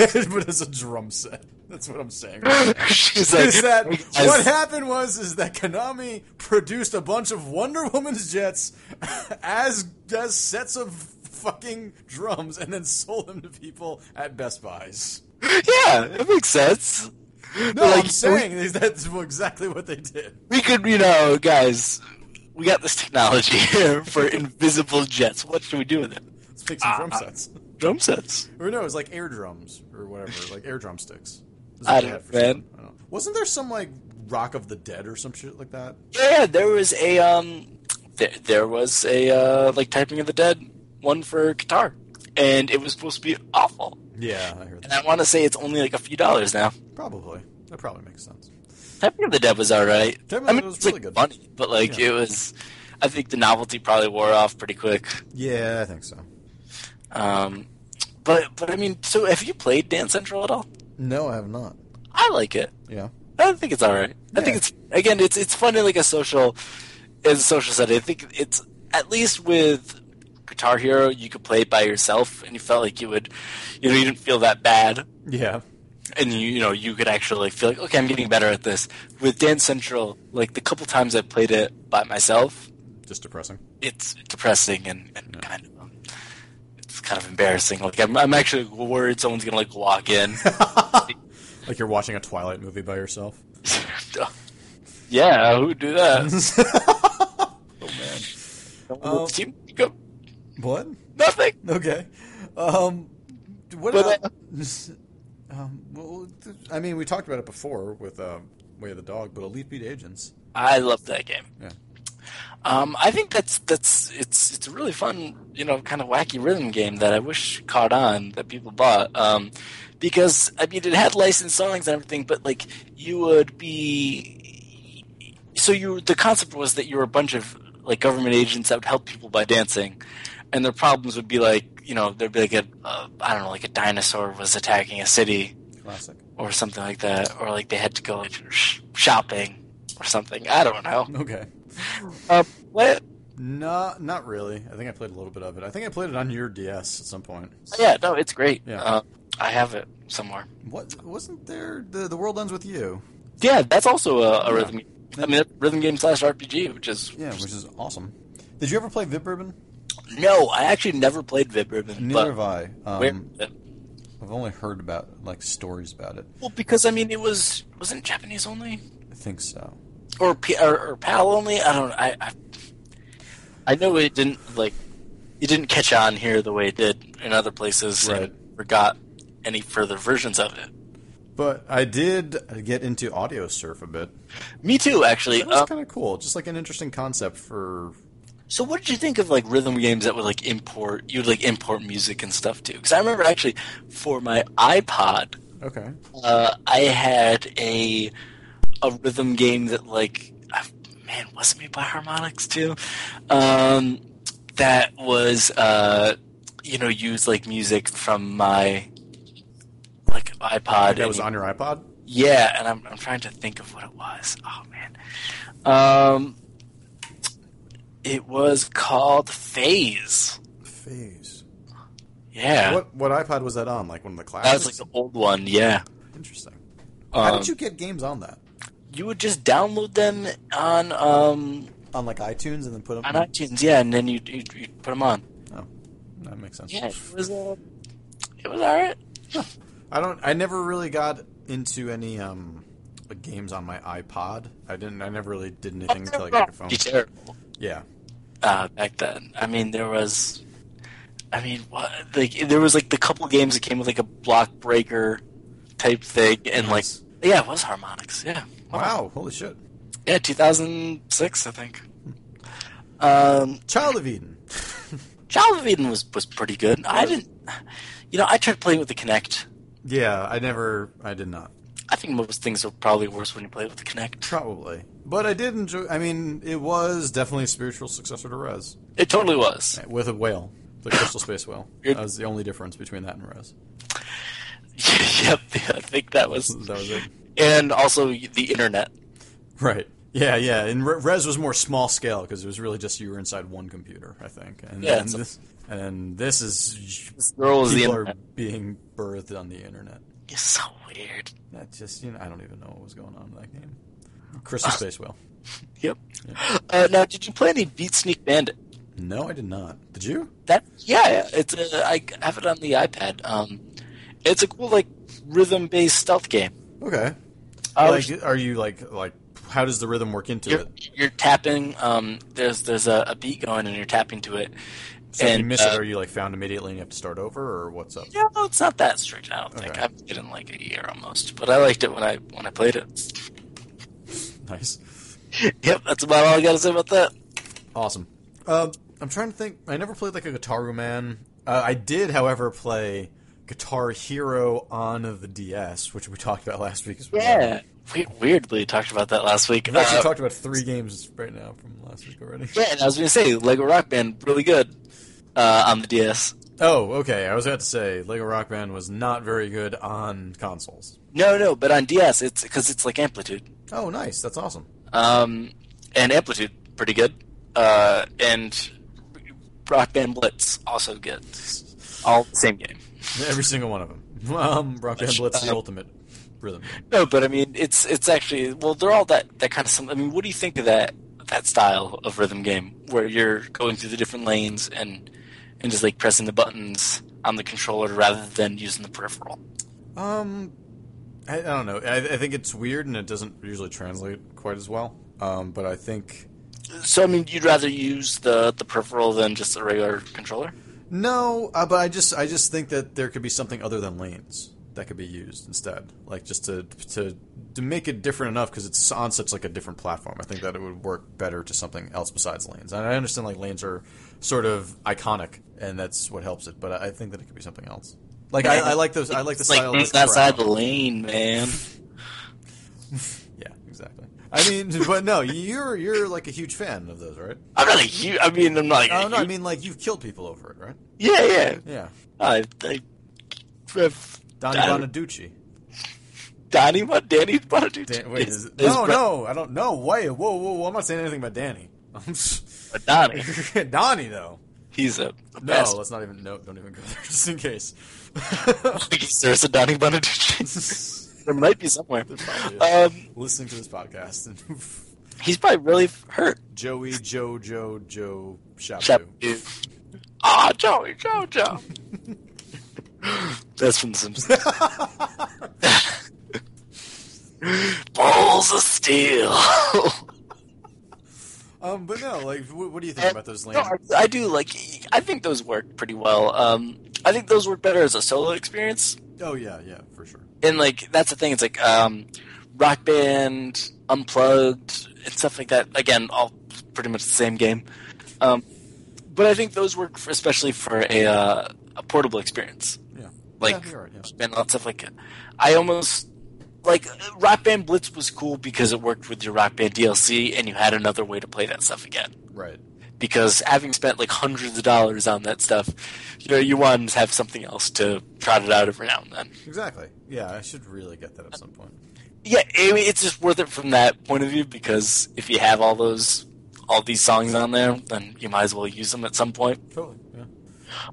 S2: it's a drum set. That's what I'm saying.
S1: She's like,
S2: is that
S1: "Guys,
S2: what happened was is that Konami produced a bunch of Wonder Woman's jets as as sets of fucking drums and then sold them to people at Best Buys.
S1: Yeah, it makes sense.
S2: No,
S1: Like,
S2: I'm saying is that's exactly what they did.
S1: we could, you know, guys, we got this technology here for invisible jets. What should we do with it?
S2: Let's make some drum
S1: Ah.
S2: sets.
S1: Drum sets.
S2: Or no, it was like air drums or whatever, like air drum sticks. It was
S1: I
S2: like
S1: don't
S2: that for
S1: know, man.
S2: some- I don't know. Wasn't there some like Rock of the Dead or some shit like that?
S1: Yeah, there was a um, there, there was a uh, like Typing of the Dead one for guitar, and it was supposed to be awful.
S2: Yeah, I heard
S1: And I want to say it's only like a few dollars now.
S2: Probably. That probably makes sense.
S1: Typing of the Dead was all right. I
S2: Typing of the
S1: mean,
S2: Dead was
S1: it's, like,
S2: really good.
S1: funny, but like
S2: Yeah.
S1: it was. I think the novelty probably wore off pretty quick.
S2: Yeah, I think so.
S1: Um, but but I mean, so have you played Dance Central at all?
S2: No, I have not.
S1: I like it.
S2: Yeah.
S1: I think it's all right. I think
S2: Yeah.
S1: it's again, it's it's fun in like a social, in a social setting. I think it's at least with Guitar Hero, you could play it by yourself, and you felt like you would, you know, you didn't feel that bad,
S2: Yeah.
S1: and you you know you could actually like, feel like okay, I'm getting better at this. With Dance Central, like the couple times I played it by myself,
S2: Just depressing.
S1: it's depressing and, and kind of um, it's kind of embarrassing. Like I'm, I'm actually worried someone's gonna like walk in.
S2: like you're watching a Twilight movie by yourself.
S1: yeah, who would do that?
S2: Oh man.
S1: Someone would seem- go-
S2: Um, What?
S1: Nothing.
S2: Okay. Um, what
S1: But,
S2: about? um, well, th- I mean, we talked about it before with uh, Way of the Dog, but Elite Beat Agents.
S1: I love that game.
S2: Yeah.
S1: Um, I think that's that's it's it's a really fun, you know, kind of wacky rhythm game that I wish caught on that people bought. Um, because I mean, it had licensed songs and everything, but like you would be, so you the concept was that you were a bunch of like government agents that would help people by dancing, and their problems would be like you know there'd be like a uh, I don't know like a dinosaur was attacking a city
S2: Classic.
S1: or something like that, or like they had to go like, sh- shopping or something. I don't know.
S2: Okay.
S1: Uh, what?
S2: No, not really. I think I played a little bit of it. I think I played it on your DS at some point.
S1: Yeah, no, it's great.
S2: Yeah.
S1: Uh, I have it somewhere.
S2: What wasn't there? The The World Ends with You.
S1: Yeah, that's also a, a
S2: Yeah.
S1: rhythm. I mean, that's rhythm game slash RPG, which is
S2: Yeah, which is awesome. Did you ever play Vip Ribbon?
S1: no. I actually never played Vib Ribbon,
S2: Neither
S1: but
S2: have I.
S1: where-
S2: Um, I've only heard about like stories about it.
S1: well, because I mean, it was wasn't it Japanese only
S2: I think so.
S1: or, P, or or PAL only. I don't. I, I I know it didn't like it didn't catch on here the way it did in other places. and
S2: Right.
S1: forgot any further versions of it.
S2: But I did get into Audio Surf a bit.
S1: Me too, actually.
S2: That was
S1: Uh,
S2: kind of cool. Just like an interesting concept for.
S1: So what did you think of like rhythm games that would like import you would like import music and stuff too? Because I remember actually for my iPod,
S2: Okay.
S1: uh, I had a a rhythm game that like I, man was it made by Harmonix too? Um, that was uh, you know used like music from my like iPod.
S2: That
S1: and
S2: was on your iPod.
S1: yeah, and I'm, I'm trying to think of what it was. Oh man, um, it was called Phase.
S2: Phase.
S1: Yeah,
S2: What what iPod was that on? Like one of the
S1: that
S2: classics.
S1: was like the old one. Yeah,
S2: interesting. How
S1: um,
S2: did
S1: you-,
S2: you get games on that?
S1: would just download them on um,
S2: On like iTunes and then put them.
S1: on iTunes. Yeah, and then you you put them on.
S2: Oh, that makes sense.
S1: Yeah, it was uh, it was all right.
S2: I don't. I never really got into any um like, games on my iPod. I didn't. I never really did anything until I got a phone.
S1: Be terrible.
S2: Yeah.
S1: uh, back then. I mean, there was, I mean, what, like there was like the couple games that came with like a block breaker type thing, and like
S2: Nice.
S1: yeah, it was harmonics. Yeah,
S2: Wow. Holy shit.
S1: yeah, 2006, I think. Um,
S2: Child of Eden.
S1: Child of Eden was was pretty good. I didn't, you know, I tried playing with the Kinect.
S2: yeah. I never. I did not.
S1: I think most things are probably worse when you play with the Kinect.
S2: Probably. But I did enjoy. I mean, it was definitely a spiritual successor to Res
S1: It totally was.
S2: with a whale, the crystal space whale.
S1: Good.
S2: That was the only difference between that and Res.
S1: yep, I think that was.
S2: That was it.
S1: And also the internet.
S2: Right. Yeah, yeah. And Re- Res was more small scale because it was really just you were inside one computer, I think. And
S1: Yeah,
S2: then
S1: it's a-
S2: this, and this is
S1: This girl was the
S2: people
S1: internet.
S2: are being birthed on the internet.
S1: It's so weird.
S2: That just you know, I don't even know what was going on in that game.
S1: Ah.
S2: Crystal Space Whale.
S1: Yep. Uh, now, did you play any Beat Sneak Bandit?
S2: No, I did not. Did you?
S1: That yeah, yeah, it's uh, I have it on the iPad. Um, it's a cool like rhythm-based stealth game.
S2: Okay.
S1: Uh,
S2: like, are you like like? How does the rhythm work into
S1: you're,
S2: it?
S1: you're tapping. Um, there's there's a, a beat going, and you're tapping to it.
S2: So if you
S1: And,
S2: miss
S1: uh,
S2: it, are you like found immediately and you have to start over, or what's up?
S1: No, it's not that strict. I don't think
S2: Okay.
S1: I've played it in like a year almost, but I liked it when I when I played it.
S2: Nice,
S1: yep, that's about all I got to say about that.
S2: awesome. Um, I'm trying to think. I never played like a Guitar Man. Uh, I did, however, play Guitar Hero on the DS, which we talked about last week as well.
S1: we weirdly talked about that last week.
S2: We've actually
S1: Uh,
S2: talked about three games right now from last week already.
S1: yeah, and I was gonna say Lego Rock Band really good uh, on the DS.
S2: Oh, okay. I was about to say Lego Rock Band was not very good on consoles.
S1: No, no, but on DS it's because it's like Amplitude.
S2: Oh, nice. That's awesome.
S1: um, and Amplitude pretty good, uh, and Rock Band Blitz also good. All the same game.
S2: Every single one of them. Um, Rock Band Blitz, the ultimate rhythm game.
S1: No, but I mean, it's it's actually well, they're all that that kind of. Some, I mean, what do you think of that that style of rhythm game where you're going through the different lanes and and just like pressing the buttons on the controller rather than using the peripheral.
S2: Um, I, I don't know. I, I think it's weird, and it doesn't usually translate quite as well. Um, but I think
S1: So I mean, you'd rather use the the peripheral than just a regular controller.
S2: no. Uh, but I just I just think that there could be something other than lanes that could be used instead, like just to to to make it different enough because it's on such like a different platform. I think that it would work better to something else besides lanes. And I understand like lanes are sort of iconic, and that's what helps it. But I I think that it could be something else. Like I, I like those. I like the
S1: Like
S2: style. of
S1: it's
S2: the
S1: outside
S2: crowd.
S1: the lane, man.
S2: Yeah, exactly. I mean, but no, you're you're like a huge fan of those, right?
S1: I'm not a huge. I mean, I'm not. Like,
S2: Oh no, I mean like you've killed people over it, right?
S1: yeah, yeah.
S2: Yeah,
S1: I, I, uh, I've-
S2: Donny
S1: Don-
S2: Bonaducci.
S1: Danny, what? Danny, what?
S2: Dan- wait, is,
S1: Is-
S2: no,
S1: is-
S2: no, I don't know. Wait, whoa, whoa, whoa! I'm not saying anything about Danny.
S1: but Donnie,
S2: Donnie, though.
S1: he's a a
S2: No,
S1: best.
S2: let's not even. No, don't even go there, just in case.
S1: There's a Donnie Bonaducci. there might be somewhere.
S2: probably is.
S1: Um,
S2: Listening to this podcast, and
S1: he's probably really hurt.
S2: Joey, Joe, Joe, Joe, Shabu.
S1: Chap- Ah, Joey, Joe, Joe. That's from The Simpsons. Balls of steel.
S2: Um, but no, like, what, what do you think about those? Lane?
S1: No, I, I do like. I think those work pretty well. Um, I think those work better as a solo experience.
S2: oh yeah, yeah, for sure.
S1: and like that's the thing. It's like um, Rock Band, Unplugged, and stuff like that. Again, all pretty much the same game. Um, but I think those work for, especially for a uh, a portable experience.
S2: Yeah,
S1: Like
S2: yeah, you're right, yeah.
S1: and lots of like, I almost like Rock Band Blitz was cool because it worked with your Rock Band DLC, and you had another way to play that stuff again.
S2: right.
S1: Because having spent like hundreds of dollars on that stuff, you know, you want to have something else to trot it out every now and then.
S2: Exactly. Yeah, I should really get that at some point.
S1: yeah, I mean, it's just worth it from that point of view because if you have all those, all these songs on there, then you might as well use them at some point.
S2: Totally. Yeah.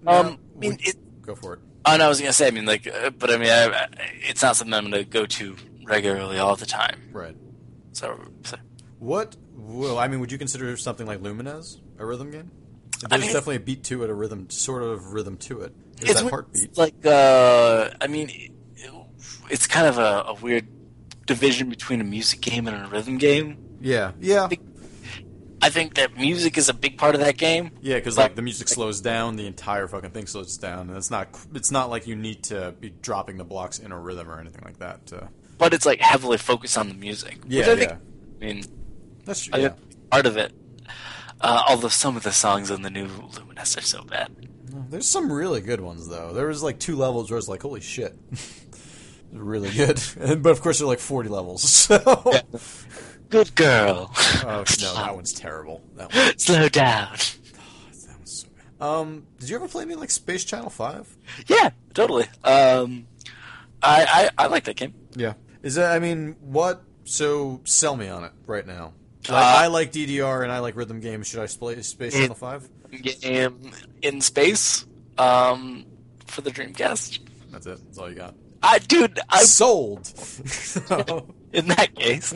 S1: Um, I mean, it,
S2: go for it.
S1: and I was gonna say, I mean, like, uh, but I mean, I, I, it's not something I'm gonna go to regularly all the time.
S2: Right.
S1: So, so-
S2: What? Well, I mean, would you consider something like Lumines a rhythm game?
S1: I
S2: There's
S1: mean-
S2: definitely a beat to it, a rhythm, sort of rhythm to it. There's
S1: it's
S2: that
S1: weird.
S2: heartbeat.
S1: It's like, uh, I mean, it, it's kind of a, a weird division between a music game and a rhythm game.
S2: Yeah. Yeah.
S1: I think that music is a big part of that game.
S2: Yeah, because like the music slows down, the entire fucking thing slows down, and it's not it's not like you need to be dropping the blocks in a rhythm or anything like that. Uh,
S1: but it's like heavily focused on the music.
S2: Yeah,
S1: which I think,
S2: yeah.
S1: I mean,
S2: that's true.
S1: I
S2: Yeah.
S1: think part of it. Uh, although some of the songs on the new Luminous are so bad.
S2: There's some really good ones though. There was like two levels where I was like, "Holy shit." Really good, And- but of course there are like forty levels. So,
S1: Good girl.
S2: oh no, that one's terrible. That one.
S1: Slow down.
S2: That was so bad. Um, did you ever play any like Space Channel Five?
S1: Yeah, totally. Um, I, I I like that game.
S2: Yeah. Is that? I mean, what? So sell me on it right now.
S1: Uh,
S2: I, I like DDR and I like rhythm games. Should I play Space
S1: It-
S2: Channel Five?
S1: Game in space. Um, for the Dreamcast.
S2: That's it. That's all you got.
S1: I dude, I
S2: Sold.
S1: in that case,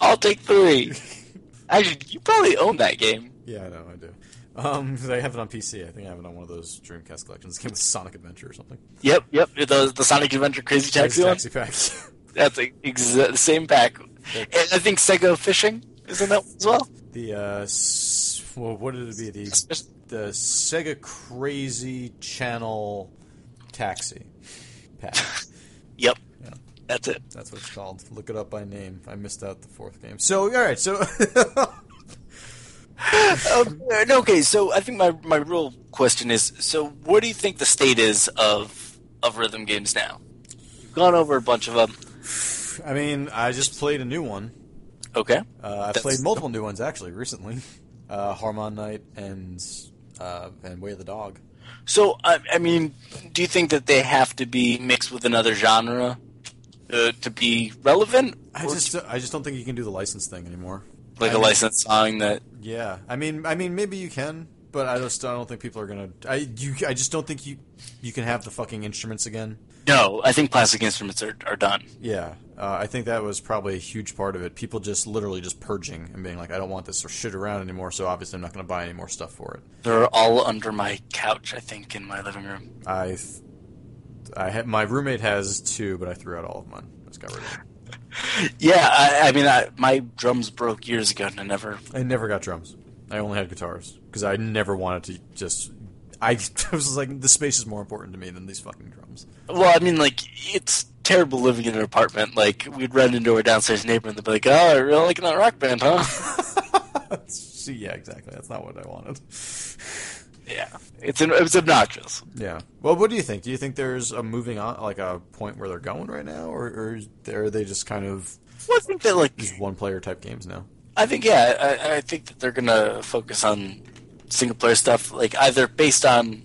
S1: I'll take three. Actually, you probably own that game.
S2: yeah, I know. I do. Um, 'cause I have it on PC. I think I have it on one of those Dreamcast collections. It came with Sonic Adventure or something.
S1: Yep, yep. The the Sonic Adventure Crazy Taxi one.
S2: Taxi pack.
S1: That's the exa- same pack. And I think Sego Fishing is in that one as well.
S2: the uh, s- well, what did it be? The the Sega Crazy Channel Taxi pack.
S1: Yep.
S2: Yeah.
S1: That's it.
S2: That's what it's called. Look it up by name. I missed out the fourth game. So all right, so
S1: Um, no, okay, so I think my, my real question is so what do you think the state is of of rhythm games now? You've gone over a bunch of them.
S2: I mean, I just played a new one.
S1: Okay.
S2: Uh, I
S1: That's-
S2: played multiple new ones actually recently. Uh, Harmon Knight and uh, and Way of the Dog.
S1: So, I, I mean, do you think that they have to be mixed with another genre to, to be relevant?
S2: I
S1: Or
S2: just I just don't think you can do the license thing anymore.
S1: like
S2: I
S1: a
S2: mean-
S1: licensed song that.
S2: Yeah, I mean I mean maybe you can, but I just I don't think people are gonna. I you I just don't think you you can have the fucking instruments again.
S1: No, I think plastic instruments are, are done.
S2: Yeah, uh, I think that was probably a huge part of it. People just literally just purging and being like, I don't want this shit around anymore. So obviously, I'm not gonna buy any more stuff for it.
S1: They're all under my couch, I think, in my living room.
S2: I th- I ha- my roommate has two, but I threw out all of mine. I just got rid of it.
S1: Yeah, I, I mean, I, my drums broke years ago, and I never.
S2: I never got drums. I only had guitars because I never wanted to just. I, I was just like, the space is more important to me than these fucking drums.
S1: Well, I mean, like it's terrible living in an apartment. Like we'd run into our downstairs neighbor, and they'd be like, "Oh, I really liking that rock band, huh?"
S2: See, yeah, exactly. That's not what I wanted.
S1: yeah, it's an, it's obnoxious.
S2: Yeah. Well, what do you think? Do you think there's a moving on, like a point where they're going right now, or, or is there- are they just kind of
S1: Well, I think that like
S2: just one player type games now?
S1: I think yeah, I, I think that they're gonna focus on single player stuff, like either based on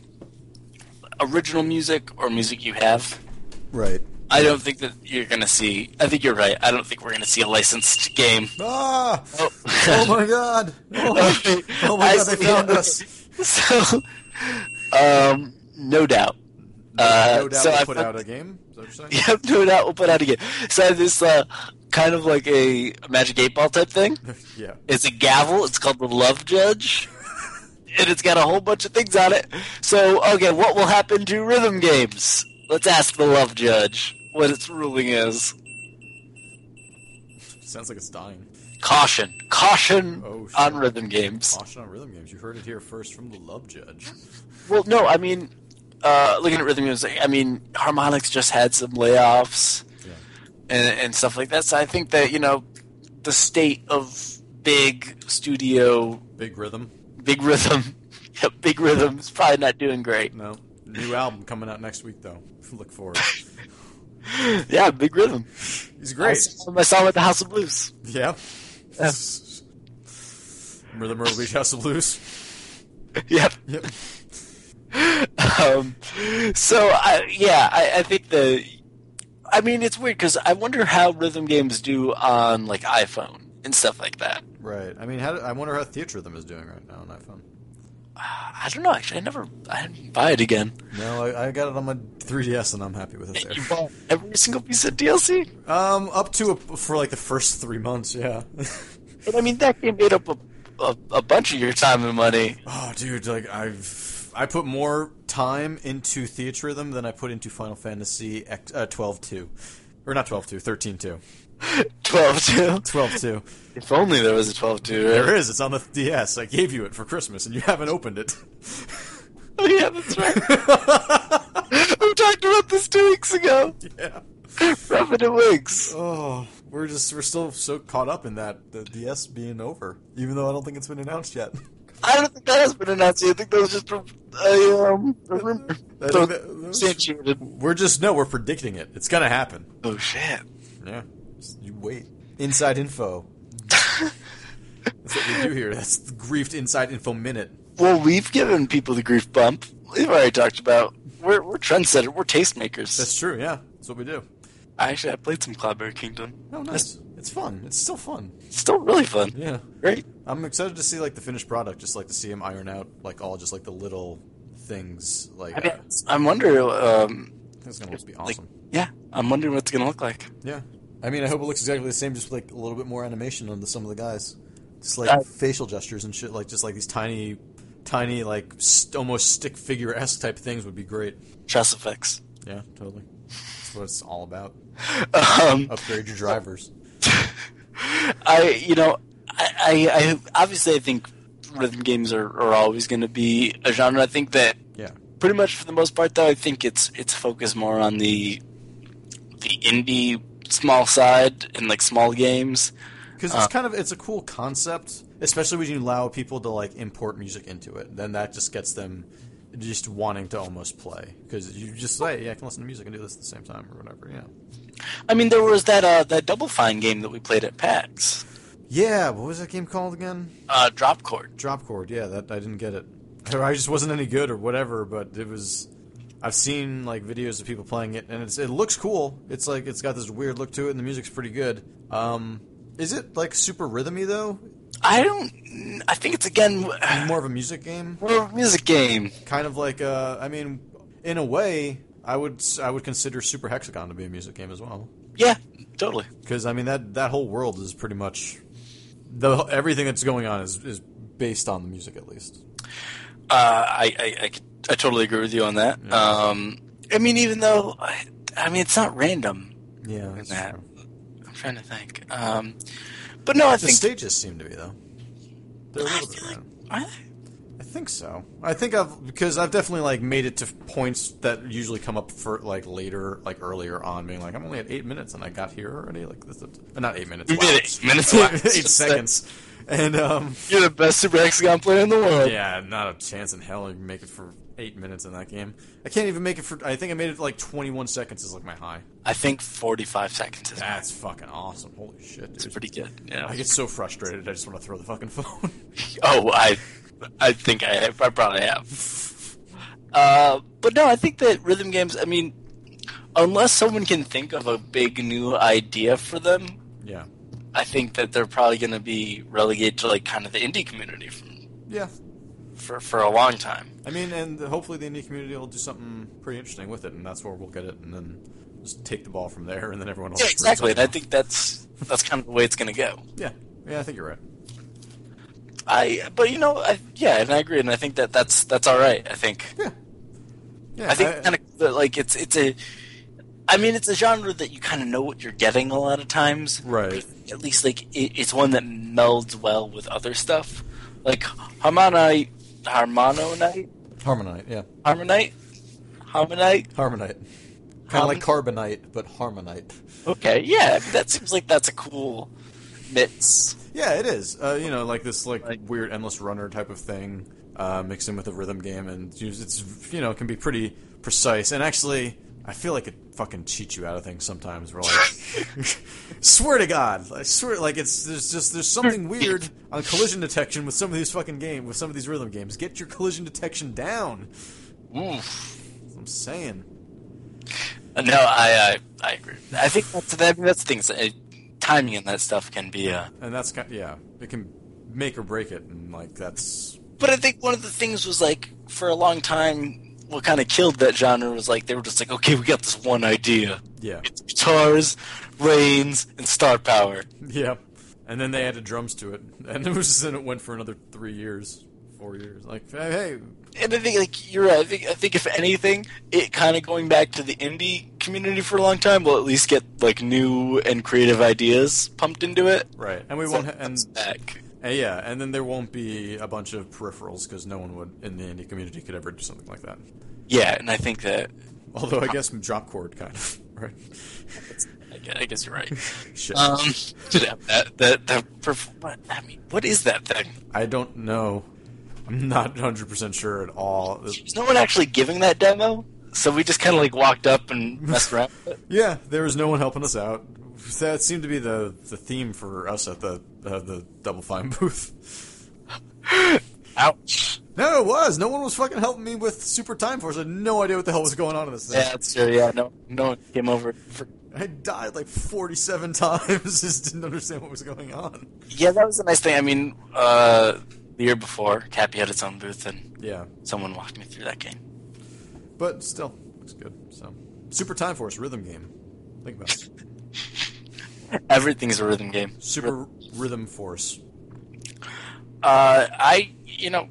S1: original music or music you have.
S2: Right.
S1: I don't think that you're gonna see. I think you're right. I don't think we're gonna see a licensed game.
S2: Ah!
S1: Oh,
S2: Oh my god! Oh my, oh my
S1: I
S2: god! They
S1: see.
S2: found us.
S1: so, um, no doubt. Uh,
S2: no doubt
S1: so
S2: we
S1: I
S2: put
S1: put-
S2: out a game. Is that what you're saying?
S1: Yep, no doubt we'll put out again. So I have this uh, kind of like a magic eight ball type thing.
S2: yeah.
S1: It's a gavel. It's called the Love Judge, and it's got a whole bunch of things on it. So, okay, what will happen to rhythm games? Let's ask the Love Judge what its ruling is.
S2: Sounds like it's dying.
S1: Caution, caution
S2: Oh, shit.
S1: on rhythm games.
S2: Caution on rhythm games. You heard it here first from the Love Judge.
S1: Well, no, I mean, uh, looking at rhythm games, like, I mean, Harmonix just had some layoffs
S2: Yeah.
S1: and, and stuff like that. So I think that you know, the state of big studio,
S2: Big Rhythm.
S1: big rhythm, yep, big rhythm is probably not doing great.
S2: No. New album coming out next week, though. Look forward.
S1: Yeah, big rhythm.
S2: He's
S1: I
S2: great.
S1: saw him, I saw him at the House of Blues.
S2: Yeah. Rhythm Earl Beach House of Blues.
S1: yep.
S2: Yep.
S1: Um, so I, yeah, I, I think the. I mean, it's weird because I wonder how rhythm games do on like iPhone and stuff like that.
S2: Right. I mean, how do, I wonder how Theatre Rhythm is doing right now on iPhone.
S1: I don't know. Actually, I never. I didn't buy it again.
S2: No, I, I got it on my 3DS and I'm happy with it
S1: You
S2: there.
S1: bought every single piece of DLC.
S2: Um, up to a, for like the first three months, yeah.
S1: And I mean, that game ate up a, a, a bunch of your time and money.
S2: oh, dude, like I've I put more time into Theatre Rhythm than I put into Final Fantasy X, uh, 12 2. Or not 12 2, 13 2.
S1: 12 2.
S2: 12 2.
S1: If only there was a 12 2.
S2: There is, it's on the DS. I gave you it for Christmas and you haven't opened it.
S1: Oh, yeah, that's right. we talked about this two weeks ago.
S2: yeah.
S1: Rubbing and Wigs.
S2: Oh, we're just we're still so caught up in that the DS being over, even though I don't think it's been announced yet.
S1: I don't think that has been announced yet. I think that was just a, a, um, a rumor.
S2: I
S1: So
S2: think that- that was-
S1: substantiated.
S2: We're just no, we're predicting it. It's gonna happen.
S1: Oh, shit.
S2: Yeah, just, you wait. Inside info. That's what we do here. That's the griefed inside info minute.
S1: Well, we've given people the grief bump. We've already talked about. We're, we're trendsetter. We're tastemakers.
S2: That's true. Yeah, that's what we do.
S1: Actually, I played some Cloudberry Kingdom.
S2: Oh, nice. It's fun. It's still fun.
S1: It's still really fun.
S2: Yeah,
S1: Great.
S2: I'm excited to see like the finished product. Just like to see him iron out like all just like the little things. Like
S1: I mean,
S2: uh,
S1: I'm wondering. Um,
S2: it's gonna be awesome.
S1: yeah, I'm wondering what it's gonna look like.
S2: Yeah. I mean, I hope it looks exactly the same, just with, like a little bit more animation on the, some of the guys. Just like
S1: Uh,
S2: facial gestures and shit, like just like these tiny, tiny, like st- almost stick figure esque type things would be great.
S1: Stress effects.
S2: Yeah, totally. That's what it's all about.
S1: Um,
S2: Upgrade your drivers.
S1: I, you know, I, I, I obviously I think rhythm games are, are always gonna be a genre. I think that
S2: Yeah.
S1: pretty much for the most part, though, I think it's it's focused more on the the indie small side and like small games.
S2: Because it's kind of it's a cool concept, especially when you allow people to like import music into it. Then that just gets them just wanting to almost play because you just say, yeah, I can listen to music and do this at the same time or whatever. Yeah.
S1: I mean, there was that uh, that Double Fine game that we played at PAX,
S2: Yeah. What was that game called again?
S1: uh, Drop Chord.
S2: drop chord. Yeah, that I didn't get it. Or I just wasn't any good or whatever. But it was. I've seen like videos of people playing it, and it's, it looks cool. It's like it's got this weird look to it, and the music's pretty good. Um, is it like super rhythmy though?
S1: I don't. I think it's again
S2: More of a music game,
S1: more of a music game.
S2: kind of like uh, I mean, in a way, I would s- I would consider Super Hexagon to be a music game as well.
S1: Yeah, totally.
S2: because I mean that that whole world is pretty much the everything that's going on is is based on the music at least.
S1: Uh, I, I, I, could- I totally agree with you on that. Um, I mean, even though I, I mean it's not random.
S2: Yeah,
S1: that's Nah. true. I'm trying to think. Um, but no, I
S2: the
S1: think
S2: stages seem to be though. They're a
S1: I
S2: little bit.
S1: feel like-
S2: random.
S1: I,
S2: I think so. I think I've because I've definitely like made it to points that usually come up for like later, like earlier on, being like I'm only at eight minutes and I got here already. Like this, is- not eight minutes.
S1: We
S2: wow.
S1: made it eight minutes, wow.
S2: eight seconds. And um,
S1: you're the best Super Hexagon player in the world.
S2: Yeah, not a chance in hell I can make it for eight minutes in that game. I can't even make it for. I think I made it like 21 seconds is like my high.
S1: I think 45 seconds is
S2: That's fucking awesome. Holy shit, dude.
S1: pretty good. Yeah.
S2: I get so frustrated. I just want to throw the fucking phone.
S1: Oh, I, I think I have. I probably have. Uh, but no, I think that rhythm games. I mean, unless someone can think of a big new idea for them,
S2: yeah,
S1: I think that they're probably going to be relegated to like kind of the indie community from,
S2: yeah.
S1: for for a long time.
S2: I mean, and hopefully the indie community will do something pretty interesting with it, and that's where we'll get it, and then just take the ball from there, and then everyone else.
S1: Yeah,
S2: screws
S1: exactly.
S2: up.
S1: And I think that's that's kind of the way it's going to go.
S2: Yeah, yeah. I think you're right.
S1: I, but you know, I, yeah, and I agree, and I think that that's that's all right. I think.
S2: Yeah,
S1: I think kind of that, like it's it's a. I mean, it's a genre that you kind of know what you're getting a lot of times.
S2: Right.
S1: but At least like it, it's one that melds well with other stuff, like Harmonite, Harmonite,
S2: harmonite. Yeah,
S1: Harmonite, Harmonite.
S2: harmonite. Kind of
S1: Harmon-
S2: like carbonite, but harmonite.
S1: Okay, yeah, I mean, that seems like that's a cool mix.
S2: Yeah, it is. Uh, you know, like this like,
S1: Like-
S2: weird endless runner type of thing, uh, mixed in with a rhythm game, and you- it's you know can be pretty precise. And actually, I feel like it fucking cheats you out of things sometimes. We're like, swear to God, I swear, like it's there's just there's something weird on collision detection with some of these fucking game with some of these rhythm games. Get your collision detection down.
S1: Oof.
S2: That's what I'm saying.
S1: No, I, I I agree. I think that's that, that's the thing. is, uh, timing and that stuff can be uh, a.
S2: And that's kind yeah, it can make or break it, and like that's
S1: But I think one of the things was like for a long time, what kind of killed that genre was like they were just like, okay, we got this one idea:
S2: yeah.
S1: it's guitars, reins, and star power.
S2: Yeah. And then they added drums to it, and it was just, and it went for another three years, four years. Like, hey, hey,
S1: And I think like you're right. I think I think if anything, it kind of going back to the indie community for a long time will at least get like new and creative ideas pumped into it.
S2: right. And we
S1: So
S2: won't, ha-
S1: it
S2: and,
S1: comes back.
S2: and yeah, and then there won't be a bunch of peripherals because no one would in the indie community could ever do something like that.
S1: Yeah, and I think that
S2: Although I guess drop chord kind of right.
S1: I guess, I guess you're right.
S2: Shit,
S1: Um, that that that perf- what, I mean, what is that thing?
S2: I don't know. I'm not 100 percent sure at all.
S1: was no one actually giving that demo, so we just kind of like walked up and messed around. with it.
S2: Yeah, there was no one helping us out. That seemed to be the the theme for us at the uh, the Double Fine booth.
S1: Ouch.
S2: No, it was. No one was fucking helping me with Super Time Force. I had no idea what the hell was going on in this thing.
S1: Yeah, that's true. Yeah, no, no one came over. For...
S2: I died like 47 times. Just didn't understand what was going on.
S1: Yeah, that was a nice thing. I mean, uh, the year before, Cappy had its own booth, and
S2: Yeah,
S1: someone walked me through that game.
S2: but still, looks good. So, Super Time Force rhythm game. Think about it.
S1: Everything's a rhythm game.
S2: Super Rhythm Force.
S1: Uh, I, you know,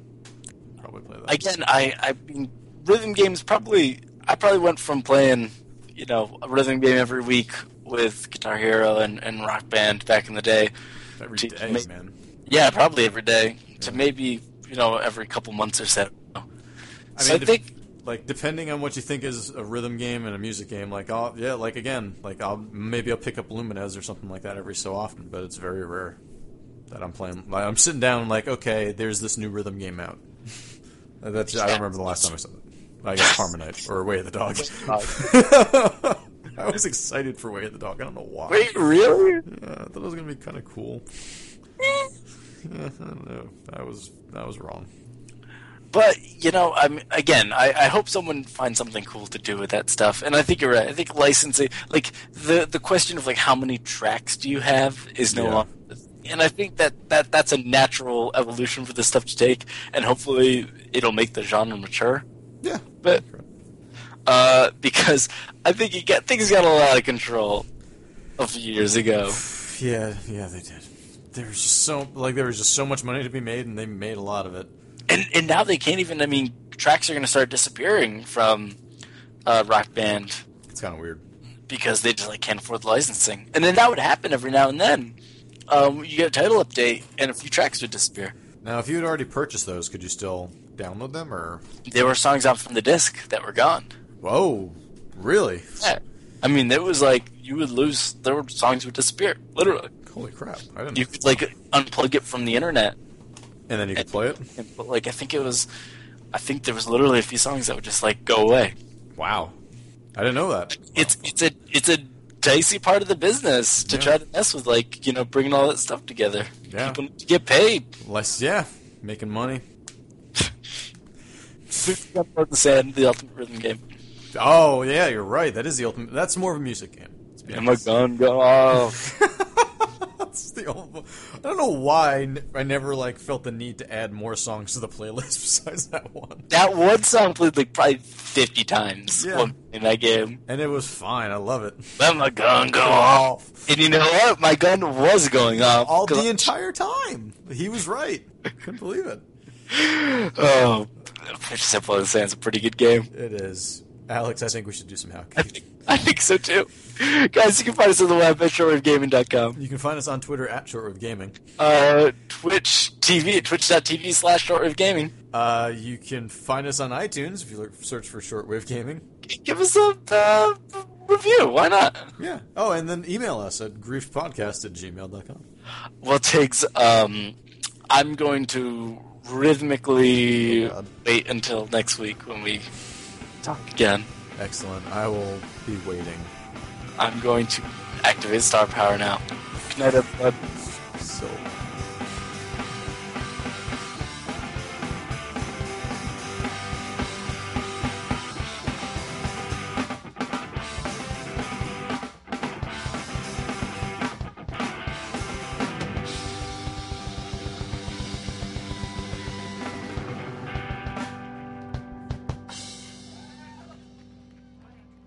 S2: Probably play that.
S1: again, I, I mean, rhythm games probably. I probably went from playing, you know, a rhythm game every week with Guitar Hero and, and Rock Band back in the day
S2: Every
S1: to
S2: day,
S1: make-
S2: man.
S1: Yeah, probably every day to maybe you know every couple months or so.
S2: I
S1: so I
S2: dep-
S1: think
S2: like depending on what you think is a rhythm game and a music game, like I'll yeah, like again, like I'll maybe I'll pick up Lumines or something like that every so often, but it's very rare that I'm playing. Like, I'm sitting down, like okay, there's this new rhythm game out. Uh, That's I don't remember the last time I saw that. I guess Harmonite or Way of the Dog. I was excited for Way of the Dog. I don't know why.
S1: wait, really?
S2: Yeah, I thought it was gonna be kind of cool. Yeah, I don't know. I was I was wrong.
S1: But you know, I'm again. I, I hope someone finds something cool to do with that stuff. And I think you're right. I think licensing, like the the question of like how many tracks do you have, is no
S2: Yeah.
S1: longer. And I think that, that that's a natural evolution for this stuff to take, and hopefully it'll make the genre mature.
S2: Yeah.
S1: But- Uh, because I think you get things got a lot of control a few years ago.
S2: Yeah, yeah, they did. There was just so like there was just so much money to be made, and they made a lot of it.
S1: and and now they can't even. I mean, tracks are going to start disappearing from uh, Rock Band
S2: It's kind of weird.
S1: because they just like can't afford the licensing. And then that would happen every now and then. Um, you get a title update, and a few tracks would disappear.
S2: Now, if you had already purchased those, could you still download them or?
S1: There were songs out from the disc that were gone.
S2: Whoa, really?
S1: Yeah. I mean, there was like you would lose. There were songs would disappear literally.
S2: Holy crap! I didn't.
S1: You could like unplug it from the internet,
S2: and then you could play it.
S1: and, but like I think it was, I think there was literally a few songs that would just like go away.
S2: Wow, I didn't know that.
S1: it's it's a it's a dicey part of the business to
S2: Yeah.
S1: try to mess with like you know bringing all that stuff together
S2: Yeah.
S1: people need to get paid
S2: Less, yeah, making money.
S1: Part of the sand the ultimate rhythm game
S2: Oh yeah, you're right. That is the ultimate. That's more of a music game. Let's be
S1: i'm like
S2: honest.
S1: gone go off
S2: That's the old, I don't know why I n- I never like felt the need to add more songs to the playlist besides that one.
S1: that one song played like probably 50 times
S2: Yeah.
S1: one- in that game
S2: And it was fine. I love it.
S1: let my gun go off and you know what my gun was going off
S2: all the
S1: 'cause-
S2: entire time. He was right. Couldn't believe it.
S1: oh simple the sand's a pretty good game
S2: It is. Alex, I think we should do some
S1: I
S2: housekeeping.
S1: think, I think so too guys you can find us on the web at shortwavegaming.com
S2: You can find us on Twitter at Shortwave Gaming.
S1: uh, twitch tv twitch.tv slash shortwave gaming
S2: Uh, you can find us on iTunes if you look, search for Shortwave Gaming.
S1: give us a uh, review. Why not?
S2: Yeah. Oh, and then email us at griefpodcast at gmail.com.
S1: Well, Tiggs, um, I'm going to rhythmically
S2: Oh, God.
S1: wait until next week when we talk again.
S2: Excellent. I will be waiting.
S1: I'm going to activate star power now. Good night, everyone.
S2: So.